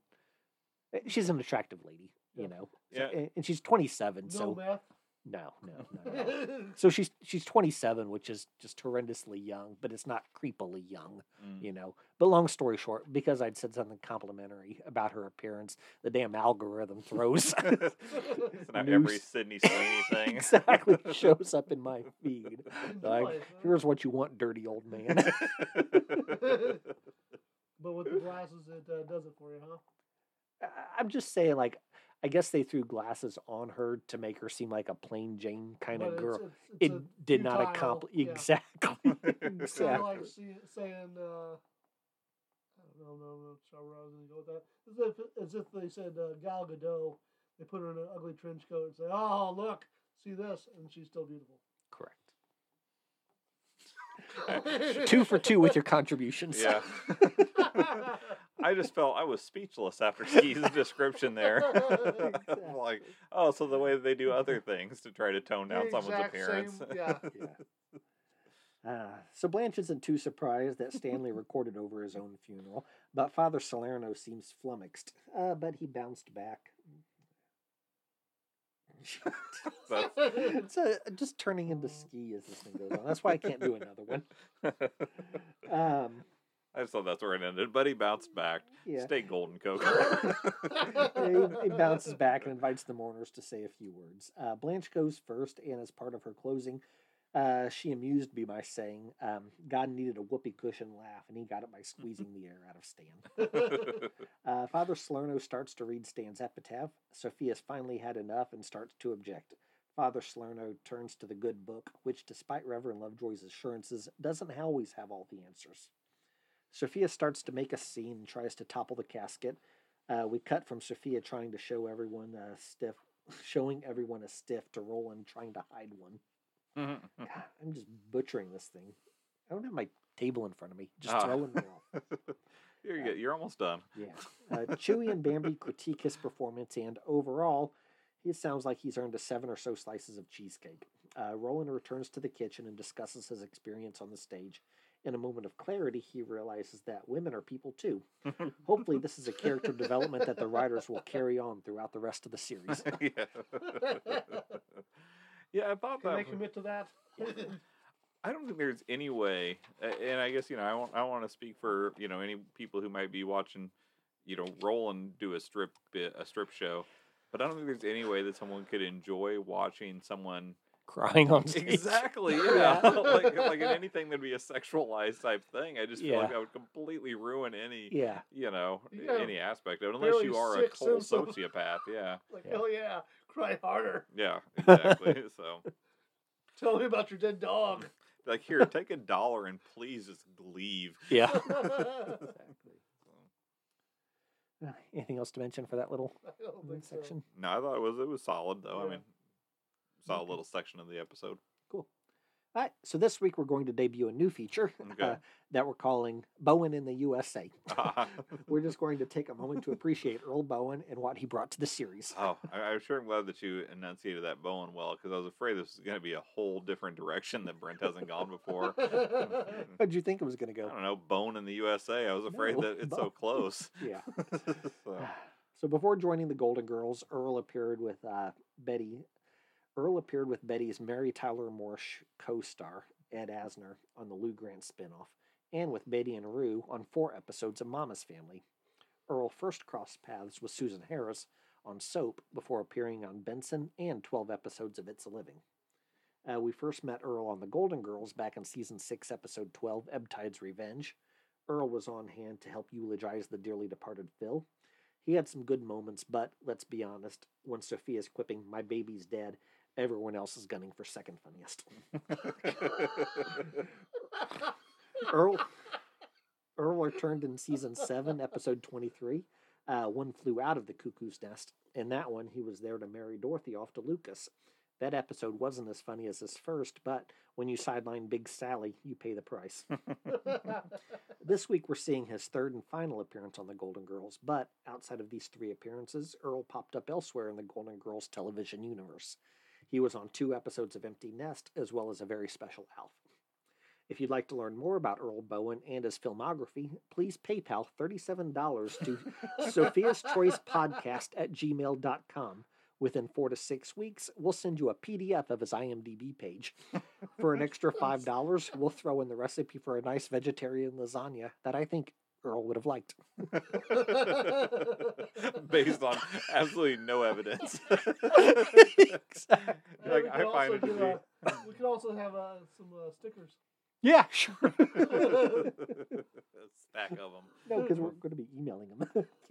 Speaker 2: Uh, She's an attractive lady, you
Speaker 3: Yeah.
Speaker 2: know. so- eh,
Speaker 1: Yeah.
Speaker 2: and, and she's twenty seven.
Speaker 3: No
Speaker 2: so
Speaker 3: math.
Speaker 2: no, no, no,
Speaker 1: [laughs]
Speaker 2: no.
Speaker 3: [laughs]
Speaker 2: so she's she's twenty seven, which is just horrendously young, but it's not creepily young,
Speaker 1: Mm.
Speaker 2: you know. But long story short, because I'd said something complimentary about her appearance, the damn algorithm throws
Speaker 1: so now
Speaker 2: New
Speaker 1: every
Speaker 2: s-
Speaker 1: Sydney Sweeney [laughs] thing. [laughs]
Speaker 2: [laughs] exactly shows up in my feed. Like,
Speaker 3: Enjoy, huh?
Speaker 2: Here's what you want, dirty old man.
Speaker 3: But with the glasses, it uh, does it for you, huh?
Speaker 2: I- I'm just saying, like, I guess they threw glasses on her to make her seem like a plain Jane kind
Speaker 3: But
Speaker 2: of
Speaker 3: it's-
Speaker 2: girl.
Speaker 3: it's-
Speaker 2: It
Speaker 3: it's a
Speaker 2: did not
Speaker 3: futile-
Speaker 2: accomplish
Speaker 3: yeah.
Speaker 2: exactly.
Speaker 3: [laughs] It's kind of
Speaker 2: exactly.
Speaker 3: like see, saying, uh, I don't know, no, no, so where I was going to go with that. As if, as if they said uh, Gal Gadot, they put her in an ugly trench coat and say, oh, look, see this, and she's
Speaker 1: [laughs]
Speaker 3: still beautiful.
Speaker 2: Correct. Two for two
Speaker 3: [laughs]
Speaker 2: with your contributions.
Speaker 1: [laughs] yeah. I just felt I was speechless after Ski's description there.
Speaker 2: [laughs]
Speaker 1: [laughs]
Speaker 2: Exactly.
Speaker 1: like, oh, so the way they do other things to try to tone down someone's
Speaker 3: Exact same-
Speaker 1: appearance.
Speaker 3: yeah.
Speaker 2: Yeah. Uh, so Blanche isn't too surprised that
Speaker 1: [laughs]
Speaker 2: Stanley recorded over his own funeral, but Father Salerno seems flummoxed. Uh, but he
Speaker 1: [laughs]
Speaker 2: bounced back.
Speaker 1: [laughs]
Speaker 3: [laughs]
Speaker 1: That's-
Speaker 2: it's uh just turning into ski as this thing goes on. That's why I can't do another one.
Speaker 3: [laughs]
Speaker 2: Um,
Speaker 1: I just thought that's where it ended. But he bounced back.
Speaker 2: yeah.
Speaker 1: Stay
Speaker 2: [laughs]
Speaker 1: golden, Coco.
Speaker 2: he, he
Speaker 3: [laughs]
Speaker 2: bounces back and invites the mourners to say a few words. Uh, Blanche goes first, and as part of her closing, uh, she amused me by saying, um, God needed a whoopee cushion laugh, and he got it by squeezing the air out of Stan. Uh, Father Salerno starts to read Stan's epitaph. Sophia's finally had enough and starts to object. Father Salerno turns to the good book, which, despite Reverend Lovejoy's assurances, doesn't always have all the answers. Sophia starts to make a scene and tries to topple the casket. Uh, we cut from Sophia trying to show everyone a stiff, [laughs] showing everyone a stiff to Roland trying to hide one.
Speaker 1: Mm-hmm.
Speaker 2: God, I'm just butchering this thing. I don't have my table in front of me. Just
Speaker 1: Ah.
Speaker 2: throwing me off.
Speaker 1: Here you go. You're almost done.
Speaker 2: Yeah. Uh, Chewy and Bambi critique his performance, and overall, he sounds like he's earned a seven or so slices of cheesecake. Uh, Roland returns to the kitchen and discusses his experience on the stage. In a moment of clarity, he realizes that women are people [laughs] too. Hopefully, this is a character development that the writers will carry on throughout the rest of the series.
Speaker 1: [laughs] yeah. [laughs] yeah, I thought
Speaker 3: Can
Speaker 1: that.
Speaker 3: they
Speaker 1: was-
Speaker 3: commit to that? [laughs]
Speaker 1: I don't think there's any way, a- and I guess you know I won't. I want to speak for you know any people who might be watching, you know, Roland do a strip bit, a strip show, but I don't think there's any way that someone could enjoy watching
Speaker 2: [laughs]
Speaker 1: someone
Speaker 2: [laughs] Crying on stage.
Speaker 1: exactly, yeah, [laughs]
Speaker 2: Yeah.
Speaker 1: like like in anything that'd be a sexualized type thing. I just feel like
Speaker 2: Yeah.
Speaker 1: that would completely ruin any
Speaker 2: Yeah.
Speaker 1: you know
Speaker 3: You gotta
Speaker 1: any aspect of it, unless
Speaker 3: barely
Speaker 1: you are a
Speaker 3: sick
Speaker 1: total [laughs]
Speaker 3: sense of-
Speaker 1: sociopath. Yeah,
Speaker 3: like,
Speaker 2: Yeah.
Speaker 3: oh yeah, cry harder.
Speaker 1: [laughs] yeah, exactly. [laughs] so
Speaker 3: Tell me about your dead dog.
Speaker 2: [laughs]
Speaker 3: [laughs]
Speaker 1: like here, take a dollar and please just leave.
Speaker 2: Yeah.
Speaker 3: I
Speaker 2: Exactly. Uh, Anything else to mention for that little
Speaker 3: don't think so. [laughs]
Speaker 2: section?
Speaker 1: No, I thought it was it was solid though. I
Speaker 3: Yeah.
Speaker 1: mean, solid
Speaker 2: Okay.
Speaker 1: little section of the episode. [laughs]
Speaker 2: All right, so this week we're going to debut a new feature
Speaker 1: Okay.
Speaker 2: uh, that we're calling Bowen in the USA.
Speaker 1: oh,
Speaker 2: we're just going to take a moment to appreciate Earl Bowen and what he brought to the series.
Speaker 1: Oh, I, I'm sure I'm glad that you enunciated that Bowen well because I was afraid this was going to be a whole different direction that Brent hasn't gone [laughs]
Speaker 3: [laughs]
Speaker 1: before. I
Speaker 2: How would you think it was going to go?
Speaker 1: don't know, Bone in the USA. I was afraid
Speaker 2: No,
Speaker 1: that it's so
Speaker 2: Bone.
Speaker 1: close. [laughs]
Speaker 2: Yeah.
Speaker 1: so,
Speaker 2: [sighs] So before joining the Golden Girls, Earl appeared with uh, Betty. Earl appeared with Betty's Mary Tyler Morse co-star Ed Asner on the Lou Grant spinoff, and with Betty and Rue on four episodes of Mama's Family. Earl first crossed paths with Susan Harris on Soap before appearing on Benson and 12 episodes of It's a Living. Uh, we first met Earl on The Golden Girls back in season 6, episode 12, Ebb Tide's Revenge. Earl was on hand to help eulogize the dearly departed Phil. He had some good moments, but let's be honest, when Sophia's quipping, My baby's dead, everyone else is gunning for second funniest. Earl Earl returned in season seven, episode twenty-three. Uh, one flew out of the cuckoo's nest. In that one, he was there to marry Dorothy off to Lucas. That episode wasn't as funny as this first, but when you sideline Big Sally, you pay the price. this week, we're seeing his third and final appearance on The Golden Girls, but outside of these three appearances, Earl popped up elsewhere in the Golden Girls television universe. He was on two episodes of Empty Nest, as well as a very special Alf. If you'd like to learn more about Earl Bowen and his filmography, please PayPal $37 to Sophia's Choice Podcast at gmail.com. Within four to six weeks, we'll send you a PDF of his IMDb page. For an [laughs] extra $5, we'll throw in the recipe for a nice vegetarian lasagna that I think Earl would have [laughs] liked.
Speaker 1: [laughs] Based on absolutely no evidence. [laughs]
Speaker 3: And
Speaker 1: Like,
Speaker 3: we
Speaker 1: I
Speaker 3: could
Speaker 1: find
Speaker 3: also
Speaker 1: it to
Speaker 3: do,
Speaker 1: be-
Speaker 3: uh, we could also have uh, some uh, stickers.
Speaker 2: Yeah, sure.
Speaker 1: A [laughs] stack of them.
Speaker 2: No, because we're going to be emailing him.
Speaker 3: [laughs]
Speaker 2: [laughs]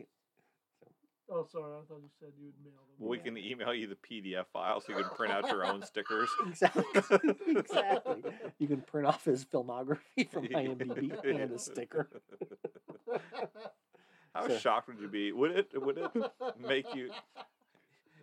Speaker 3: Oh, sorry, I thought you said you would mail them.
Speaker 1: We
Speaker 3: [laughs]
Speaker 1: can email you the PDF file so you can print out your own stickers.
Speaker 2: exactly. exactly. You can print off his filmography from IMDb and a sticker.
Speaker 1: How
Speaker 2: So-
Speaker 1: shocked would you be? Would it would it make you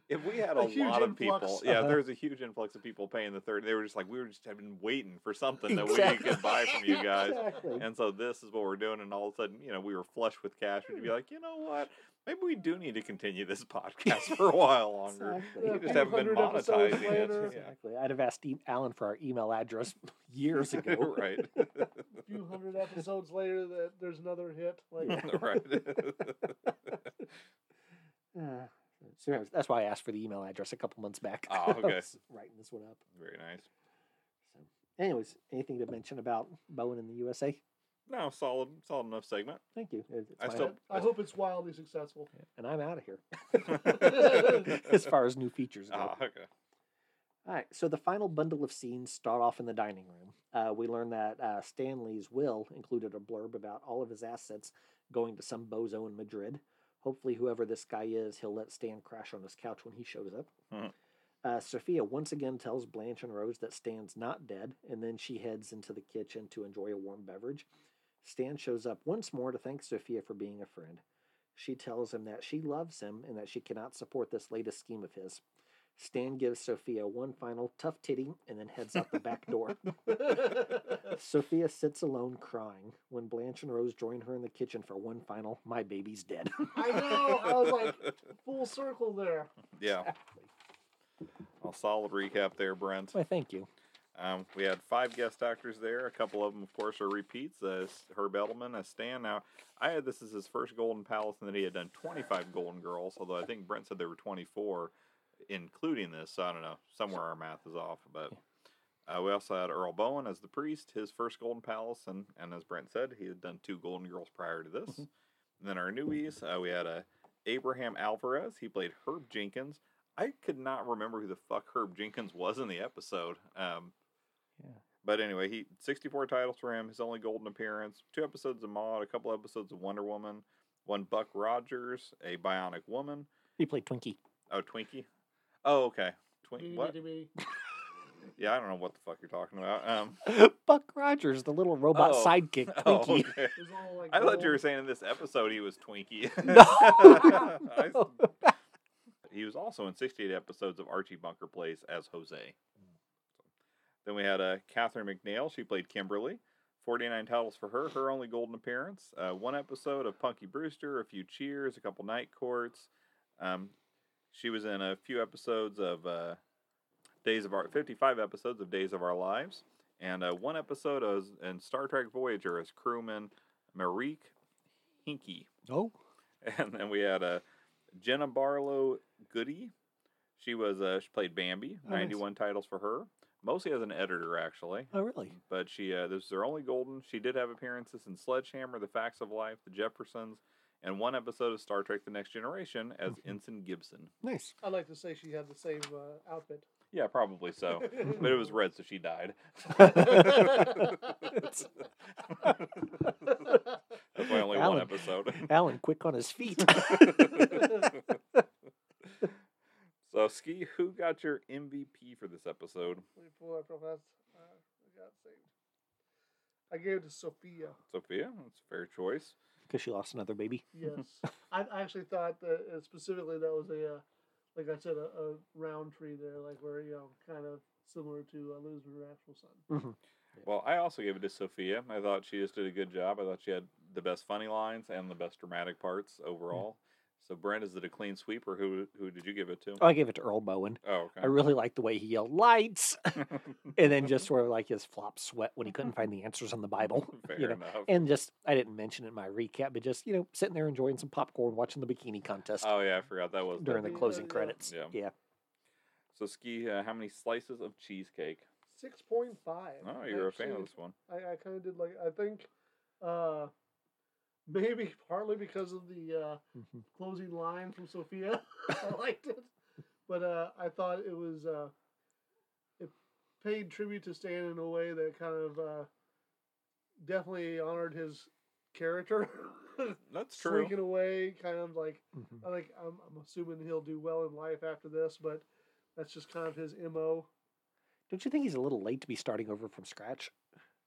Speaker 1: if we had a,
Speaker 3: A huge
Speaker 1: lot of
Speaker 3: influx.
Speaker 1: people, yeah,
Speaker 2: Uh-huh.
Speaker 1: there's a huge influx of people paying the third. They were just like, we were just have been waiting for something that we
Speaker 2: Exactly.
Speaker 1: could buy from you guys.
Speaker 2: Exactly.
Speaker 3: Mm.
Speaker 1: And so this is what we're doing, and all of a sudden, you know, we were flush with cash. We'd
Speaker 3: Hmm.
Speaker 1: be like, you know what? Maybe we do need to continue this podcast
Speaker 3: [laughs]
Speaker 1: for a while longer.
Speaker 2: Exactly.
Speaker 1: You just haven't been
Speaker 3: 200 episodes
Speaker 1: monetizing it.
Speaker 3: later.
Speaker 1: Yeah.
Speaker 2: Exactly. I'd have asked e- Alan for our email address [laughs]
Speaker 1: [laughs]
Speaker 2: years ago.
Speaker 1: right.
Speaker 3: A few hundred episodes later, that there's another hit. Like,
Speaker 2: Yeah.
Speaker 1: right. [laughs]
Speaker 2: Uh, so anyways, that's why I asked for the email address a couple months back.
Speaker 1: Oh, okay.
Speaker 2: [laughs] I was writing this one up.
Speaker 1: Very nice.
Speaker 2: So, anyways, anything to mention about Bowen in the USA?
Speaker 1: No, solid, solid enough segment.
Speaker 2: Thank you. It- it's
Speaker 1: I
Speaker 2: my-
Speaker 1: still- [laughs]
Speaker 3: I hope [laughs] it's wildly successful.
Speaker 2: and I'm out of here [laughs]
Speaker 1: [laughs]
Speaker 2: as
Speaker 1: oh,
Speaker 2: far as new features go.
Speaker 1: Ah, okay.
Speaker 2: All right, so the final bundle of scenes start off in the dining room. Uh, we learn that uh, Stanley's will included a blurb about all of his assets going to some bozo in Madrid. Hopefully, whoever this guy is, he'll let Stan crash on his couch when he shows up.
Speaker 1: Mhm.
Speaker 2: Uh, Sophia once again tells Blanche and Rose that Stan's not dead, and then she heads into the kitchen to enjoy a warm beverage. Stan shows up once more to thank Sophia for being a friend. She tells him that she loves him and that she cannot support this latest scheme of his. Stan gives Sophia one final tough titty and then heads out the back door. [laughs]
Speaker 3: [laughs]
Speaker 2: Sophia sits alone crying when Blanche and Rose join her in the kitchen for one final My Baby's Dead.
Speaker 3: I know. I was like, [laughs] full circle there.
Speaker 1: yeah, a solid recap there, Brent.
Speaker 2: [laughs] Why, thank you.
Speaker 1: Um, we had five guest actors there. A couple of them, of course, are repeats. Uh, S- Herb Edelman as Stan. Now, I had this as his first Golden Palace, and then he had done 25 Golden Girls, although I think Brent said there were 24, including this. So I don't know. Somewhere our math is off. But uh, we also had Earl Bowen as the priest, his first Golden Palace, and, and as Brent said, he had done two Golden Girls prior to this. And then our newies, uh, we had uh, Abraham Alvarez. He played Herb Jenkins. I could not remember who the fuck Herb Jenkins was in the episode. Um,
Speaker 2: Yeah.
Speaker 1: But anyway, he 64 titles for him. His only golden appearance, two episodes of Maud, a couple episodes of Wonder Woman, one Buck Rogers, a Bionic Woman.
Speaker 2: He played Twinkie.
Speaker 1: Oh, Twinkie. Oh, okay. Twinkie.
Speaker 3: Meeny,
Speaker 1: What?
Speaker 3: meeny, meeny.
Speaker 1: Yeah, I don't know what the fuck you're talking about. Um,
Speaker 2: [laughs] Buck Rogers, the little robot
Speaker 1: Oh.
Speaker 2: sidekick,
Speaker 1: [laughs] oh,
Speaker 2: [laughs] Twinkie.
Speaker 1: okay.
Speaker 3: It was all like
Speaker 1: I thought you were
Speaker 3: gold.
Speaker 1: saying in this episode he was Twinkie.
Speaker 2: No.
Speaker 1: [laughs]
Speaker 2: [laughs]
Speaker 1: I-
Speaker 2: No.
Speaker 1: He was also in 68 episodes of Archie Bunker Place as Jose. Then we had uh, Catherine McNeil. She played Kimberly. 49 titles for her, her only golden appearance. Uh, one episode of Punky Brewster, a few cheers, a couple night courts. Um, she was in a few episodes of uh, Days of Our 55 episodes of Days of Our Lives, and uh, one episode as in Star Trek Voyager as crewman Marique Hinkey.
Speaker 2: Oh,
Speaker 1: [laughs] And then we had uh, Jenna Barlow Goody. She was uh, she played Bambi.
Speaker 2: Oh, nice.
Speaker 1: Ninety one titles for her, mostly as an editor actually.
Speaker 2: oh, really?
Speaker 1: But she uh, this is her only golden. She did have appearances in Sledgehammer, The Facts of Life, The Jeffersons, and one episode of Star Trek: The Next Generation as
Speaker 2: Mhm.
Speaker 1: Ensign Gibson.
Speaker 2: [laughs] Nice.
Speaker 3: I'd like to say she had the same uh, outfit. [laughs]
Speaker 1: Yeah, probably
Speaker 2: [laughs]
Speaker 1: so. But it was red, so she died. [laughs] That's why only one
Speaker 2: Alan. [laughs]
Speaker 1: episode. [laughs]
Speaker 2: Alan, quick on his feet. [laughs]
Speaker 1: so, Ski, who got your MVP for this episode?
Speaker 3: Let me pull it up real fast. Uh, I got it saved. I gave it to Sophia.
Speaker 1: Sophia, that's a fair choice.
Speaker 2: Because she lost another baby.
Speaker 1: [laughs]
Speaker 3: Yes, I I actually thought that uh, specifically that was a, uh, like I said, a, a round tree there, like where you know, kind of similar to uh, losing her actual son.
Speaker 1: Well, I also gave it to Sophia. I thought she just did a good job. I thought she had the best funny lines and the best dramatic parts overall. So, Brent, is it a clean sweep, or who who did you give it to?
Speaker 2: Oh, I gave it to Earl Bowen.
Speaker 1: Oh,
Speaker 2: I really liked the way he yelled
Speaker 1: [laughs]
Speaker 2: lights,
Speaker 1: okay.
Speaker 2: and then just sort of like his flop sweat when
Speaker 1: [laughs]
Speaker 2: he couldn't find the answers on the Bible.
Speaker 1: fair
Speaker 2: you know.
Speaker 1: enough.
Speaker 2: And just I didn't mention it in my recap, but just you know sitting there enjoying some popcorn, watching the bikini contest
Speaker 1: oh yeah, I forgot that was
Speaker 2: during the
Speaker 1: that.
Speaker 3: Yeah,
Speaker 2: closing
Speaker 3: yeah.
Speaker 2: credits.
Speaker 1: Yeah.
Speaker 2: yeah.
Speaker 1: So, Ski, uh, how many slices of cheesecake?
Speaker 3: Six point five.
Speaker 1: Oh, you're a fan of this one.
Speaker 3: I, I kind of did like I think, uh, [laughs] maybe partly because of the uh,
Speaker 2: Mhm.
Speaker 3: closing line from Sophia. [laughs]
Speaker 1: [laughs]
Speaker 3: I liked it, but uh, I thought it was uh, it paid tribute to Stan in a way that kind of uh, definitely honored his character. [laughs]
Speaker 1: That's true.
Speaker 3: Sneaking away, kind of like
Speaker 2: Mhm.
Speaker 3: I think I'm, I'm assuming he'll do well in life after this, but that's just kind of his mo.
Speaker 2: Don't you think he's a little late to be starting over from scratch?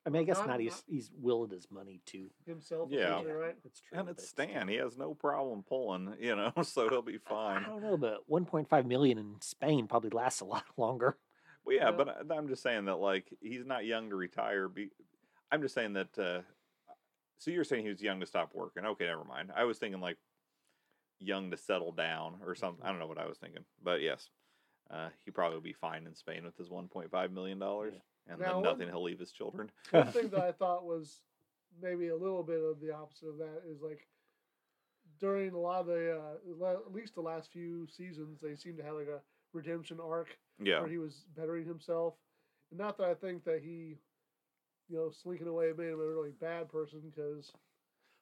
Speaker 2: I mean, I guess
Speaker 3: Not-
Speaker 2: not. He's he's willed his money to.
Speaker 3: Himself,
Speaker 1: Yeah.
Speaker 3: essentially, right?
Speaker 2: It's true.
Speaker 1: And
Speaker 2: but
Speaker 1: it's
Speaker 2: still.
Speaker 1: Stan. He has no problem pulling, you know, [laughs] so he'll
Speaker 2: [laughs]
Speaker 1: be
Speaker 2: I
Speaker 1: fine.
Speaker 2: don't know, but 1.5 million in Spain probably lasts a [laughs] lot longer.
Speaker 1: Well, yeah,
Speaker 3: Yeah.
Speaker 1: but I- I'm just saying that like he's not young to retire. Be, I'm just saying that. Uh, so you're saying he was young to stop working? Okay, never mind. I was thinking like young to settle down or something. I don't know what I was thinking, but yes, uh, he probably would be fine in Spain with his 1.5 million dollars, and
Speaker 3: Now,
Speaker 1: then
Speaker 3: one-
Speaker 1: nothing he'll leave his children.
Speaker 3: One thing that I thought was maybe a little bit of the opposite of that is like during a lot of the uh, le- at least the last few seasons they seem to have like a redemption arc
Speaker 1: [laughs] Yeah,
Speaker 3: where he was bettering himself. And not that I think that he, you know, slinking away made him a really bad person because,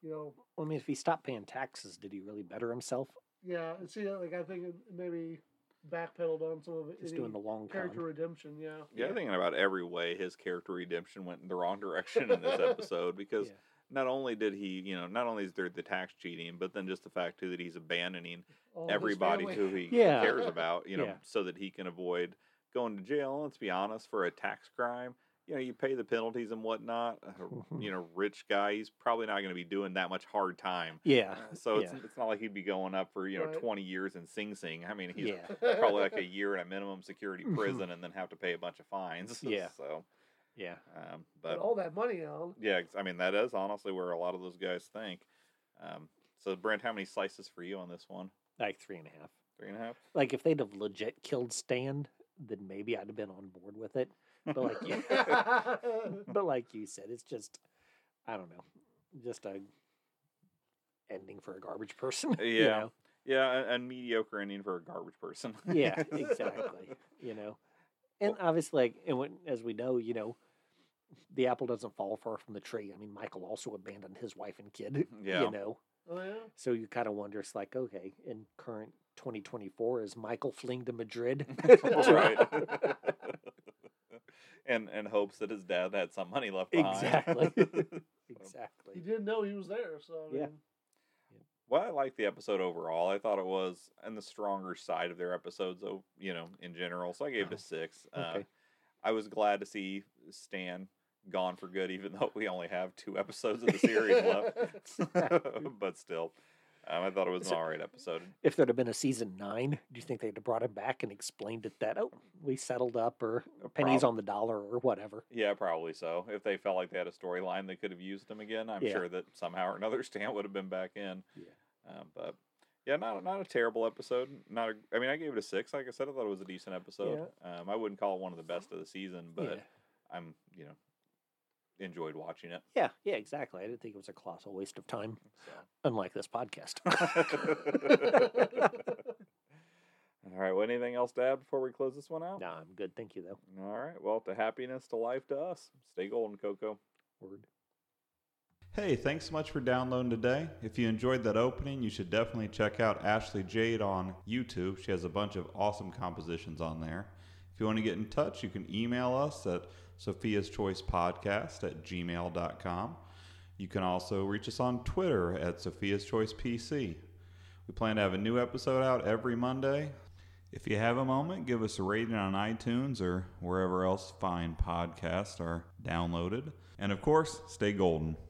Speaker 3: you know,
Speaker 2: I mean, if he stopped paying taxes, did he really better himself?
Speaker 3: yeah. and See, like I think it maybe backpedaled on some of
Speaker 2: Just
Speaker 3: any
Speaker 2: doing the long con.
Speaker 3: character redemption. Yeah.
Speaker 1: yeah. I'm Thinking about every way his character redemption went in the wrong direction in this episode because
Speaker 2: Yeah.
Speaker 1: not only did he, you know, not only is there the tax cheating, but then just the fact too that he's abandoning
Speaker 3: All his
Speaker 1: everybody
Speaker 3: family. [laughs]
Speaker 1: who he
Speaker 2: Yeah.
Speaker 1: cares about, you know,
Speaker 2: Yeah.
Speaker 1: so that he can avoid going to jail. And Let's be honest, for a tax crime, you know, you pay the penalties and whatnot. A,
Speaker 2: Mhm.
Speaker 1: You know, rich guy, he's probably not going to be doing that much hard time.
Speaker 2: Yeah.
Speaker 1: Uh, So it's, it's not like he'd be going up for you know
Speaker 3: Right.
Speaker 1: twenty years in Sing Sing. I mean, he's
Speaker 2: yeah.
Speaker 1: probably like a year in a minimum security
Speaker 2: Mhm.
Speaker 1: prison and then have to pay a bunch of fines. [laughs]
Speaker 2: Yeah.
Speaker 1: So,
Speaker 2: Yeah.
Speaker 1: um,
Speaker 3: But
Speaker 1: but
Speaker 3: all that money, Alan.
Speaker 1: yeah, ex- I mean that is honestly where a lot of those guys think. Um, so Brent, how many slices for you on this one?
Speaker 2: Like three and a half.
Speaker 1: Three and a half.
Speaker 2: Like if they'd have legit killed Stan, then maybe I'd have been on board with it. But like
Speaker 1: [laughs]
Speaker 2: you, [laughs] but like you said, it's just I don't know, just a ending for a garbage person. [laughs] you
Speaker 1: Yeah.
Speaker 2: know?
Speaker 1: Yeah, a, a mediocre ending for a garbage person. [laughs]
Speaker 2: Yeah, exactly. you know, and obviously, like, and when, as we know, you know, the apple doesn't fall far from the tree. I mean, Michael also abandoned his wife and kid. [laughs]
Speaker 1: Yeah.
Speaker 2: You know,
Speaker 3: [laughs] oh yeah.
Speaker 2: so you kind of wonder. It's like, okay, in current 2024, is Michael fleeing
Speaker 1: [laughs]
Speaker 2: to Madrid? [laughs]
Speaker 1: right. and and hopes that his dad had some money left behind.
Speaker 2: Exactly. [laughs] exactly.
Speaker 3: [laughs] He didn't know he was there, so I mean,
Speaker 2: Yeah.
Speaker 1: [laughs] well, I like the episode overall. I thought it was on the stronger side of their episodes, though, you know, in general. So I gave it
Speaker 2: Oh,
Speaker 1: a six. Uh,
Speaker 2: okay.
Speaker 1: I was glad to see Stan gone for good, even though we only have two episodes of the series left.
Speaker 2: [laughs]
Speaker 1: [laughs] but still, um, I thought it was an
Speaker 2: So-
Speaker 1: all right episode.
Speaker 2: if there'd have been a season nine, do you think they'd have brought him back and explained it that oh we settled up or pennies
Speaker 1: prob-
Speaker 2: on the dollar or whatever?
Speaker 1: Yeah, probably so. If they felt like they had a storyline they could have used him again, I'm
Speaker 2: Yeah.
Speaker 1: sure that somehow or another [laughs] Stan would have been back in.
Speaker 2: Yeah.
Speaker 1: Um, but yeah, not not a terrible episode. Not a, I mean, I gave it a six. Like I said, I thought it was a decent episode. Um, I wouldn't call it one of the best of the season, but
Speaker 2: yeah.
Speaker 1: I'm you know enjoyed watching it.
Speaker 2: yeah, yeah, exactly. I didn't think it was a colossal waste of time, [laughs] unlike this podcast.
Speaker 1: [laughs]
Speaker 2: [laughs]
Speaker 1: So. All right. Well, anything else to add before we close this one out?
Speaker 2: no, I'm good. Thank you though.
Speaker 1: All right. Well, to happiness, to life, to us. Stay golden, Coco.
Speaker 2: Word.
Speaker 4: Hey, thanks so much for downloading today. If you enjoyed that opening, you should definitely check out Ashley Jade on YouTube. She has a bunch of awesome compositions on there.
Speaker 1: If you want to get in touch, you can email us at Sophia's Choice Podcast at gmail.com. You can also reach us on Twitter at Sophia's Choice PC. We plan to have a new episode out every Monday. If you have a moment, give us a rating on iTunes or wherever else fine podcasts are downloaded. And of course, stay golden.